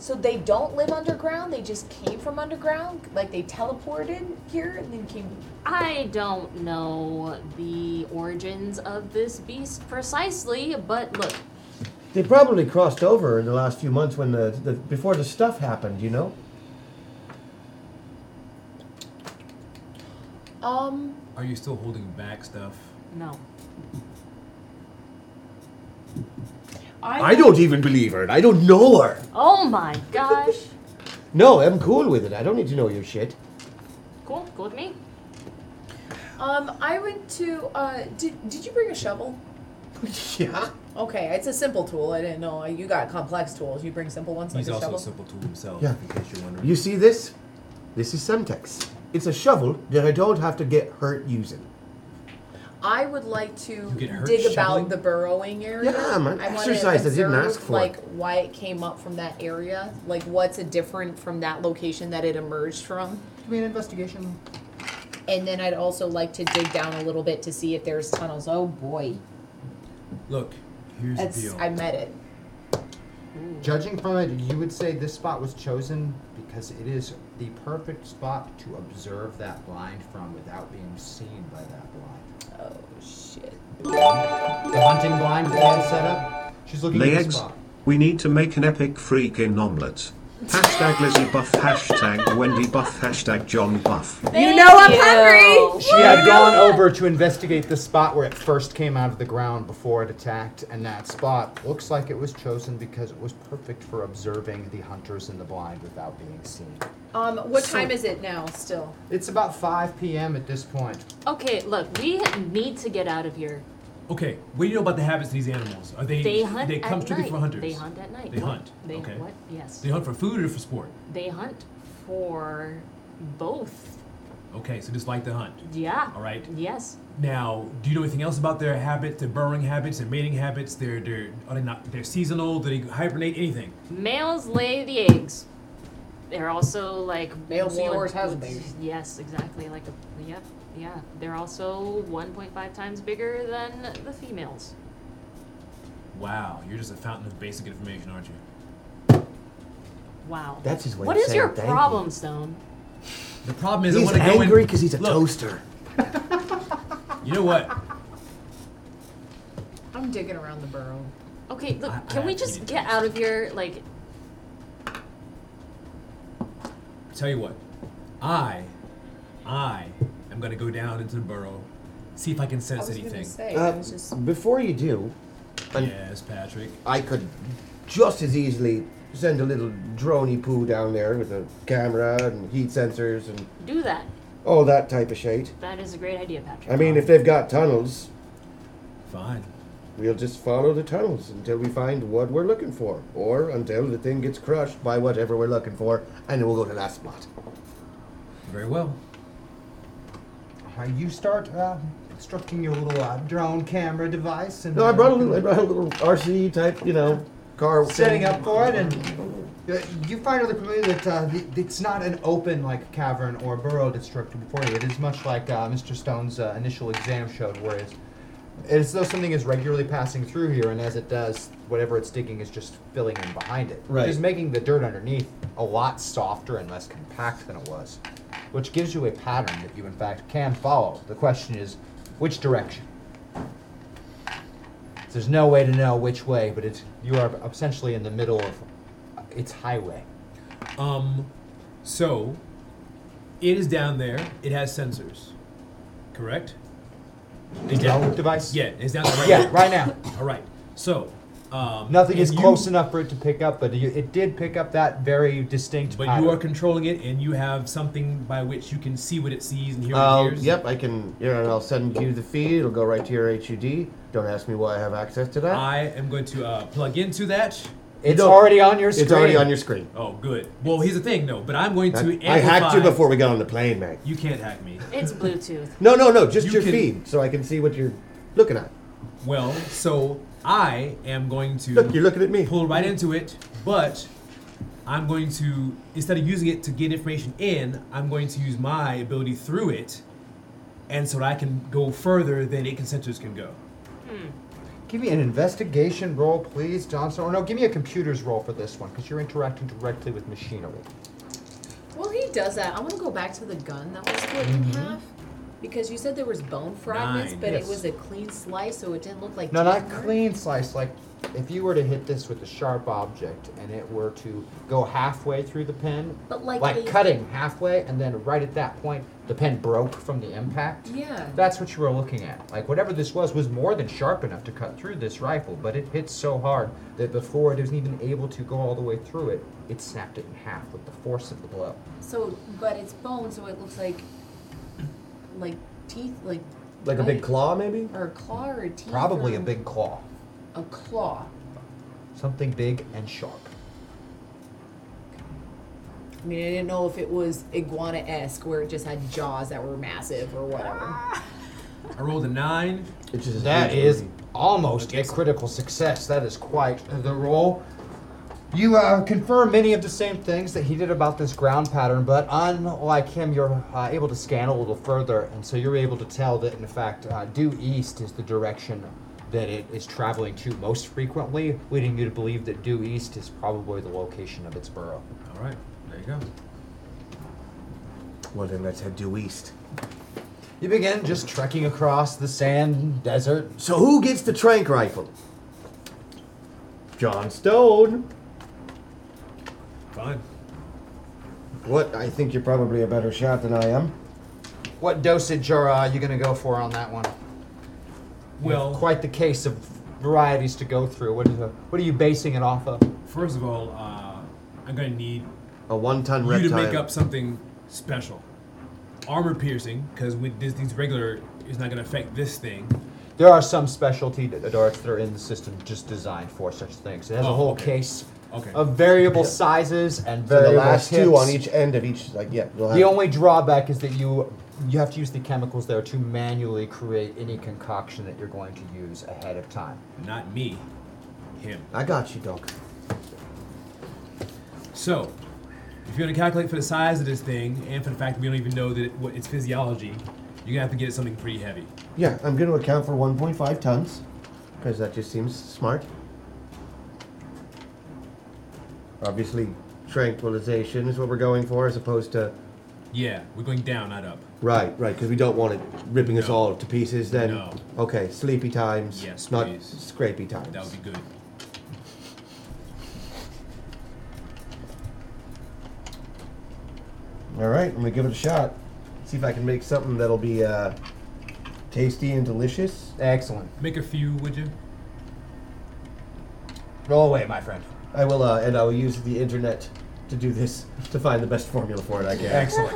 So they don't live underground? They just came from underground? Like they teleported here and then came. I don't know the origins of this beast precisely, but look, They probably crossed over in the last few months when the, the before the stuff happened. You know. Um. Are you still holding back stuff? No. I don't even believe her. and I don't know her. Oh my gosh. No, I'm cool with it. I don't need to know your shit. *laughs* cool, cool with me. Um, I went to. Uh, did, did you bring a shovel? *laughs* Yeah. Okay, it's a simple tool. I didn't know. You got complex tools. You bring simple ones like He's a also shovel? a simple tool himself, Yeah. in case you're wondering. You see this? This is Semtex. It's a shovel that I don't have to get hurt using. I would like to get hurt dig shoveling? about the burrowing area. Yeah, man, I wanna exercise I didn't observe, ask for. Like why it came up from that area. Like what's it different from that location that it emerged from. Give me an investigation. And then I'd also like to dig down a little bit to see if there's tunnels. Oh boy, Look, here's that's the deal. I met it. Judging from it, you would say this spot was chosen because it is the perfect spot to observe that blind from without being seen by that blind. Oh shit. The hunting blind they had set up. She's looking at the Legs, spot. we need to make an epic freaking omelet. Hashtag Lizzie Buff, hashtag Wendy Buff, hashtag John Buff. you know I'm hungry. She had gone over to investigate the spot where it first came out of the ground before it attacked, and that spot looks like it was chosen because it was perfect for observing the hunters in the blind without being seen. Um, what So- time is it now? Still. It's about 5 p.m. at this point. Okay, look, we need to get out of here. Okay, what do you know about the habits of these animals? Are they They hunt they come at strictly night. for hunters? They hunt at night. They What- hunt. they- okay. what? Yes. They hunt for food or for sport? They hunt for both. Okay, so just like the hunt. Yeah. All right. Yes. Now, do you know anything else about their habits, their burrowing habits, their mating habits? Their their are they not? They're seasonal. Do they hibernate? Anything? Males lay the eggs. They're also like Male one- seahorse has a baby. Yes, exactly. Like a yep, yeah. They're also 1.5 times bigger than the females. Wow, you're just a fountain of basic information, aren't you? Wow. That's his way What of is your saying thank you. problem, Stone? The problem is He's I want to go in. angry because he's a toaster. *laughs* You know what? I'm digging around the burrow. Okay, look, can we just get out of here? Like, Tell you what, I, I am gonna go down into the burrow, see if I can sense I was gonna anything. say, Uh, I was just. before you do, yes, Patrick. I could just as easily send a little droney poo down there with a camera and heat sensors and do that. all that type of shit. That is a great idea, *laughs* Patrick. I mean, if they've got tunnels, fine. We'll just follow the tunnels until we find what we're looking for, or until the thing gets crushed by whatever we're looking for, and then we'll go to that spot. Very well. Uh, you start uh, constructing your little uh, drone camera device. and No, I brought a little, I brought a little RC type, you know, car. thing. setting up for it, and uh, you find really quickly that uh, the- it's not an open like cavern or burrow district before you. It is much like uh, Mr. Stone's uh, initial exam showed, whereas it's as though something is regularly passing through here, and as it does, whatever it's digging is just filling in behind it, Right. which is making the dirt underneath a lot softer and less compact than it was, which gives you a pattern that you in fact can follow. The question is, which direction? There's no way to know which way, but it's you are essentially in the middle of its highway. Um, so it is down there. It has sensors, correct? Is that device? Yeah, it's down there right Yeah, now. right now. All right. So um, Nothing and is you- close enough for it to pick up, but you, it did pick up that very distinct. But pattern. you are controlling it, and you have something by which you can see what it sees and hear what Uh, it hears. yep, I can. Yeah, I'll send you the feed. It'll go right to your HUD. Don't ask me why I have access to that. I am going to uh, plug into that. It's No, already on your it's already screen. on your screen. Oh, good. Well, here's the thing, no, but I'm going to. I, amplify. I hacked you before we got on the plane, man. You can't hack me. It's Bluetooth. No, no, no. Just You your can- feed, so I can see what you're looking at. Well, so I am going to. Look, you're looking at me. Pull right into it, but I'm going to instead of using it to get information in, I'm going to use my ability through it, and so that I can go further than eight consenters can go. Give me an investigation roll, please, Johnson. Or no, give me a computer's roll for this one, because you're interacting directly with machinery. Well, he does that. I want to go back to the gun that was split in Mhm. half because you said there was bone fragments, Nine, but yes. it was a clean slice, so it didn't look like No, not teeth. clean slice. Like, if you were to hit this with a sharp object and it were to go halfway through the pen, But like a- cutting halfway, and then right at that point, the pen broke from the impact. Yeah. That's what you were looking at. Like, whatever this was was more than sharp enough to cut through this rifle, but it hit so hard that before it was even able to go all the way through it, it snapped it in half with the force of the blow. So, but it's bone, so it looks like like teeth, like Like a big bite. claw, maybe? or a claw or teeth, Probably or a big claw. a claw. Something big and sharp. I mean, I didn't know if it was iguana esque, where it just had jaws that were massive or whatever. Ah! I rolled a nine. Which is That is almost a critical success. That is quite the roll. You uh, confirm many of the same things that he did about this ground pattern, but unlike him, you're uh, able to scan a little further, and so you're able to tell that, in fact, uh, due east is the direction that it is traveling to most frequently, leading you to believe that due east is probably the location of its burrow. All right, there you go. Well, then let's head due east. You begin just trekking across the sand desert. So who gets the trank rifle? John Stone. Fine. What? I think you're probably a better shot than I am. What dosage are uh, you going to go for on that one? You have Well- quite the case of varieties to go through. What, is a, what are you basing it off of? First of all, uh, I'm going to need A one-ton you reptile. to make up something special. Armor piercing, because with this thing's regular, is not going to affect this thing. There are some specialty d- darts that are in the system just designed for such things. It has a Oh, whole okay. case Okay. of variable Yeah. sizes and So the variable last two tips. on each end of each, like yeah, we'll have The only drawback is that you you have to use the chemicals there to manually create any concoction that you're going to use ahead of time. Not me, him. I got you, Doc. So, if you're going to calculate for the size of this thing, and for the fact that we don't even know that it, what its physiology, you're going to have to get it something pretty heavy. Yeah, I'm going to account for 1.5 tons because that just seems smart. Obviously, tranquilization is what we're going for as opposed to. Yeah, we're going down, not up. Right, right, because we don't want it ripping us all to pieces then. No. Okay, sleepy times. Yes, Not please. scrapey times. That would be good. All right, I'm going to give it a shot. See if I can make something that'll be uh, tasty and delicious. Excellent. Make a few, would you? Roll away, my friend. I will, uh, and I will use the internet to do this to find the best formula for it I can. Excellent.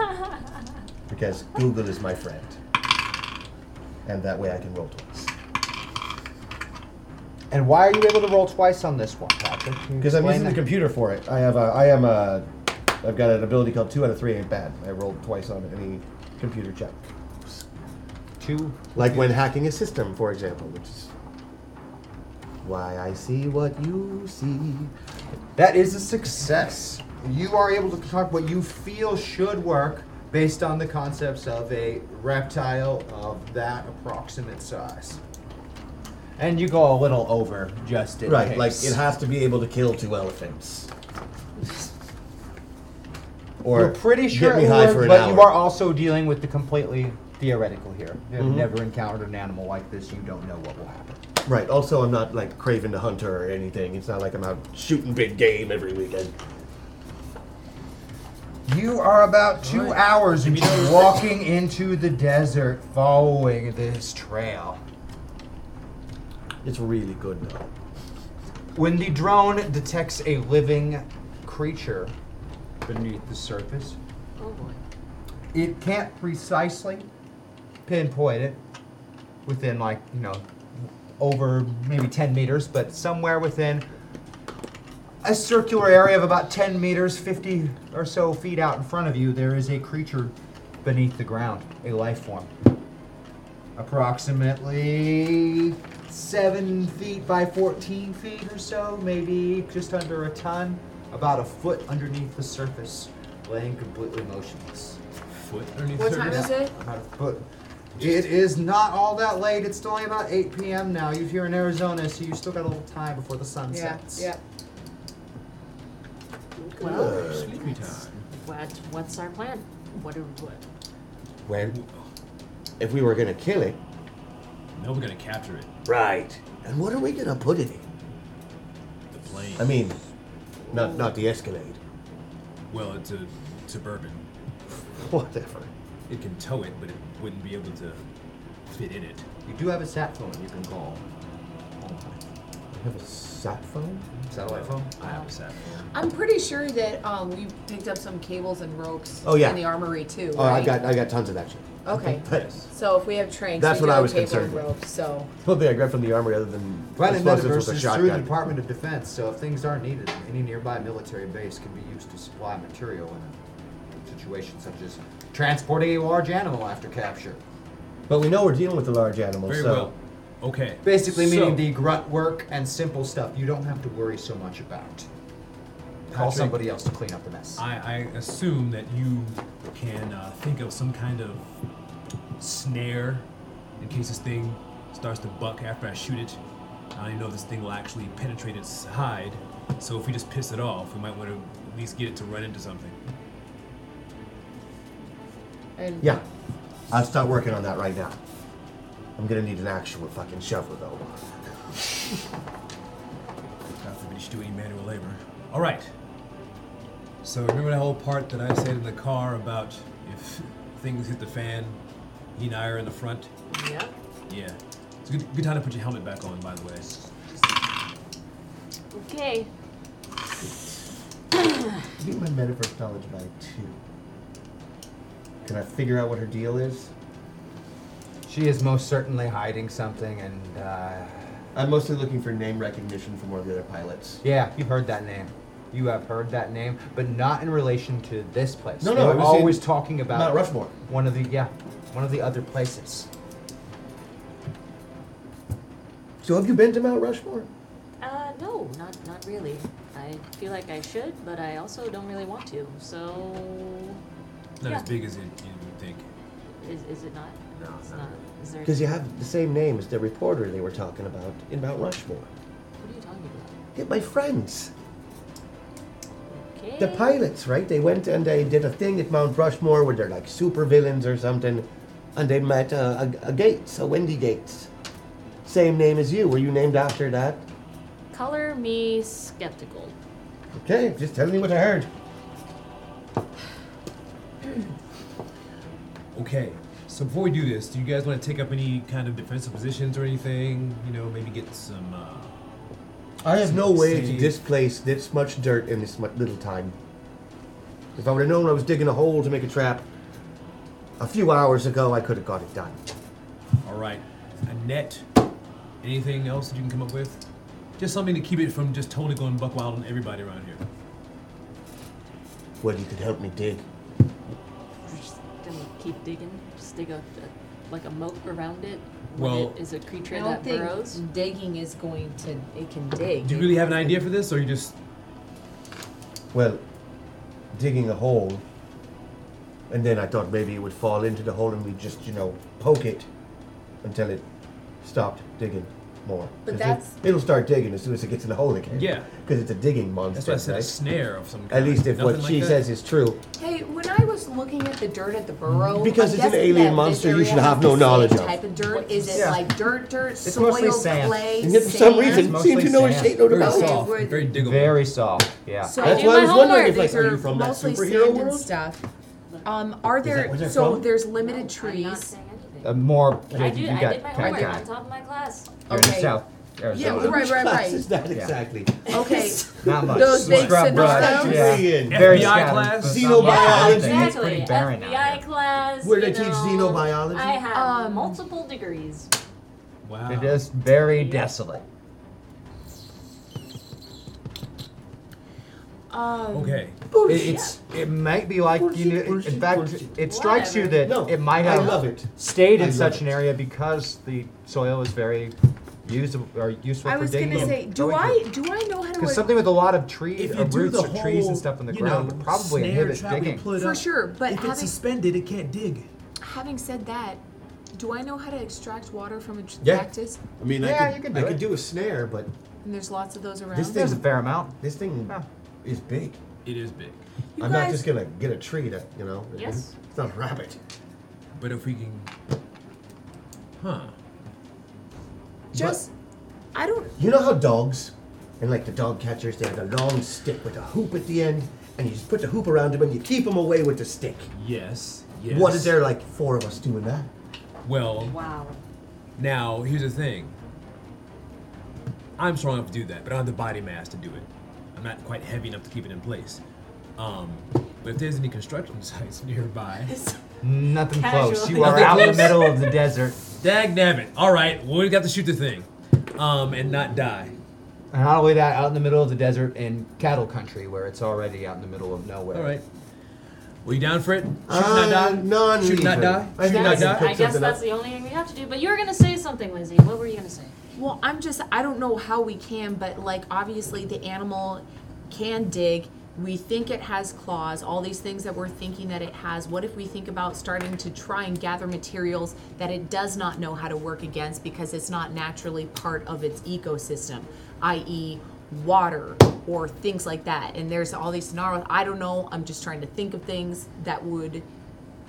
because Google is my friend, and that way I can roll twice. And why are you able to roll twice on this one, Patrick? Can you Because I'm explain using the that? computer for it. I have a, I am a, I've got an ability called two out of three ain't bad. I rolled twice on any computer check. Two. Like when hacking a system, for example, which is why I see what you see. That is a success. You are able to talk what you feel should work based on the concepts of a reptile of that approximate size. And you go a little over just in right, case. like it has to be able to kill two elephants. Or You're pretty sure get me it high would, for an but hour. you are also dealing with the completely theoretical here. You've Mhm. never encountered an animal like this. You don't know what will happen. Right. Also, I'm not like craving the hunter or anything. It's not like I'm out shooting big game every weekend. You are about two hours into walking into the desert following this trail. It's really good though. When the drone detects a living creature beneath the surface, Oh boy. it can't precisely pinpoint it within like you know over maybe 10 meters but somewhere within a circular area of about 10 meters 50 or so feet out in front of you there is a creature beneath the ground a life form approximately 7 feet by 14 feet or so maybe just under a ton about a foot underneath the surface laying completely motionless foot underneath What time is it? about a foot. It is not all that late. It's only about 8 p.m. now. You're here in Arizona, so you still got a little time before the sun Yeah, sets. yeah. Well, Sleepy time. what, what's our plan? What do what? Well, if we were gonna kill it, No, we're gonna capture it. right? And what are we gonna put it in? The plane. I mean, not not the Escalade. well, it's a suburban. Whatever. It can tow it, but it wouldn't be able to fit in it. You do have a sat phone you can call. I have a sat phone. Satellite phone? I have a sat phone. I'm pretty sure that um, we picked up some cables and ropes Oh, yeah. in the armory too. Oh, I right? got I got tons of that shit. Okay. *laughs* But So if we have tranks, That's we what do I have was cable concerned and with. ropes. So something I grabbed from the armory other than Planet explosives Metaverse was a is through the shotgun. Department of Defense, so if things are needed, any nearby military base can be used to supply material in a situation such as transporting a large animal after capture. But we know we're dealing with a large animal, Very so well. Okay. Basically, meaning So- the grunt work and simple stuff you don't have to worry so much about. Call Patrick, somebody else to clean up the mess. I, I assume that you can uh, think of some kind of snare in case this thing starts to buck after I shoot it. I don't even know if this thing will actually penetrate its hide. So if we just piss it off, we might want to at least get it to run into something. and yeah, I'll start working on that right now. I'm gonna need an actual fucking shovel though. Not that we should do any manual labor. All right. So remember that whole part that I said in the car about if things hit the fan, he and I are in the front. Yeah. Yeah. It's a good, good time to put your helmet back on, by the way. Okay. Beat my metaverse knowledge by two. Can I figure out what her deal is? She is most certainly hiding something, and uh, I'm mostly looking for name recognition from one of the other pilots. yeah, you heard that name. You have heard that name, but not in relation to this place. No, They no, it we're was always in talking about Mount Rushmore. One of the yeah, one of the other places. So have you been to Mount Rushmore? Uh, no, not not really. I feel like I should, but I also don't really want to. So, Not yeah. as big as it, you would think. Is, is it not? No, it's not. Is there? Because you have the same name as the reporter they were talking about in Mount Rushmore. What are you talking about? Yeah, my friends, Okay. the pilots, right? They went and they did a thing at Mount Rushmore where they're like super villains or something, and they met uh, a, a Gates, a Wendy Gates. Same name as you. Were you named after that? Color me skeptical. Okay, just tell me what I heard. Okay. So before we do this, do you guys want to take up any kind of defensive positions or anything? You know, maybe get some. Uh, I have no way to Save. displace this much dirt in this much little time. If I would have known I was digging a hole to make a trap a few hours ago, I could have got it done. all right, a net. Anything else that you can come up with? Just something to keep it from just totally going buck wild on everybody around here. Well, you could help me dig. We're just gonna keep digging. Just dig a, a like a moat around it. when Well- it is a creature I don't that think burrows. digging is going to. It can dig. Do you really have an idea for this, or you just Well, digging a hole, and then I thought maybe it would fall into the hole and we just, you know, poke it until it stopped digging more. But 'Cause that's- it, will start digging as soon as it gets in the hole again. Yeah. because it's a digging monster. That's why I said a right? snare of some kind. At least if Nothing what like she that? says is true. Hey, when I was looking at the dirt at the burrow? Because I'm it's an guessing alien that this monster you area should has have the no same knowledge of. Type of dirt? Is it Yeah. like dirt, dirt, It's soil, mostly sand. clay? And yet for some sand? reason, seem to know a shade load about it. very diggable. Very soft, yeah. So That's I do why I my was wondering homework. if, like, These are you are from that mostly superhero sand and world? stuff. Um, are Is that there where they're so from? there's limited trees? Uh, more. I, you, do, you I got did my kind homework of on top of my class. You're in South Arizona. well, right, right, class right. is that Yeah. exactly? *laughs* Okay. Not much. Those big Scrub brush. citadels? Yeah. Alien. Very FBI scattered, class? but not Xenobiology. much. Yeah, It's Exactly. pretty barren out there. FBI class. Where you they teach know, xenobiology? I have multiple degrees. Wow. They're just very desolate. Um, Okay. It, it's it might be like you know, in fact it strikes you that No, it might I have love it. stayed I in love such it. an area because the soil is very usable or useful I for was digging. gonna say, do I do I know how to? Because like- something with a lot of trees If you or do roots the or trees whole, and stuff in the you ground know, would probably snare inhibit trap we digging. put For up. sure, but if it's having- suspended, it can't dig. Having said that, do I know how to extract water from a tr- Yeah. cactus? I mean, Yeah, I you could, could I do could it. do a snare, but And there's lots of those around. this thing fair amount. This thing is big. It is big. You I'm not guys- just gonna get a tree to, you know. Yes. It's not a rabbit. But if we can. Huh. Just, I don't. You know how dogs, and like the dog catchers, they have a long stick with a hoop at the end, and you just put the hoop around them and you keep them away with the stick. Yes. Yes. What is there like four of us doing that? Well. Wow. Now, here's the thing. I'm strong enough to do that, but I don't have the body mass to do it. I'm not quite heavy enough to keep it in place. Um, but if there's any construction *laughs* sites nearby, Nothing close. Casual. You are out in the Close. middle of the desert, *laughs* dag nabbit. All right, well, we got to shoot the thing, um, and not die. and not only that, out in the middle of the desert in cattle country where it's already out in the middle of nowhere. All right. Were you down for it? Shoot, Uh, not die. no, I'm Shoot, not leaving. die. I Shoot, think not I can die. pick I guess that's the only thing we have to do. But you were gonna say something, Lizzie. *laughs* What were you gonna say? Well, I'm just, I don't know how we can, but like, obviously the animal can dig. We think it has claws, all these things that we're thinking that it has. What if we think about starting to try and gather materials that it does not know how to work against because it's not naturally part of its ecosystem, i.e., water or things like that? And there's all these scenarios. I don't know. I'm just trying to think of things that would.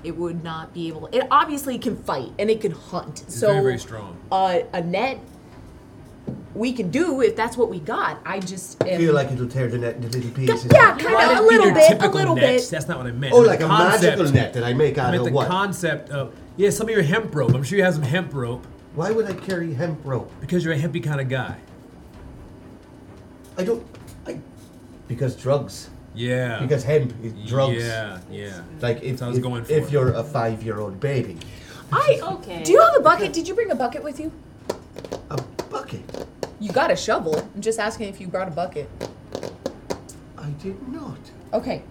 It would not be able. It obviously can fight and it can hunt. It's so very, very strong. uh, a net we can do if that's what we got. I just I am, feel like it'll tear the net into little pieces. yeah, kind I of didn't mean a little your bit, a typical little nets. bit. That's not what I meant. Oh, I meant like the a concept. magical net that I make out I meant of the what? concept of yeah, some of your hemp rope. I'm sure you have some hemp rope. Why would I carry hemp rope? Because you're a hempy kind of guy. I don't. I because drugs. Yeah. Because hemp is drugs. Yeah, yeah. Like if I was if, going for if it. you're a five-year-old baby, I Okay. do you have a bucket? Did you bring a bucket with you? bucket. You got a shovel. I'm just asking if you brought a bucket. I did not. Okay.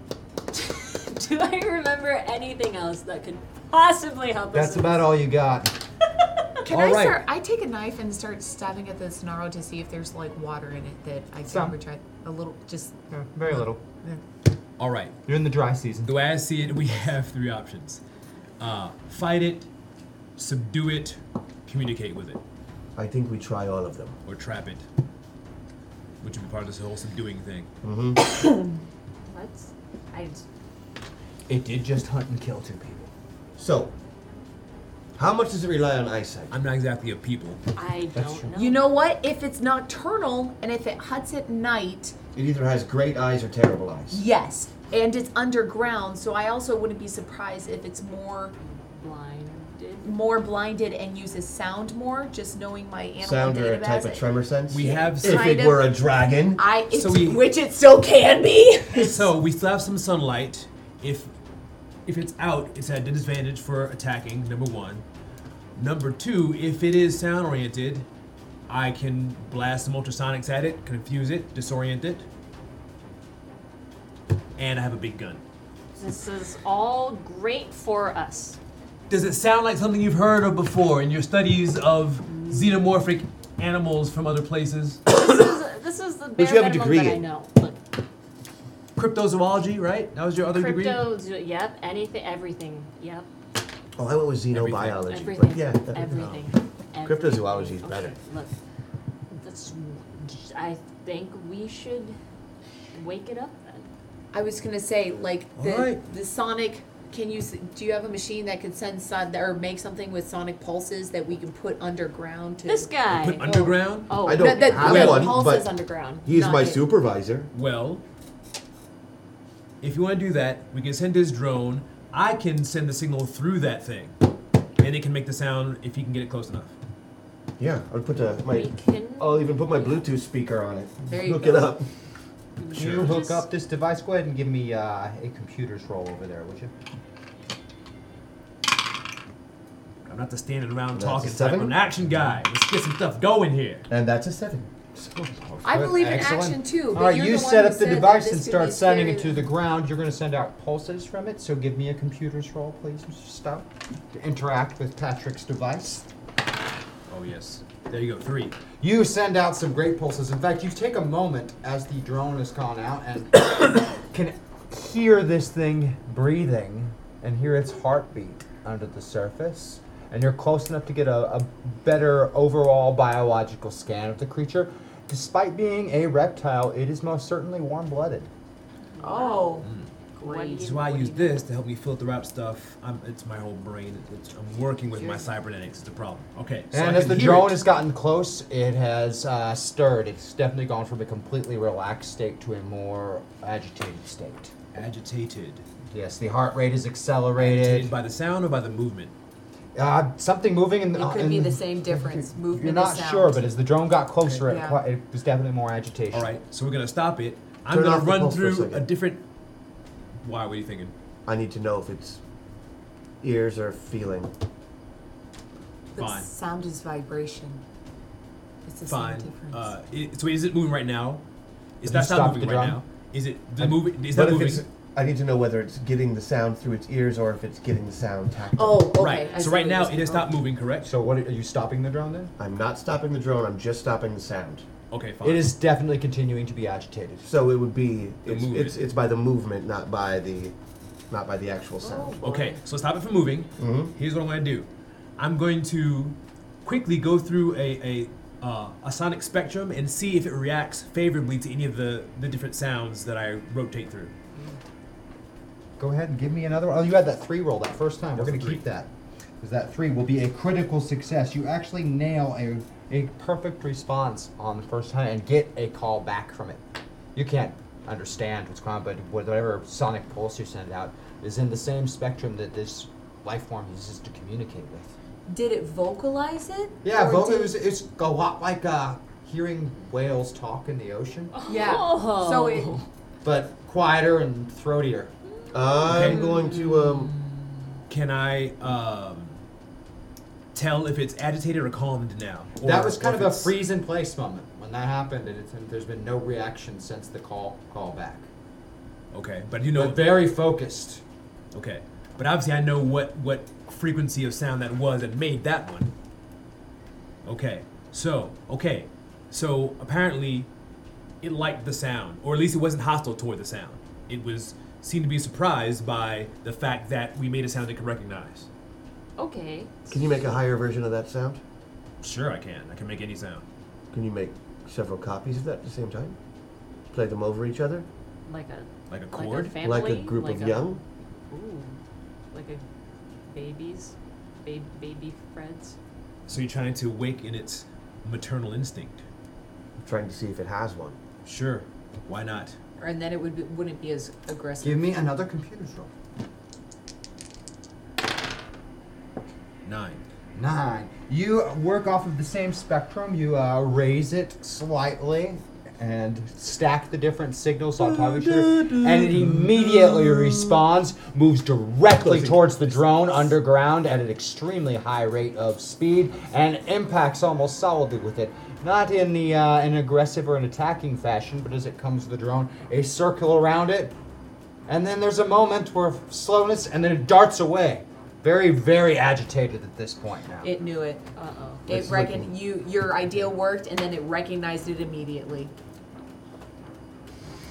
Do I remember anything else that could possibly help us? That's about all you got. *laughs* Can All I right. start? I take a knife and start stabbing at the Sonaro to see if there's like water in it that I can Some. retry a little. Just Yeah, very little. All right. You're in the dry season. The way I see it, we *laughs* have three options: uh, fight it, subdue it, communicate with it, I think we try all of them. or trap it, which would be part of this whole subduing thing. Mm-hmm. Let's. I. It did just hunt and kill two people. so, how much does it rely on eyesight? I'm not exactly a people. I don't know. you know what? If it's nocturnal and if it hunts at night, It either has great eyes or terrible eyes. yes, and it's underground, so I also wouldn't be surprised if it's more Blinded. more blinded and uses sound more, just knowing my animal Sound or a database. type of tremor sense. We have If Kind it of- were a dragon. I, it, So we- which it still can be. *laughs* so we still have some sunlight. If if it's out, it's at a disadvantage for attacking. Number one. Number two, if it is sound oriented, I can blast some ultrasonics at it, confuse it, disorient it, and I have a big gun. This is all great for us. Does it sound like something you've heard of before in your studies of xenomorphic animals from other places? *coughs* This is, this is the bare you have a minimum degree that I in. know. Cryptozoology, right? That was your other degree. Crypto, zo- yep. Anything, everything, yep. Oh, I went with xenobiology, Everything. but yeah, that, everything. No. everything. Cryptozoology is Okay, better. Look, that's. I think we should wake it up then. I was gonna say like the Alright. the sonic Can you s- do you have a machine that can send son or make something with sonic pulses that we can put underground to This guy. Put underground? Oh, I don't no, that- have the one, pulse but is underground. he's not my it. supervisor. Well, if you want to do that, we can send his drone. I can send the signal through that thing, and it can make the sound if he can get it close enough. Yeah, I'll put the, my. I'll even put my Bluetooth speaker on it. There you Look go. it up. Can you hook up this device? Go ahead and give me uh, a computer's roll over there, would you? I'm not the standing around That's talking a type. seven? I'm an action guy. Let's get some stuff going here. And that's a seven. I believe in Excellent. action too. All right, you set up the device and start sending it into. to the ground. You're going to send out pulses from it. So give me a computer's roll, please, Mr. Stout, to interact with Patrick's device. Oh yes. There you go. Three. You send out some great pulses. In fact, you take a moment as the drone has gone out and *coughs* can hear this thing breathing and hear its heartbeat under the surface. And you're close enough to get a, a better overall biological scan of the creature. Despite being a reptile, it is most certainly warm blooded. Oh. Mm. This is why I use this to help me filter out stuff. I'm, it's my whole brain. It's, I'm working with my cybernetics. It's a problem. Okay. so I and as can the hear drone it. has gotten close, it has uh, stirred. It's definitely gone from a completely relaxed state to a more agitated state. Agitated. Yes, the heart rate is accelerated. Agitated by the sound or by the movement? Uh, something moving in the. It could be in- the *laughs* same difference. Movement. You're and not sound. sure, but as the drone got closer, it, Yeah. qui- it was definitely more agitation. All right. So we're gonna stop it. I'm Turn gonna off the run pulse for a through a, second. different. Why? What are you thinking? I need to know if it's ears or feeling. The Fine. sound is vibration. It's the Fine. same difference. Uh, it, so is it moving right now? Is Have that you sound stopped moving the right drum? now? Is it the I- moving? Is but if that moving? it's- I need to know whether it's getting the sound through its ears or if it's getting the sound tactile. Oh, okay. I Right. see So what right now it you're has saying. stopped moving, correct? So what are you stopping the drone then? I'm not stopping the drone. I'm just stopping the sound. Okay, It is definitely continuing to be agitated. So it would be it's, movement. it's it's by the movement, not by the not by the actual sound. Oh, Okay, so stop it from moving. Mhm. Here's what I'm going to do. I'm going to quickly go through a, a, uh, a sonic spectrum and see if it reacts favorably to any of the, the different sounds that I rotate through. Go ahead and give me another one. Oh, you had that three roll that first time. We're That's going a to three. keep that. Because that three will be a critical success. You actually nail a, a perfect response on the first time and get a call back from it. You can't understand what's going on, but whatever sonic pulse you send out is in the same spectrum that this life form uses to communicate with. Did it vocalize it? Yeah, Or vo- did- it was, it's a lot like uh, hearing whales talk in the ocean, Yeah. Oh. So it. but quieter and throatier. Oh, I'm going to um. Can I um, tell if it's agitated or calmed now? Or- that was kind or of if a it's- freeze in place moment when that happened, and, it's, and there's been no reaction since the call call back. Okay, but you know, But very focused. Okay, but obviously I know what what frequency of sound that was that made that one. Okay, so okay, so apparently, it liked the sound, or at least it wasn't hostile toward the sound. It was seemed to be surprised by the fact that we made a sound it could recognize. Okay. Can you make a higher version of that sound? Sure, I can. I can make any sound. Can you make several copies of that at the same time? Play them over each other, Like a. Like Like a a, chord? family, like a group like of a- young. Ooh. Like a baby's. Babe, baby Fred's. So you're trying to wake in its maternal instinct. I'm trying to see if it has one. Sure, why not? And then it would be, wouldn't be as aggressive. Give me another computer's roll. Nine. Nine. You work off of the same spectrum. You uh, raise it slightly and stack the different signals on top of each other, and it immediately responds, moves directly towards the drone underground at an extremely high rate of speed, and impacts almost solidly with it. Not in the uh, an aggressive or an attacking fashion, but as it comes to the drone, a circle around it, and then there's a moment where slowness, and then it darts away. Very, very agitated at this point now. It knew it. Uh oh. It It's reckoned you. Your idea worked, and then it recognized it immediately.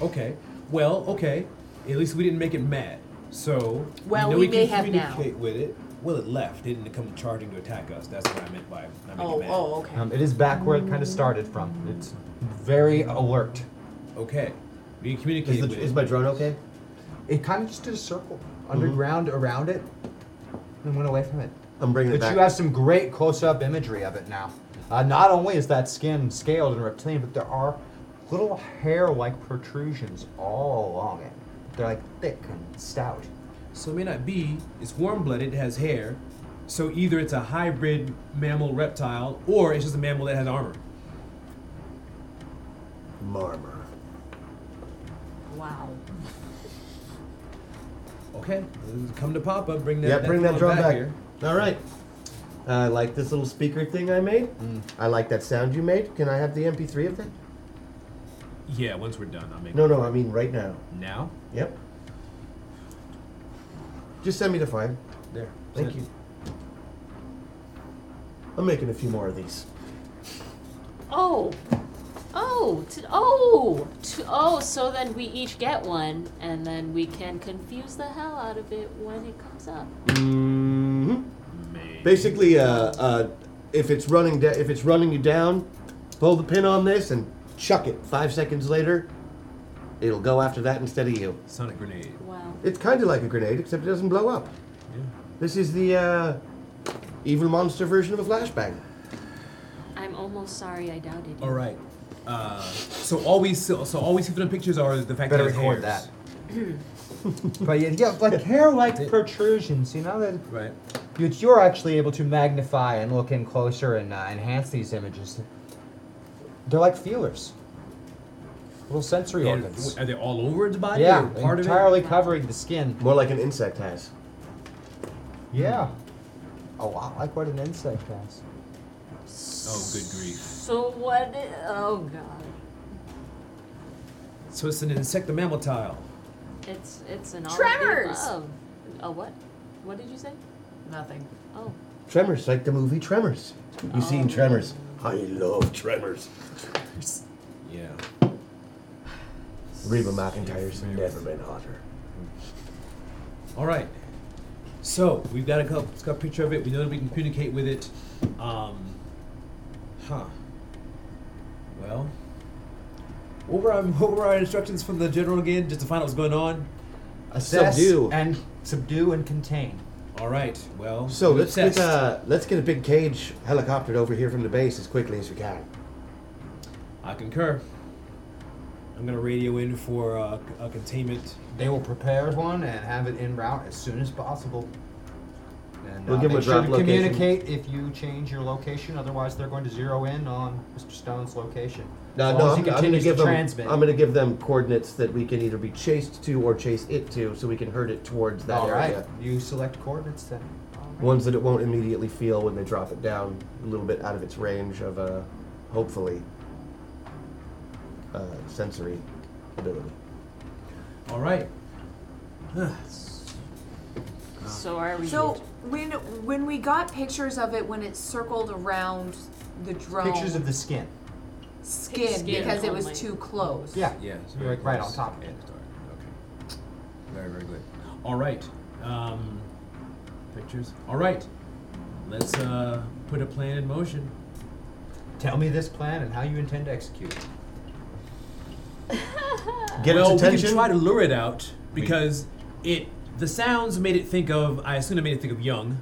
Okay. Well, okay. At least we didn't make it mad. So Well, know we can may have now. communicate with it. Well, it left. It didn't come charging to attack us. That's what I meant by not making Oh, mad. oh, okay. Um, it is back where it kind of started from. It's very alert. Okay. We can communicate Is, the, with is it. my drone okay? Mm-hmm. It kind of just did a circle underground around it and went away from it. I'm bringing but it back. you have some great close-up imagery of it now. Uh, not only is that skin scaled and reptilian, but there are little hair-like protrusions all along it. They're like thick and stout. So it may not be. It's warm-blooded. It has hair. So either it's a hybrid mammal reptile, or it's just a mammal that has armor. Marmor. *laughs* Wow. Okay. Come to pop up. Bring that. yeah, bring that phone drum back. here. All right. Uh, I like this little speaker thing I made. I like that sound you made. Can I have the MP3 of that? Yeah. Once we're done, I'll make. No, no, I mean right now. Now. Yep. Just send me the file. There. Thank you. I'm making a few more of these. Oh. Oh, t- oh, t- oh, so then we each get one, and then we can confuse the hell out of it when it comes up. hmm Basically, uh, uh, if it's running, da- if it's running you down, pull the pin on this and chuck it. Five seconds later, it'll go after that instead of you. Sonic grenade. Wow. It's kind of like a grenade, except it doesn't blow up. This is the uh, evil monster version of a flashbang. I'm almost sorry I doubted you. All right. Uh, so all we so, so all we see from the pictures are the fact Better that it's record hairs. but yeah, yeah like hair-like protrusions. You know that. Right. You, you're actually able to magnify and look in closer and uh, enhance these images. They're like feelers, little sensory And organs. Are they all over its body? yeah, or part of it? entirely covering the skin. More like an insect has. Yeah. A lot like what an insect has. Oh, good grief. So what? i- oh god, So it's an insectomammatile. it's it's an all Tremors! Oh, a what? What did you say? Nothing. Oh, Tremors, like the movie Tremors. You seen Tremors? I love Tremors. Yeah. Reba McIntyre's never been hotter. All right. So we've got a couple, it's got a picture of it. We know that we can communicate with it. Um, huh. Well, what were, our, *laughs* what were our instructions from the general again, just to find out what's going on? Assess Subdue. and subdue and contain. All right. Well. So we let's get assessed. uh, let's get a big cage helicoptered over here from the base as quickly as we can. I concur. I'm gonna radio in for uh, c- a containment. They will prepare one and have it in route as soon as possible. And We'll uh, give 'em make a sure drop to location. communicate if you change your location. Otherwise, they're going to zero in on Mr. Stone's location. No, As no, long as he I'm, I'm gonna continues to give them. transmit. I'm gonna give them coordinates that we can either be chased to or chase it to, so we can herd it towards that All right, area. you select coordinates then. Ones that it won't immediately feel when they drop it down, a little bit out of its range of, uh, hopefully, uh, sensory ability. All right. so are we? So when when we got pictures of it when it circled around the drone Pictures of the skin. skin, Skin because it only. was too close. Yeah. Yeah. it's You're very like right close. on top of Yeah, it. it's dark. Okay. Very, very good. All right. Um, pictures. All right. Let's uh, put a plan in motion. Tell me this plan and how you intend to execute it. Get well, its we attention. can try to lure it out because it the sounds made it think of. I assume it made it think of young.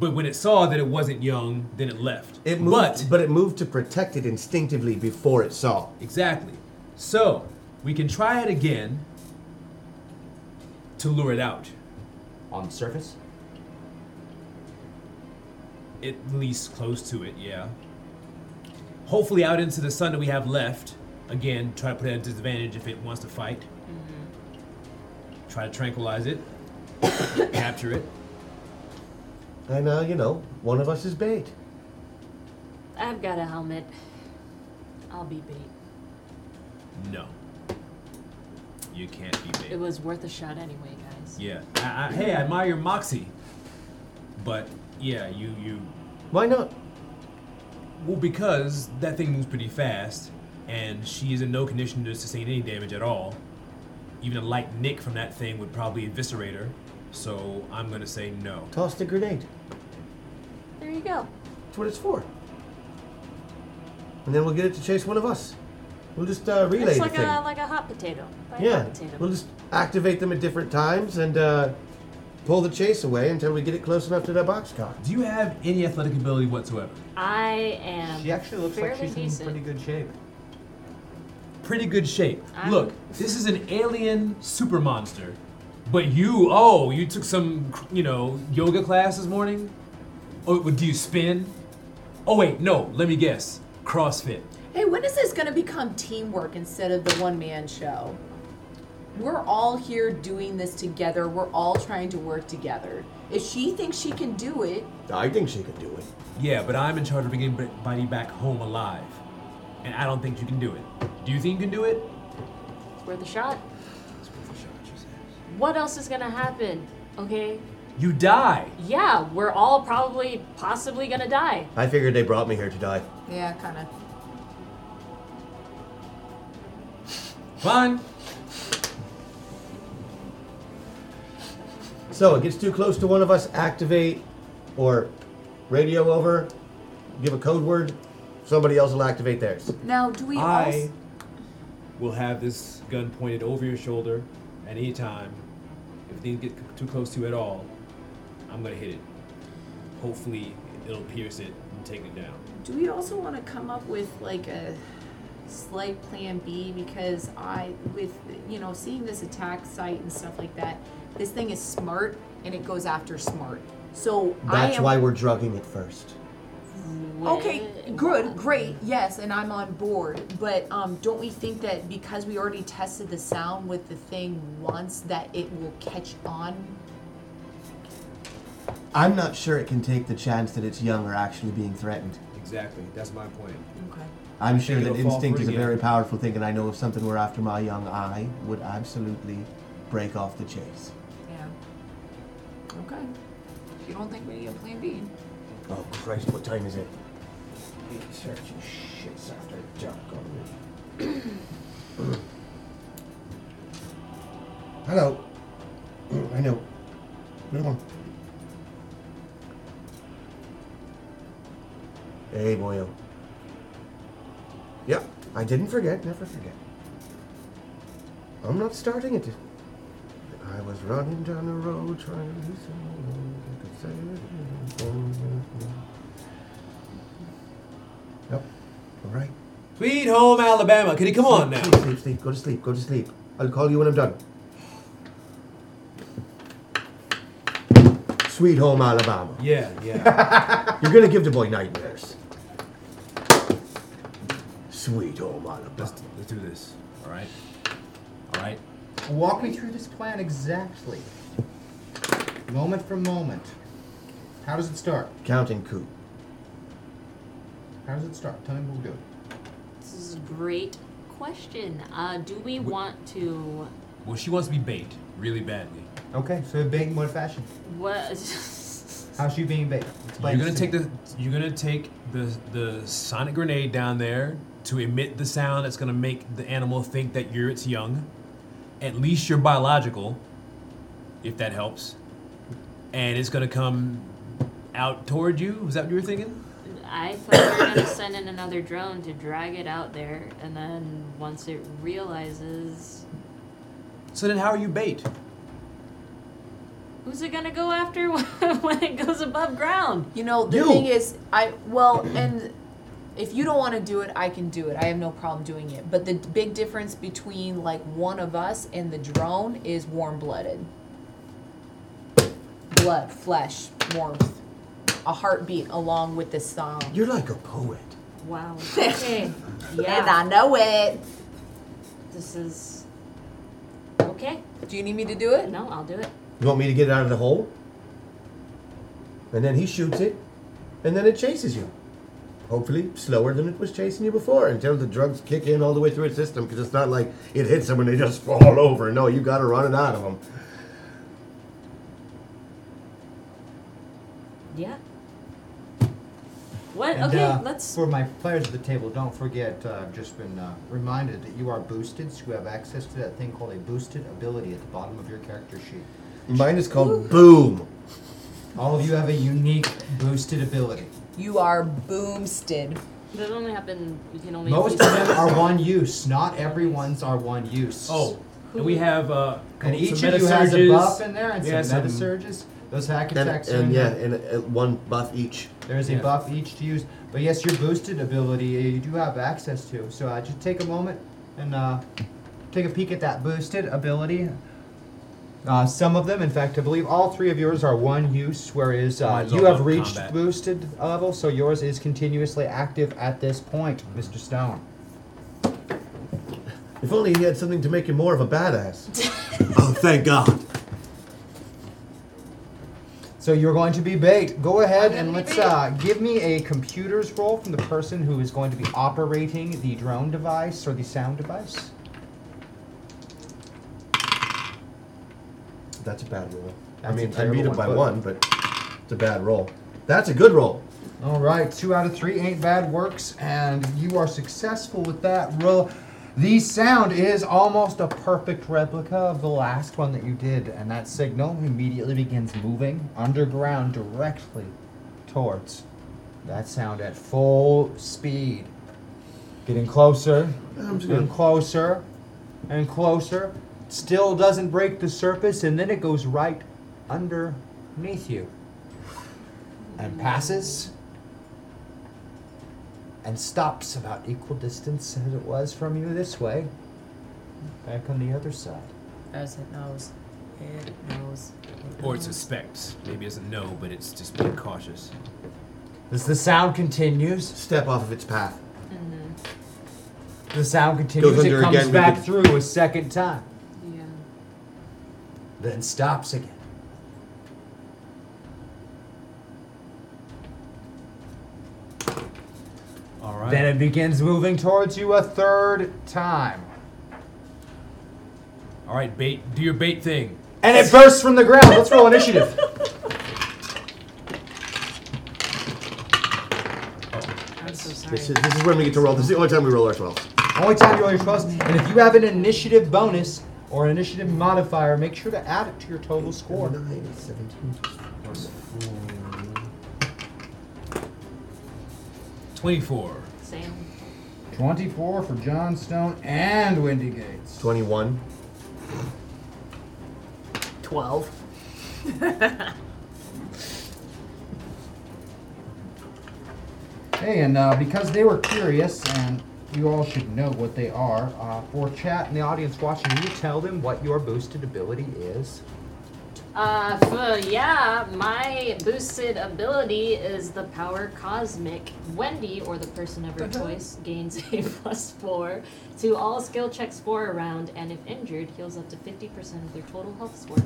But when it saw that it wasn't young, then it left. It moved, But- it moved to protect it instinctively before it saw. Exactly. So we can try it again to lure it out. On the surface? At least close to it, yeah. Hopefully out into the sun that we have left. Again, try to put it at a disadvantage if it wants to fight. Try to tranquilize it. *coughs* capture it. And uh, you know, one of us is bait. I've got a helmet. I'll be bait. No. You can't be bait. It was worth a shot anyway, guys. Yeah. I, I, hey, I admire your moxie. But yeah, you you. Why not? Well, because that thing moves pretty fast, and she is in no condition to sustain any damage at all. Even a light nick from that thing would probably eviscerate her. So I'm gonna say no. Toss the grenade. There you go. That's what it's for. And then we'll get it to chase one of us. We'll just uh, relay It's the like thing. a like a hot potato. Like a yeah, hot potato. we'll just activate them at different times and uh, pull the chase away until we get it close enough to that boxcar. Do you have any athletic ability whatsoever? I am. She actually looks like fairly she's in decent. pretty good shape. Pretty good shape. I'm- Look, this is an alien super monster, but you, oh, you took some, you know, yoga class this morning? Oh, do you spin? Oh, wait, no, let me guess. CrossFit. Hey, when is this going to become teamwork instead of the one man show? We're all here doing this together. We're all trying to work together. If she thinks she can do it, I think she could do it. Yeah, but I'm in charge of bringing everybody back home alive, and I don't think you can do it. Do you think you can do it? It's worth a shot. What else is gonna happen? Okay. You die. Yeah, we're all probably possibly gonna die. I figured they brought me here to die. Yeah, kind of. Fine. So it gets too close to one of us, activate or radio over, give a code word, somebody else will activate theirs. Now, do we I also will have this gun pointed over your shoulder at any time. If things get c- too close to you at all, I'm gonna hit it. Hopefully, it'll pierce it and take it down. do we also want to come up with like a slight plan B because I with you know seeing this attack site and stuff like that, this thing is smart and it goes after smart. So I That's am why we're drugging it first. Okay, good, great, yes, and I'm on board. But um, don't we think that because we already tested the sound with the thing once, that it will catch on? I'm not sure it can take the chance that its young are actually being threatened. Exactly. That's my point. Okay. I'm sure Think that it'll fall instinct for is a it again. very powerful thing, and I know if something were after my young, I would absolutely break off the chase. Yeah. Okay. You don't think we need a plan B? Oh Christ, what time is it? Search your shits after dark already. Hello. *clears throat* I know. Good one. Hey, boyo. Yep, I didn't forget. Never forget. I'm not starting it. I was running down the road trying to be so long. I could say it. Yep. All right. Sweet home Alabama. Can you come on now? Sleep, sleep, sleep. Go to sleep. Go to sleep. I'll call you when I'm done. Sweet home Alabama. Yeah, yeah. *laughs* You're gonna give the boy nightmares. Sweet oh home Alabama. Let's, let's do this. All right. All right. Walk me through this plan exactly. Moment for moment. How does it start? Counting coup. How does it start? Tell me what we'll do. This is a great question. Uh, do we want to? Well, she wants to be bait really badly. Okay, so bait in what fashion? What? How's she being bait? Explain You're gonna this to take the you're gonna take the the sonic grenade down there to emit the sound that's gonna make the animal think that you're its young. At least you're biological, if that helps. And it's gonna come out toward you. Was that what you were thinking? I thought we were gonna send in another drone to drag it out there, and then once it realizes, So then, how are you bait? who's it gonna go after *laughs* when it goes above ground? You know, the You. thing is, I well, and if you don't want to do it, I can do it. I have no problem doing it. But the big difference between like one of us and the drone is warm blooded. Blood, flesh, warmth, a heartbeat along with the song. You're like a poet. Wow. *laughs* Okay. yeah. And I know it. This is okay. Do you need me to do it? No, I'll do it. You want me to get it out of the hole? And then he shoots it, and then it chases you. Hopefully, slower than it was chasing you before until the drugs kick in all the way through its system because it's not like it hits them and they just fall over. No, you gotta run it out of them. Yeah. What? And, okay, uh, let's. For my players at the table, don't forget, uh, I've just been uh, reminded that you are boosted, so you have access to that thing called a boosted ability at the bottom of your character sheet. Mine is called Boom. All of you have a unique boosted ability. You are boomsted. That only happen. You can only. Most of use- them *laughs* are one use. Not everyone's are one use. Oh, and we have uh, and some each of you has a metasurges. buff in there and We have some meta some- surges. Those hack And, attacks are and in yeah, there. and uh, one buff each. There's a buff each to use. But yes, your boosted ability uh, you do have access to. So uh, just take a moment and uh, take a peek at that boosted ability. Uh, some of them, in fact, I believe all three of yours are one use, whereas uh, Mine's you all have about reached combat. boosted level, so yours is continuously active at this point, Mr. Stone. If only he had something to make him more of *laughs* a badass. Oh, thank God. So you're going to be bait. Go ahead and let's uh, give me a computer's roll from the person who is going to be operating the drone device or the sound device. That's a bad roll. I That's a mean, I terrible beat him one, by but- one, but it's a bad roll. That's a good roll. All right, two out of three ain't bad works, and you are successful with that roll. The sound is almost a perfect replica of the last one that you did, and that signal immediately begins moving underground directly towards that sound at full speed. Getting closer I'm just and gonna- closer and closer. Still doesn't break the surface, and then it goes right underneath you and passes and stops about equal distance as it was from you this way back on the other side As it knows. It knows. It Or it knows. suspects. Maybe it doesn't know, but it's just being cautious. as the sound continues step off of its path the sound continues it under comes again, we back could- through a second time then stops again All right. then it begins moving towards you a third time All right, bait. Do your bait thing. and it bursts from the ground let's roll initiative This is, this is when we get to roll. This is the only time we roll our 12s. Only time you roll your trust, and if you have an initiative bonus or an initiative modifier, make sure to add it to your total score. 24. Same. 24 for John Stone and Wendy Gates. 21. 12. hey, and uh, because they were curious, and you all should know what they are, uh, for chat and the audience watching, you tell them what your boosted ability is. Uh, for, yeah, my boosted ability is the power cosmic. Wendy, or the person of her Uh-huh. choice, gains *laughs* a plus four to all skill checks for a round, and if injured, heals up to 50% of their total health score.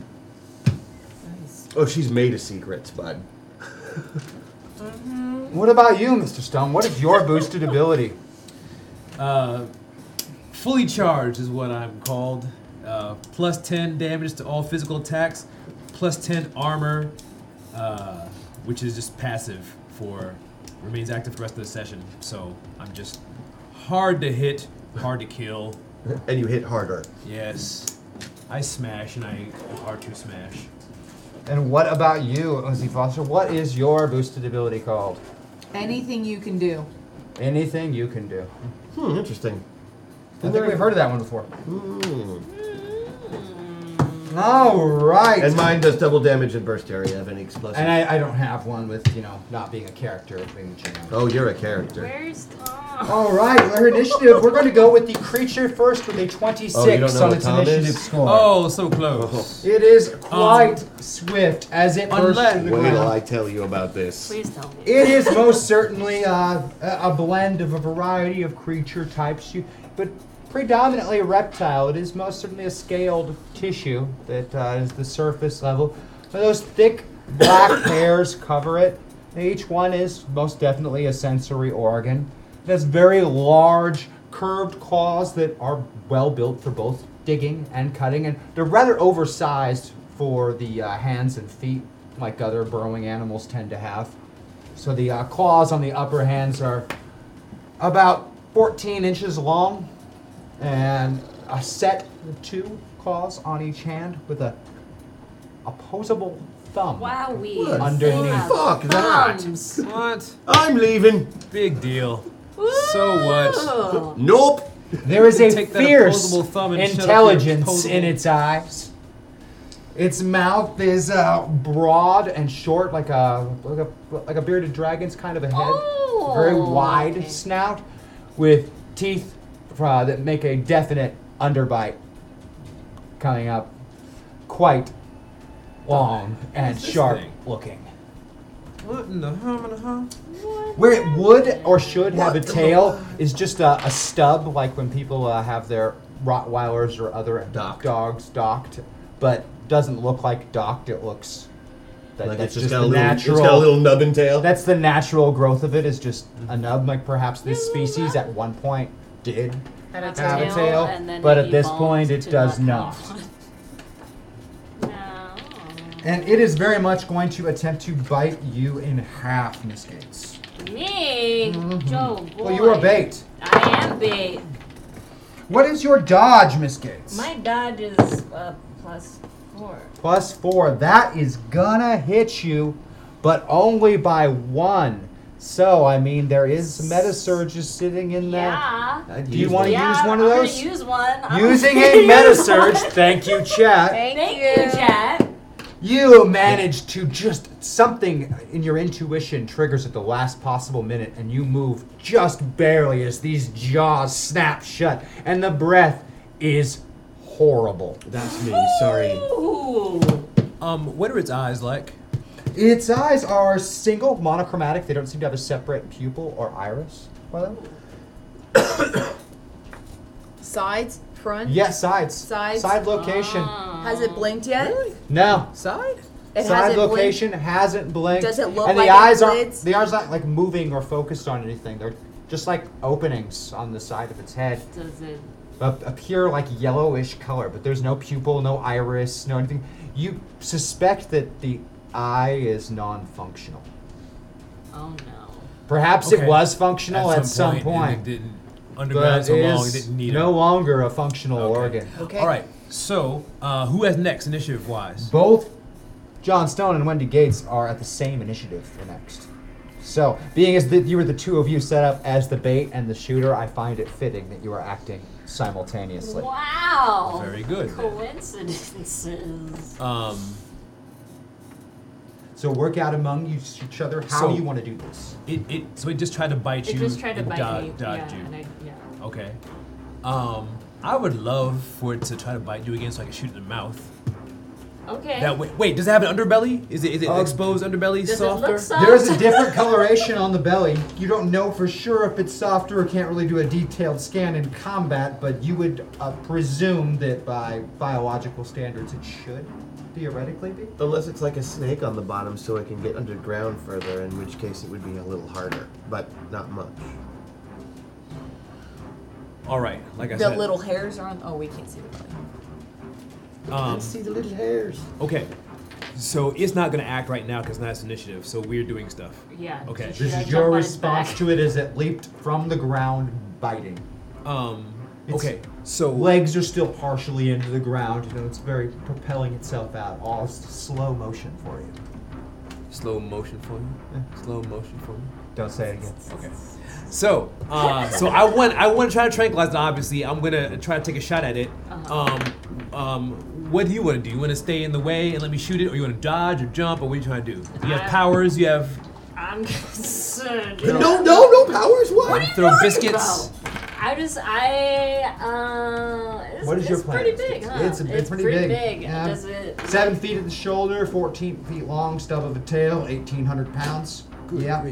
Oh, she's made of secrets, bud. *laughs* What about you, Mr. Stone? What is your boosted ability? Uh, fully charged is what I'm called. Uh, plus 10 damage to all physical attacks, plus 10 armor, uh, which is just passive for remains active for the rest of the session. So I'm just hard to hit, hard to kill. *laughs* And you hit harder. Yes, I smash and I am hard to smash. And what about you, Ozzy Foster? What is your boosted ability called? Anything you can do. Anything you can do. Hmm, interesting. I think we've heard of that one before. Hmm. All right. And mine does double damage in burst area of any explosive. And I, I don't have one with, you know, not being a character. Being a general. oh, you're a character. Where's Tom? All right, our initiative. We're going to go with the creature first with a 26 Oh, you don't know on what its Tom is? initiative score. Um, Oh, so close. It is quite swift as it bursts unless- through the Wait till ground. I tell you about this. Please tell me. It *laughs* is most certainly uh, a a blend of a variety of creature types, you, but predominantly a reptile. It is most certainly a scaled tissue that uh, is the surface level. So those thick black *coughs* hairs cover it. Each one is most definitely a sensory organ. It has very large, curved claws that are well built for both digging and cutting, and they're rather oversized for the uh, hands and feet, like other burrowing animals tend to have. So the uh, claws on the upper hands are about 14 inches long and a set of two claws on each hand with a opposable thumb. Wow, we Underneath. Fuck that. Thumbs. What? I'm leaving. Big deal. Woo! So what? Nope. There is a Take that fierce opposable thumb and shove it up your intelligence opposable- in its eyes. Its mouth is uh, broad and short, like a like a like a bearded dragon's kind of a head. Very wide snout, with teeth uh, that make a definite underbite coming up, quite long and is this sharp thing? looking. What in the hum and a hum? Where it would or should have a tail is just a, a stub, like when people uh, have their Rottweilers or other dogs docked, but doesn't look like docked. It looks that, Like that's it's just, just got a the little- it's natural. got a little nub and tail. That's the natural growth of it. Is just a nub. Like perhaps this species at one point did Had a have tail, a tail, and then but it at this evolved point it to does not not. And it is very much going to attempt to bite you in half, Miss Gates. Me, Joe. Boy. Mm-hmm. Well, you are bait. I am bait. What is your dodge, Miss Gates? My dodge is uh, plus four. plus four. That is gonna hit you, but only by one. So I mean, there is some meta surges sitting in there. Yeah. Uh, Do you want to use one of I'm those? Gonna use one. I'm Using gonna *laughs* a use meta one. surge. Thank you, *laughs* chat. Thank, you, Chad. You manage to just something in your intuition triggers at the last possible minute, and you move just barely as these jaws snap shut, and the breath is horrible. That's me. Sorry. Um, what are its eyes like? Its eyes are single, monochromatic. They don't seem to have a separate pupil or iris. Well, Sides, front. yes, sides. Sides. Side location. Ah. Has it blinked yet? No. Side. It Side hasn't location hasn't blinked. Does it look and like it the eyes blinked? aren't? The eyes aren't like moving or focused on anything. They're just like openings on the side of its head. Does it? A, a pure like yellowish color, but there's no pupil, no iris, no anything. You suspect that the eye is non-functional. Oh no. Perhaps it Okay. was functional at some, point. and it didn't underground but so long. It is didn't need it. no longer a functional organ. All right. So, uh, who has next initiative wise? Both John Stone and Wendy Gates are at the same initiative for next. So, being as that you were the two of you set up as the bait and the shooter, I find it fitting that you are acting simultaneously. Wow. Very good, then. Coincidences. Um, So work out among you, each other how So- you want to do this. It, it so it just tried to bite It you. just tried to Mm, and bite dod- me. dodged yeah, you. and I, yeah. Okay. Um, I would love for it to try to bite you again, so I can shoot it in the mouth. Okay. That way, wait, does it have an underbelly? Is it is it Uh, exposed underbelly? does it look softer? soft? There's a different coloration on the belly. You don't know for sure if it's softer or can't really do a detailed scan in combat, but you would uh, presume that by biological standards it should theoretically be. Unless it's like a snake on the bottom so it can get underground further, in which case it would be a little harder, but not much. *laughs* All right. Like I the said. little hairs are on. Oh, we can't see the belly. um, see the little hairs. okay. So it's not gonna act right now because it's not its initiative. So we're doing stuff. Yeah. Okay. Should This I is jump your on his response back? to it as it leaped from the ground, biting. Um. It's- okay. So Legs are still partially into the ground. You know, it's very propelling itself out. All s- slow motion for you. Slow motion for you. Slow motion for you. Don't say it again. Okay. So, uh, so I want I want to try to tranquilize it. Obviously, I'm gonna try to take a shot at it. Uh-huh. Um, um, what do you want to do? You want to stay in the way and let me shoot it, or you want to dodge or jump, or what are you trying to do? Do you I- have powers? You have I'm *laughs* concerned. No, no, no powers. What? you throw biscuits. Bro, I just I uh. It's, What is your it's plan? pretty big, huh? It's, it's pretty, big. Yeah. Does it? Seven feet at the shoulder, 14 feet long, stub of a tail, 1,800 pounds. yeah.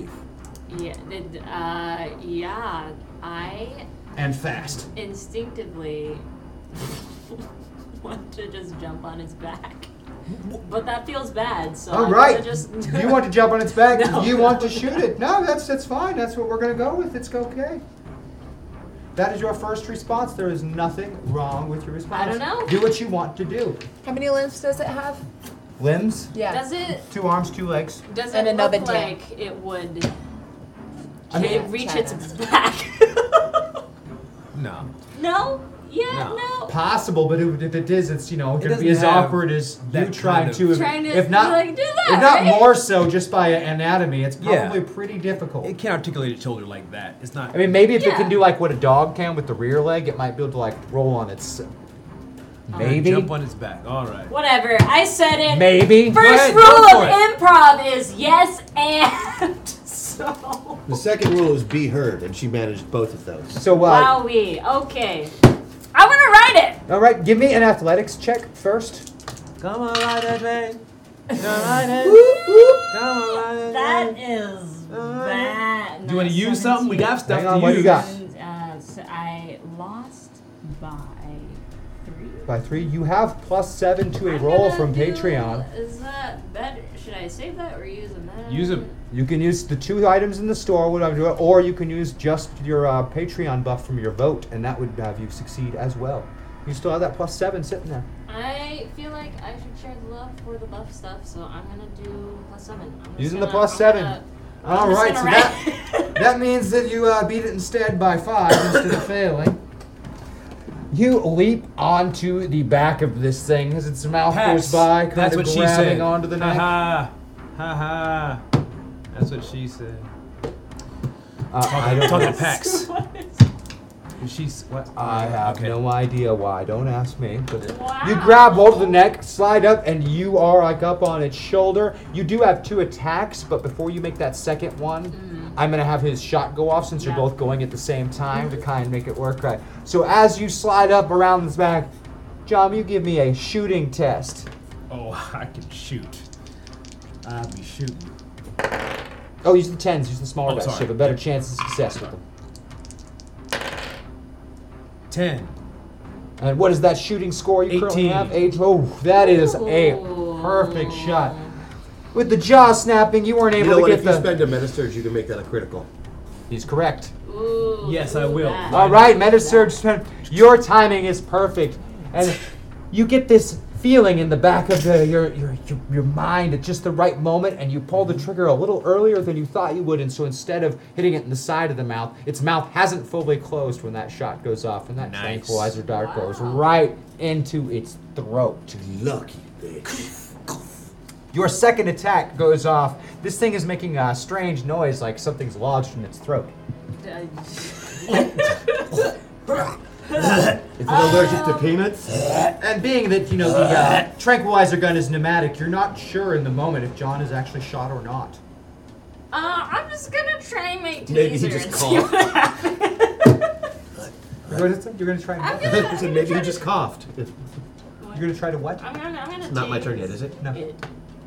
Yeah. Did, uh. Yeah. I And fast. instinctively *laughs* want to just jump on his back, but that feels bad. So All I'm right. gonna *laughs* *laughs* just you want to jump on its back? *laughs* No. You want to shoot it? No, that's that's fine. That's what we're gonna go with. It's okay. That is your first response. There is nothing wrong with your don't response. know. Do what you want to do. How many limbs does it have? Limbs, Yeah. Does it? two arms, two legs. Does And it another look tank. like it would? I I mean- mean, reach its back. No. *laughs* no. Yeah, no. Possible, but it, if it is, it's you know It going to doesn't be as have awkward as you that trying kind of- to, if- Trying to if not, like, do that, if not right? more so, just by anatomy, it's Yeah. probably pretty difficult. It can't articulate its shoulder like that. It's not. I mean, maybe if it can do do like what a dog can with the rear leg, it might be able to like roll on its. Maybe jump on its back. All right. Whatever. I said it. Maybe. Go First ahead, rule go of for it. improv is yes and. *laughs* so. The second rule is be heard, and she managed both of those. So Wow. Wowee. Okay. I'm gonna write it. All right, give me an athletics check first. Come on, ride that train. Come on, ride it. Come on, ride it. That is bad. you want to use something? We got stuff Hang on, to what use. you got? Uh, so I lost by three. By three, you have plus seven to a roll from Patreon. Is that better? Should I save that or use a meta? them. You can use the two items in the store, whatever, you want, or you can use just your uh, Patreon buff from your vote, and that would have you succeed as well. You still have that plus seven sitting there. I feel like I should share the love for the buff stuff, so I'm gonna do plus seven. I'm just Using the gonna- plus I'm seven. gonna- I'm All just right, so gonna that that means that you uh, beat it instead by five instead of failing. You leap onto the back of this thing as its mouth goes Pass. by, kind That's of what she grabbing said. onto the neck. Ha ha. Ha ha. That's what she said. Uh, Talking- I don't talking know. Uh, packs. *laughs* *laughs* And she's what? I have no idea why. Don't ask me. But Wow. You grab hold of the neck, slide up, and you are like up on its shoulder. You do have two attacks, but before you make that second one, I'm gonna have his shot go off since you're both going at the same time to kind of make it work right. So as you slide up around his back, John, you give me a shooting test. Oh, *laughs* I can shoot. I'll be shooting. Oh, use the tens. Use the smaller Oh, dice. sorry. You have a better chance of success with them. Ten. And what is that shooting score you currently 18. have? Eight. Oh, that is a perfect shot. With the jaw snapping, you weren't You able know to what? get If you the. spend a meta surge, you can make that a critical. He's correct. yes, I will. All right, Metasurge, spent- your timing is perfect, and you get this feeling in the back of the, your, your your your mind at just the right moment, and you pull the trigger a little earlier than you thought you would, and so instead of hitting it in the side of the mouth, its mouth hasn't fully closed when that shot goes off, and that Nice. tranquilizer dart goes right into its throat. Lucky bitch. Your second attack goes off. This thing is making a strange noise, like something's lodged in its throat. *laughs* *laughs* Is it allergic Um, to peanuts? Um, uh, And being that you know the uh, tranquilizer gun is pneumatic, you're not sure in the moment if John is actually shot or not. Uh, I'm just gonna try and make Maybe he taser just and coughed. see what happens. You're gonna, you're gonna try. And I *laughs* said maybe he just coughed. It's You're gonna try to what? I'm gonna, I'm gonna not my tase turn yet, is it? No. It.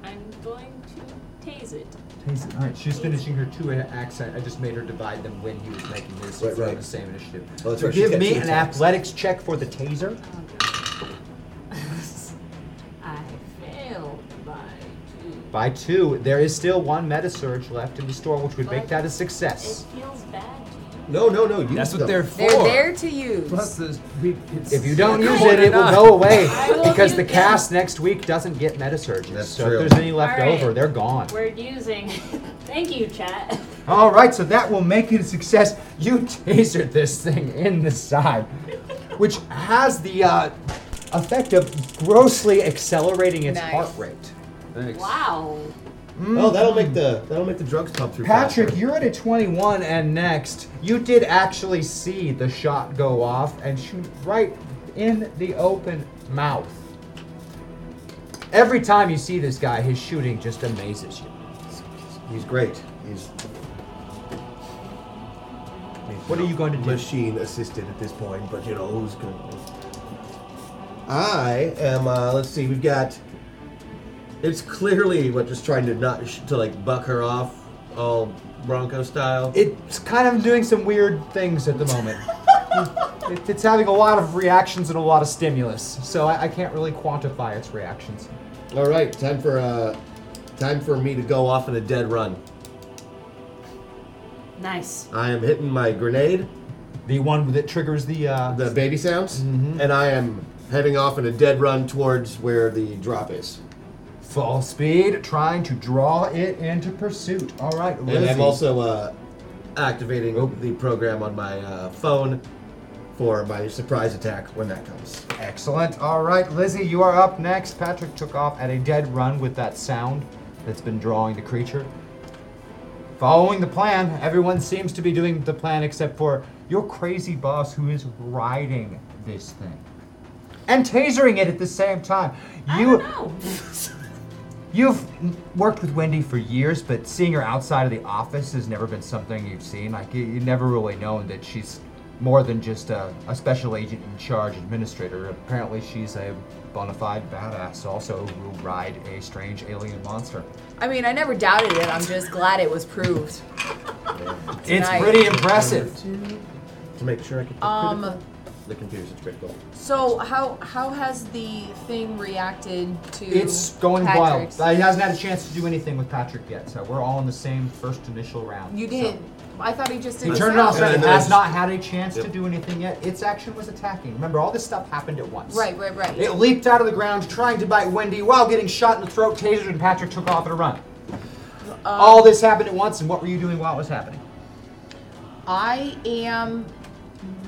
I'm going to tase it. Taser. All right, she's finishing her two accent. I just made her divide them when he was making his. so Right, it's not right. The same initiative. Oh, that's So right, she's Give got me two an attacks. athletics check for the taser. I failed by two. By two, there is still one meta surge left in the store, which would make that a success. It feels bad. to you. No, no, no. Use That's what them. they're They're for. there to use. Plus, the, we, it's If you don't use Why it, it will not? go away I will because use the it. cast next week doesn't get meta surges. That's so true. if there's any left All right. over, they're gone. We're using. *laughs* Thank you, chat. All right, so that will make it a success. You tasered this thing in the side, which has the uh, effect of grossly accelerating its Nice. heart rate. Wow. Oh, that'll make the that'll make the drugs pump through. Patrick, faster. you're at a 21 and next. You did actually see the shot go off and shoot right in the open mouth. Every time you see this guy, his shooting just amazes you. he's great. He's What are you going to do? Machine assisted at this point, but you know who's going. to I am. Uh, let's see. We've got. It's clearly what just trying to not sh- to like buck her off, all Bronco style. It's kind of doing some weird things at the *laughs* moment. it, it's having a lot of reactions and a lot of stimulus, so I, I can't really quantify its reactions. All right, time for uh, time for me to go off in a dead run. Nice. I am hitting my grenade, The one that triggers the uh, Mm-hmm. the baby sounds, and I am heading off in a dead run towards where the drop is. full speed, trying to draw it into pursuit. All right, And Lizzie. Oh. I'm also uh, activating the program on my uh, phone for my surprise attack when that comes. Excellent. All right, Lizzie, you are up next. Patrick took off at a dead run with that sound that's been drawing the creature. Following the plan, everyone seems to be doing the plan except for your crazy boss who is riding this thing and tasering it at the same time. You *laughs* You've n- worked with Wendy for years, but seeing her outside of the office has never been something you've seen. Like, you, you've never really known that she's more than just a, a special agent in charge administrator. Apparently, she's a bona fide badass also who will ride a strange alien monster. I mean, I never doubted it. I'm just glad it was proved. It's Tonight. pretty impressive. To make sure I can. Um, the computer's a critical. so how how has the thing reacted to? It's going Patrick's? wild. Uh, He hasn't had a chance to do anything with Patrick yet, so we're all in the same first initial round. You so. did. I thought he just did. He the turned it off, so sound. it has not had a chance to Yep. do anything yet. Its action was attacking. Remember, all this stuff happened at once. Right, right, right. It leaped out of the ground, trying to bite Wendy while getting shot in the throat, tasered, and Patrick took off at a run. Um, All this happened at once, and what were you doing while it was happening? I am.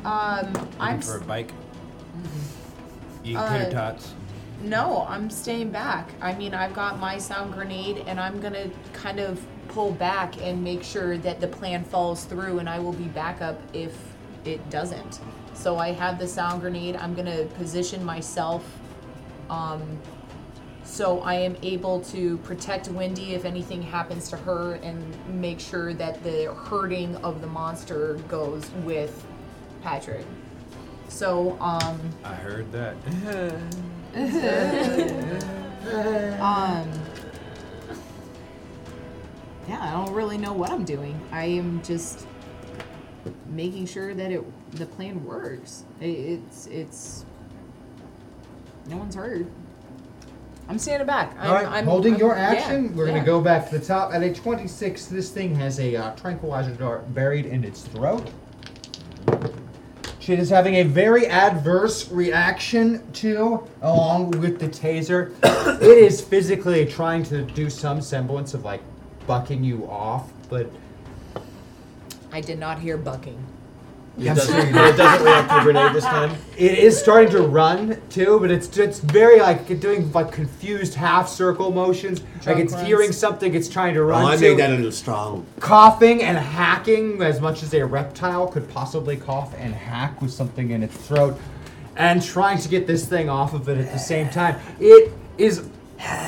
Um, I'm. Looking for a s- bike. Eat Uh, tater tots. No, I'm staying back. I mean, I've got my sound grenade, and I'm gonna kind of pull back and make sure that the plan falls through, and I will be backup if it doesn't. So I have the sound grenade. I'm gonna position myself, um, so I am able to protect Wendy if anything happens to her, and make sure that the hurting of the monster goes with Patrick. So, um. I heard that. *laughs* um, yeah, I don't really know what I'm doing. I am just making sure that it the plan works. It, it's it's no one's hurt. I'm standing back. I'm, All right, I'm holding I'm- your yeah, action. We're yeah. gonna go back to the top. At a 26, this thing has a uh, tranquilizer dart buried in its throat. She is having a very adverse reaction to, along with the taser. *coughs* it is physically trying to do some semblance of like bucking you off, but I did not hear bucking. It *laughs* doesn't- it doesn't react to the grenade this time? It is starting to run too, but it's it's very like doing like confused half circle motions. Drunk like it's runs. hearing something, it's trying to run. I to. made that into strong. coughing and hacking as much as a reptile could possibly cough and hack with something in its throat, and trying to get this thing off of it at the same time. It is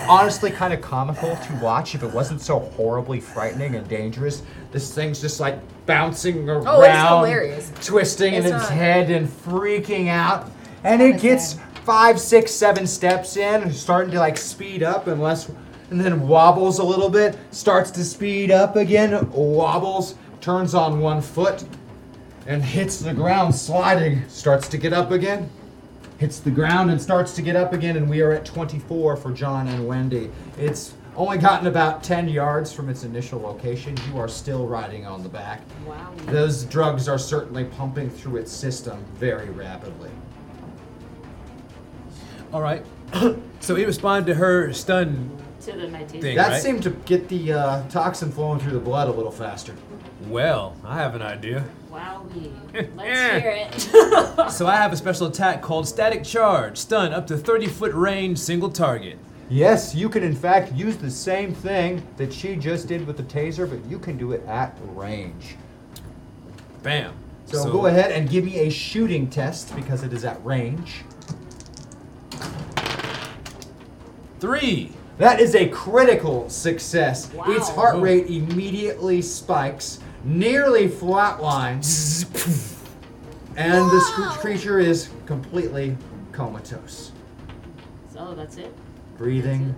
honestly kind of comical to watch if it wasn't so horribly frightening and dangerous. This thing's just like bouncing around, Oh, hilarious. twisting in It's its not- head and freaking out, and it gets five, six, seven steps in, starting to like speed up, unless, and then wobbles a little bit, starts to speed up again, wobbles, turns on one foot, and hits the ground, sliding, starts to get up again, hits the ground and starts to get up again, and we are at 24 for John and Wendy. It's only gotten about 10 yards from its initial location. You are still riding on the back. Wow. Those drugs are certainly pumping through its system very rapidly. All right. *coughs* so he responded to her stun To the meditation. thing, that right? seemed to get the uh, toxin flowing through the blood a little faster. Well, I have an idea. Wowee. Let's hear Eh. it. so I have a special attack called Static Charge. Stun up to 30 foot range, single target. Yes, you can in fact use the same thing that she just did with the taser, but you can do it at range. Bam. So, go ahead and give me a shooting test because it is at range. Three. That is a critical success. Its Wow. heart rate immediately spikes, nearly flatlines, and this cr- creature is completely comatose, So that's it. breathing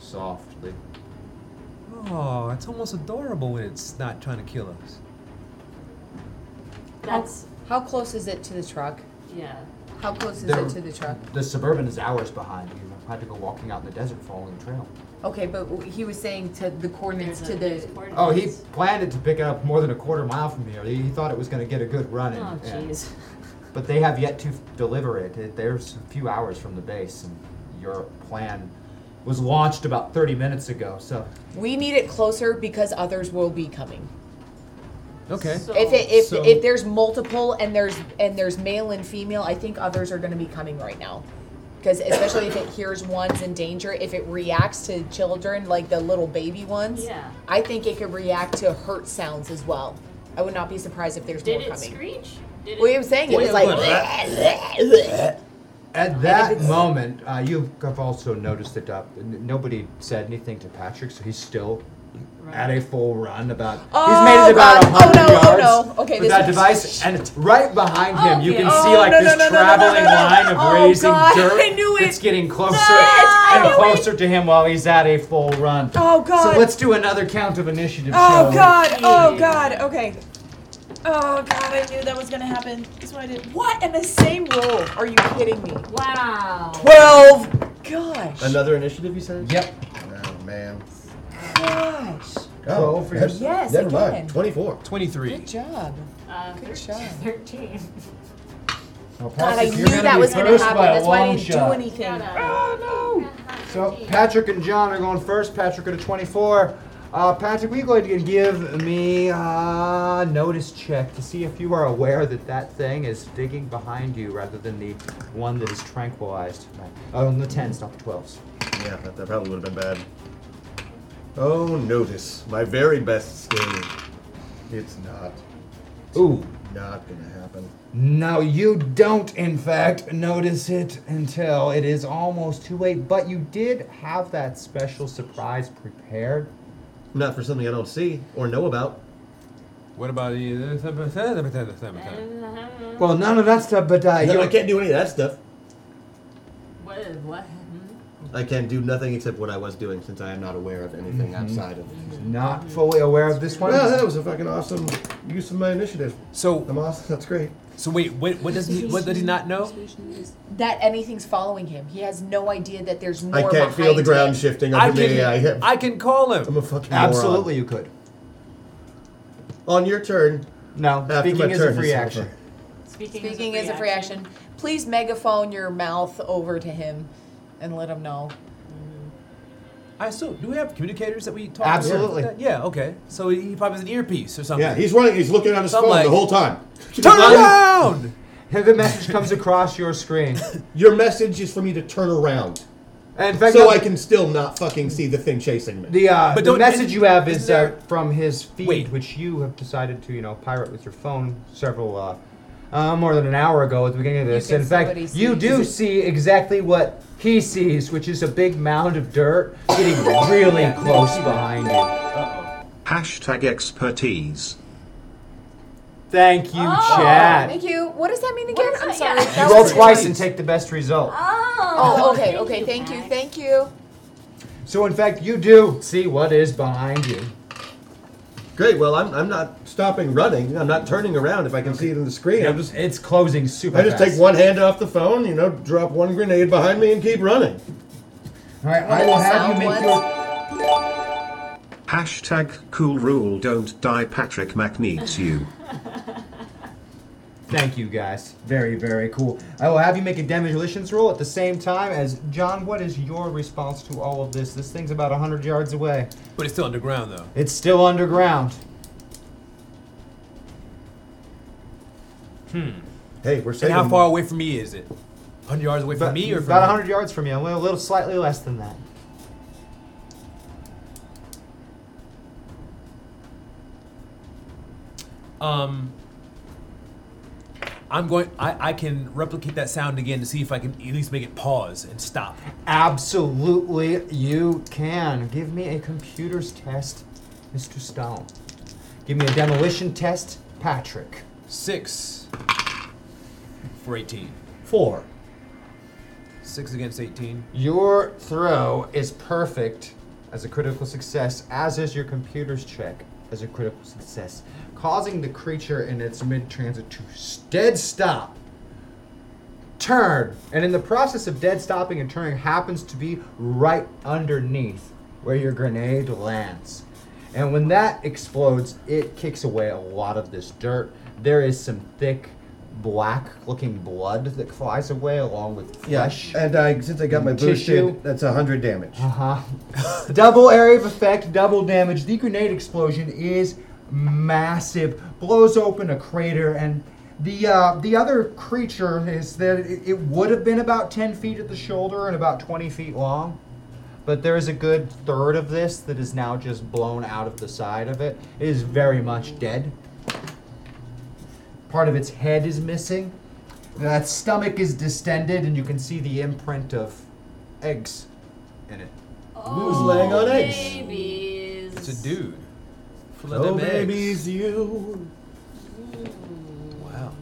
softly. Oh, it's almost adorable when it's not trying to kill us. That's how close is it to the truck? Yeah. How close is They're- it to the truck? The suburban is hours behind you. I had to go walking out in the desert following the trail. Okay, but w- he was saying to the coordinates to the. Oh, he planned it to pick up more than a quarter mile from here. He, he thought it was going to get a good run. Oh, and- and- jeez. But they have yet to f- deliver it. it. There's a few hours from the base, and your plan was launched about 30 minutes ago. So We need it closer because others will be coming. Okay. if it, if, So- if there's multiple and there's and there's male and female, I think others are going to be coming right now. Because especially if it hears one's in danger, if it reacts to children like the little baby ones, Yeah. I think it could react to hurt sounds as well. I would not be surprised if there's Did more it coming. screech? Did Well, he was saying it was like. *laughs* At that moment, uh, you have also noticed that uh, n- nobody said anything to Patrick, so he's still at a full run. About he's made Oh, it about God. a hundred Oh, no, oh, yards no. Okay, with this that is- device, and right behind him, you can Oh, see like no, no, this no, no, no, no, traveling no, no. line of Oh, raising God, dirt. I knew It's getting closer I and knew closer to him while he's at a full run. Oh, God. So let's do another count of initiative. Oh shall we? god! Oh god! Okay. Oh god! I knew that was gonna happen. That's what I did. What in the same roll? Are you kidding me? Wow. Twelve. Gosh. Another initiative, you said? Yep. Oh, man. Gosh. Oh, for your- Yes, never again. mind. 24. 23. Good job. Uh, *laughs* Good job. 13. Well, God, I Patrick, knew you're gonna that be was going to first happen. by a That's why I long didn't shot. do anything. So Patrick and John are going first. Patrick at a 24. Uh, Patrick, will you go ahead and give me a notice check to see if you are aware that that thing is digging behind you rather than the one that is tranquilized? Oh, on the 10s, not the 12s. Yeah, that, that probably would have been bad. Oh, notice. My very best scheme. It's not. Ooh. Not gonna happen. No, you don't, in fact, notice it until it is almost too late, but you did have that special surprise prepared. Not for something I don't see or know about. What about you? Well, none of that stuff, but uh, No, you- I can't do any of that stuff. What? What? hmm? I can do nothing except what I was doing since I am not aware of anything Mhm. outside of Not fully aware of this one. Well, that was a fucking awesome use of my initiative. So I'm awesome. That's great. So wait, what, what does he what does he not know? That anything's following him. He has no idea that there's more I can't feel behind the it. ground shifting I under me. can- I, have, I can call him. I'm a fucking Absolutely, you could. On your turn. No, After speaking my is a turn free is over. action. Speaking, Speaking is a free action. Please megaphone your mouth over to him and let him know. I assume. Do we have communicators that we talk? to? Absolutely. Yeah. Okay. So he probably has an earpiece or something. Yeah, he's running. He's looking on his So I'm phone like, the whole time. *laughs* Turn around! the message comes across your screen. *laughs* Your message is for me to turn around. In fact, so no- I can still not fucking see the thing chasing me. The, uh, *laughs* But the don't- message you have isn't is uh, there- from his feed, which you have decided to, you know, pirate with your phone several, uh, uh, more than an hour ago at the beginning of this. can In see fact, what he you sees. do Is it- see exactly what he sees, which is a big mound of dirt getting really close behind you. Hashtag expertise. Thank you, Oh. Chad. Thank you. What does that mean again? I'm sorry. Oh, That You roll was- twice and take the best result. Oh, okay, okay. Thank you, thank you. So, in fact, you do see what is behind you. Great. Well, I'm, I'm not stopping running. I'm not turning around if I can see it on the screen. I'm just it's closing super. I just fast. take one hand off the phone, you know, drop one grenade behind me, and keep running. All right, I will have you make your. Hashtag cool rule don't die Patrick McNeeds you. Thank you, guys. Very, very cool. I will have you make a demolitions roll at the same time as John. What is your response to all of this? This thing's about 100 yards away. But it's still underground though. It's still underground. Hmm. Hey, we're And saving. how far away from me is it? 100 yards away from About- me or from about him? 100 yards from you. A little, little slightly less than that. Um, I'm going. I, I can replicate that sound again to see if I can at least make it pause and stop. Absolutely, you can. Give me a computer's test, Mr. Stone. Give me a demolition test, Patrick. Six for 18. Four. Six against 18. Your throw is perfect as a critical success, as is your computer's check as a critical success, causing the creature in its mid transit to s- dead stop, turn, and in the process of dead stopping and turning, happens to be right underneath where your grenade lands. And when that explodes, it kicks away a lot of this dirt. There is some thick, black looking blood that flies away along with Yeah, flesh. and I, since I got my Tissue. Uh-huh. boosted, that's 100 damage. *laughs* Uh huh. double area of effect, double damage. The grenade explosion is massive, blows open a crater, and the uh, the other creature is that it, it would have been about ten feet at the shoulder and about twenty feet long, but there is a good third of this that is now just blown out of the side of it. It is very much dead. Part of its head is missing. That stomach is distended, and you can see the imprint of eggs in it. Who's laying on eggs? Oh, Babies. It's a dude. Full of Oh, them eggs. babies, you. Hmm. Wow.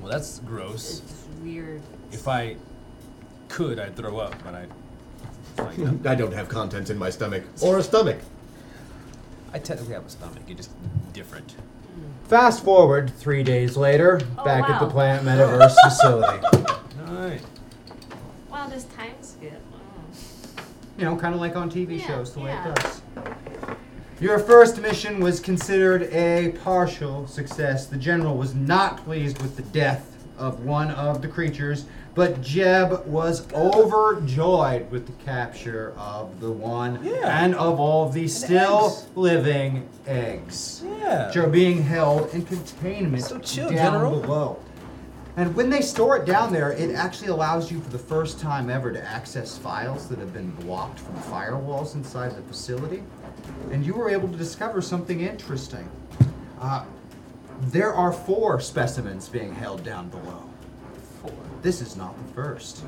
Well, that's gross. It's weird. If I could, I'd throw up, but I. *laughs* I don't have contents in my stomach or a stomach. I technically have a stomach. It's just different. Fast forward three days later, Oh, back at the wow. Planet Metaverse *laughs* facility. Alright. Wow, this time skip. You know, kind of like on TV shows, the way yeah. it does. Your first mission was considered a partial success. The general was not pleased with the death of one of the creatures, but Jeb was overjoyed with the capture of the one Yeah. and of all the still living eggs. Yeah. Which are being held in containment chill, down General. below. And when they store it down there, it actually allows you for the first time ever to access files that have been blocked from firewalls inside the facility. And you were able to discover something interesting. Uh, there are four specimens being held down below. Four. This is not the first.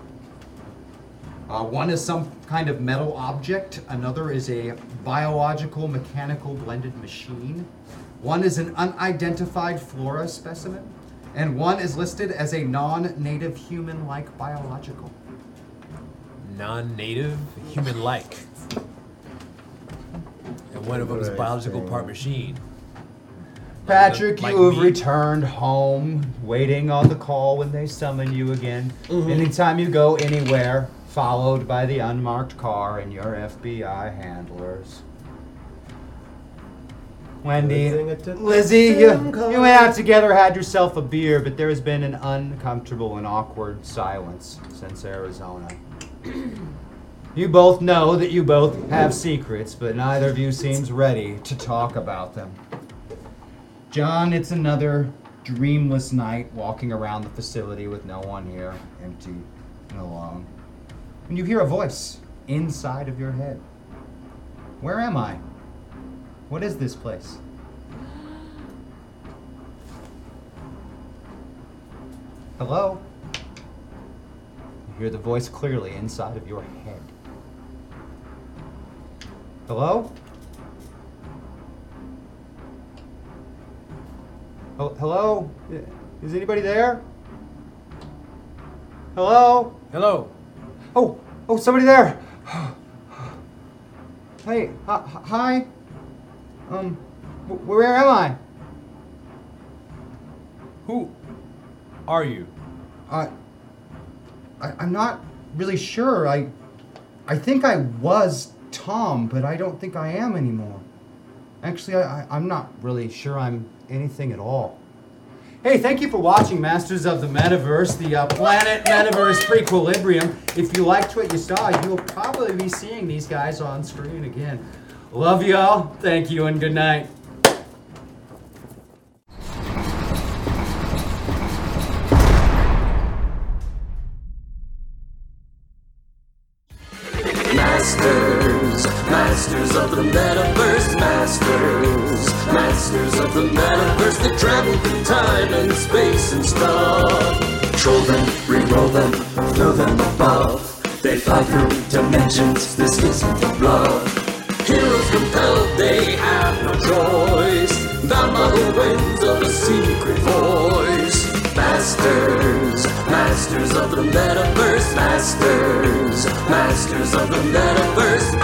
Uh, one is some kind of metal object, another is a biological mechanical blended machine, one is an unidentified flora specimen, and one is listed as a non native human like biological. Non-native, human-like. And one of them is biological part machine. Patrick, Like you have me. returned home, waiting on the call when they summon you again. Mhm. Anytime you go anywhere, followed by the unmarked car and your FBI handlers. Wendy, Lizzie, you, you went out together, had yourself a beer, but there has been an uncomfortable and awkward silence since Arizona. You both know that you both have secrets, but neither of you seems ready to talk about them. John, it's another dreamless night walking around the facility with no one here, empty and alone. And you hear a voice inside of your head Where am I? What is this place? Hello? You hear the voice clearly inside of your head. Hello? Hel- Hello? Is anybody there? Hello? Hello. Oh, oh, somebody there. hey, hi- hi. Um, wh- where am I? Who are you? Uh, I, I'm not really sure. I, I think I was Tom, but I don't think I am anymore. Actually, I, I, I'm not really sure I'm anything at all. Hey, thank you for watching Masters of the Metaverse, the uh, Planet Metaverse Prequilibrium. If you liked what you saw, you'll probably be seeing these guys on screen again. Love you all. Thank you and good night. Masters, masters of the metaverse, masters, masters of the metaverse that travel through time and space and stuff. Troll them, re-roll them, throw them above. They fly through dimensions, this isn't a bluff. Heroes compelled, they have no choice. Bound by the winds of a secret voice. Masters, masters of the metaverse, masters, masters of the metaverse.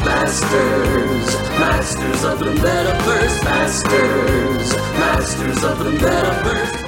Masters, masters of the metaverse, masters, masters of the metaverse.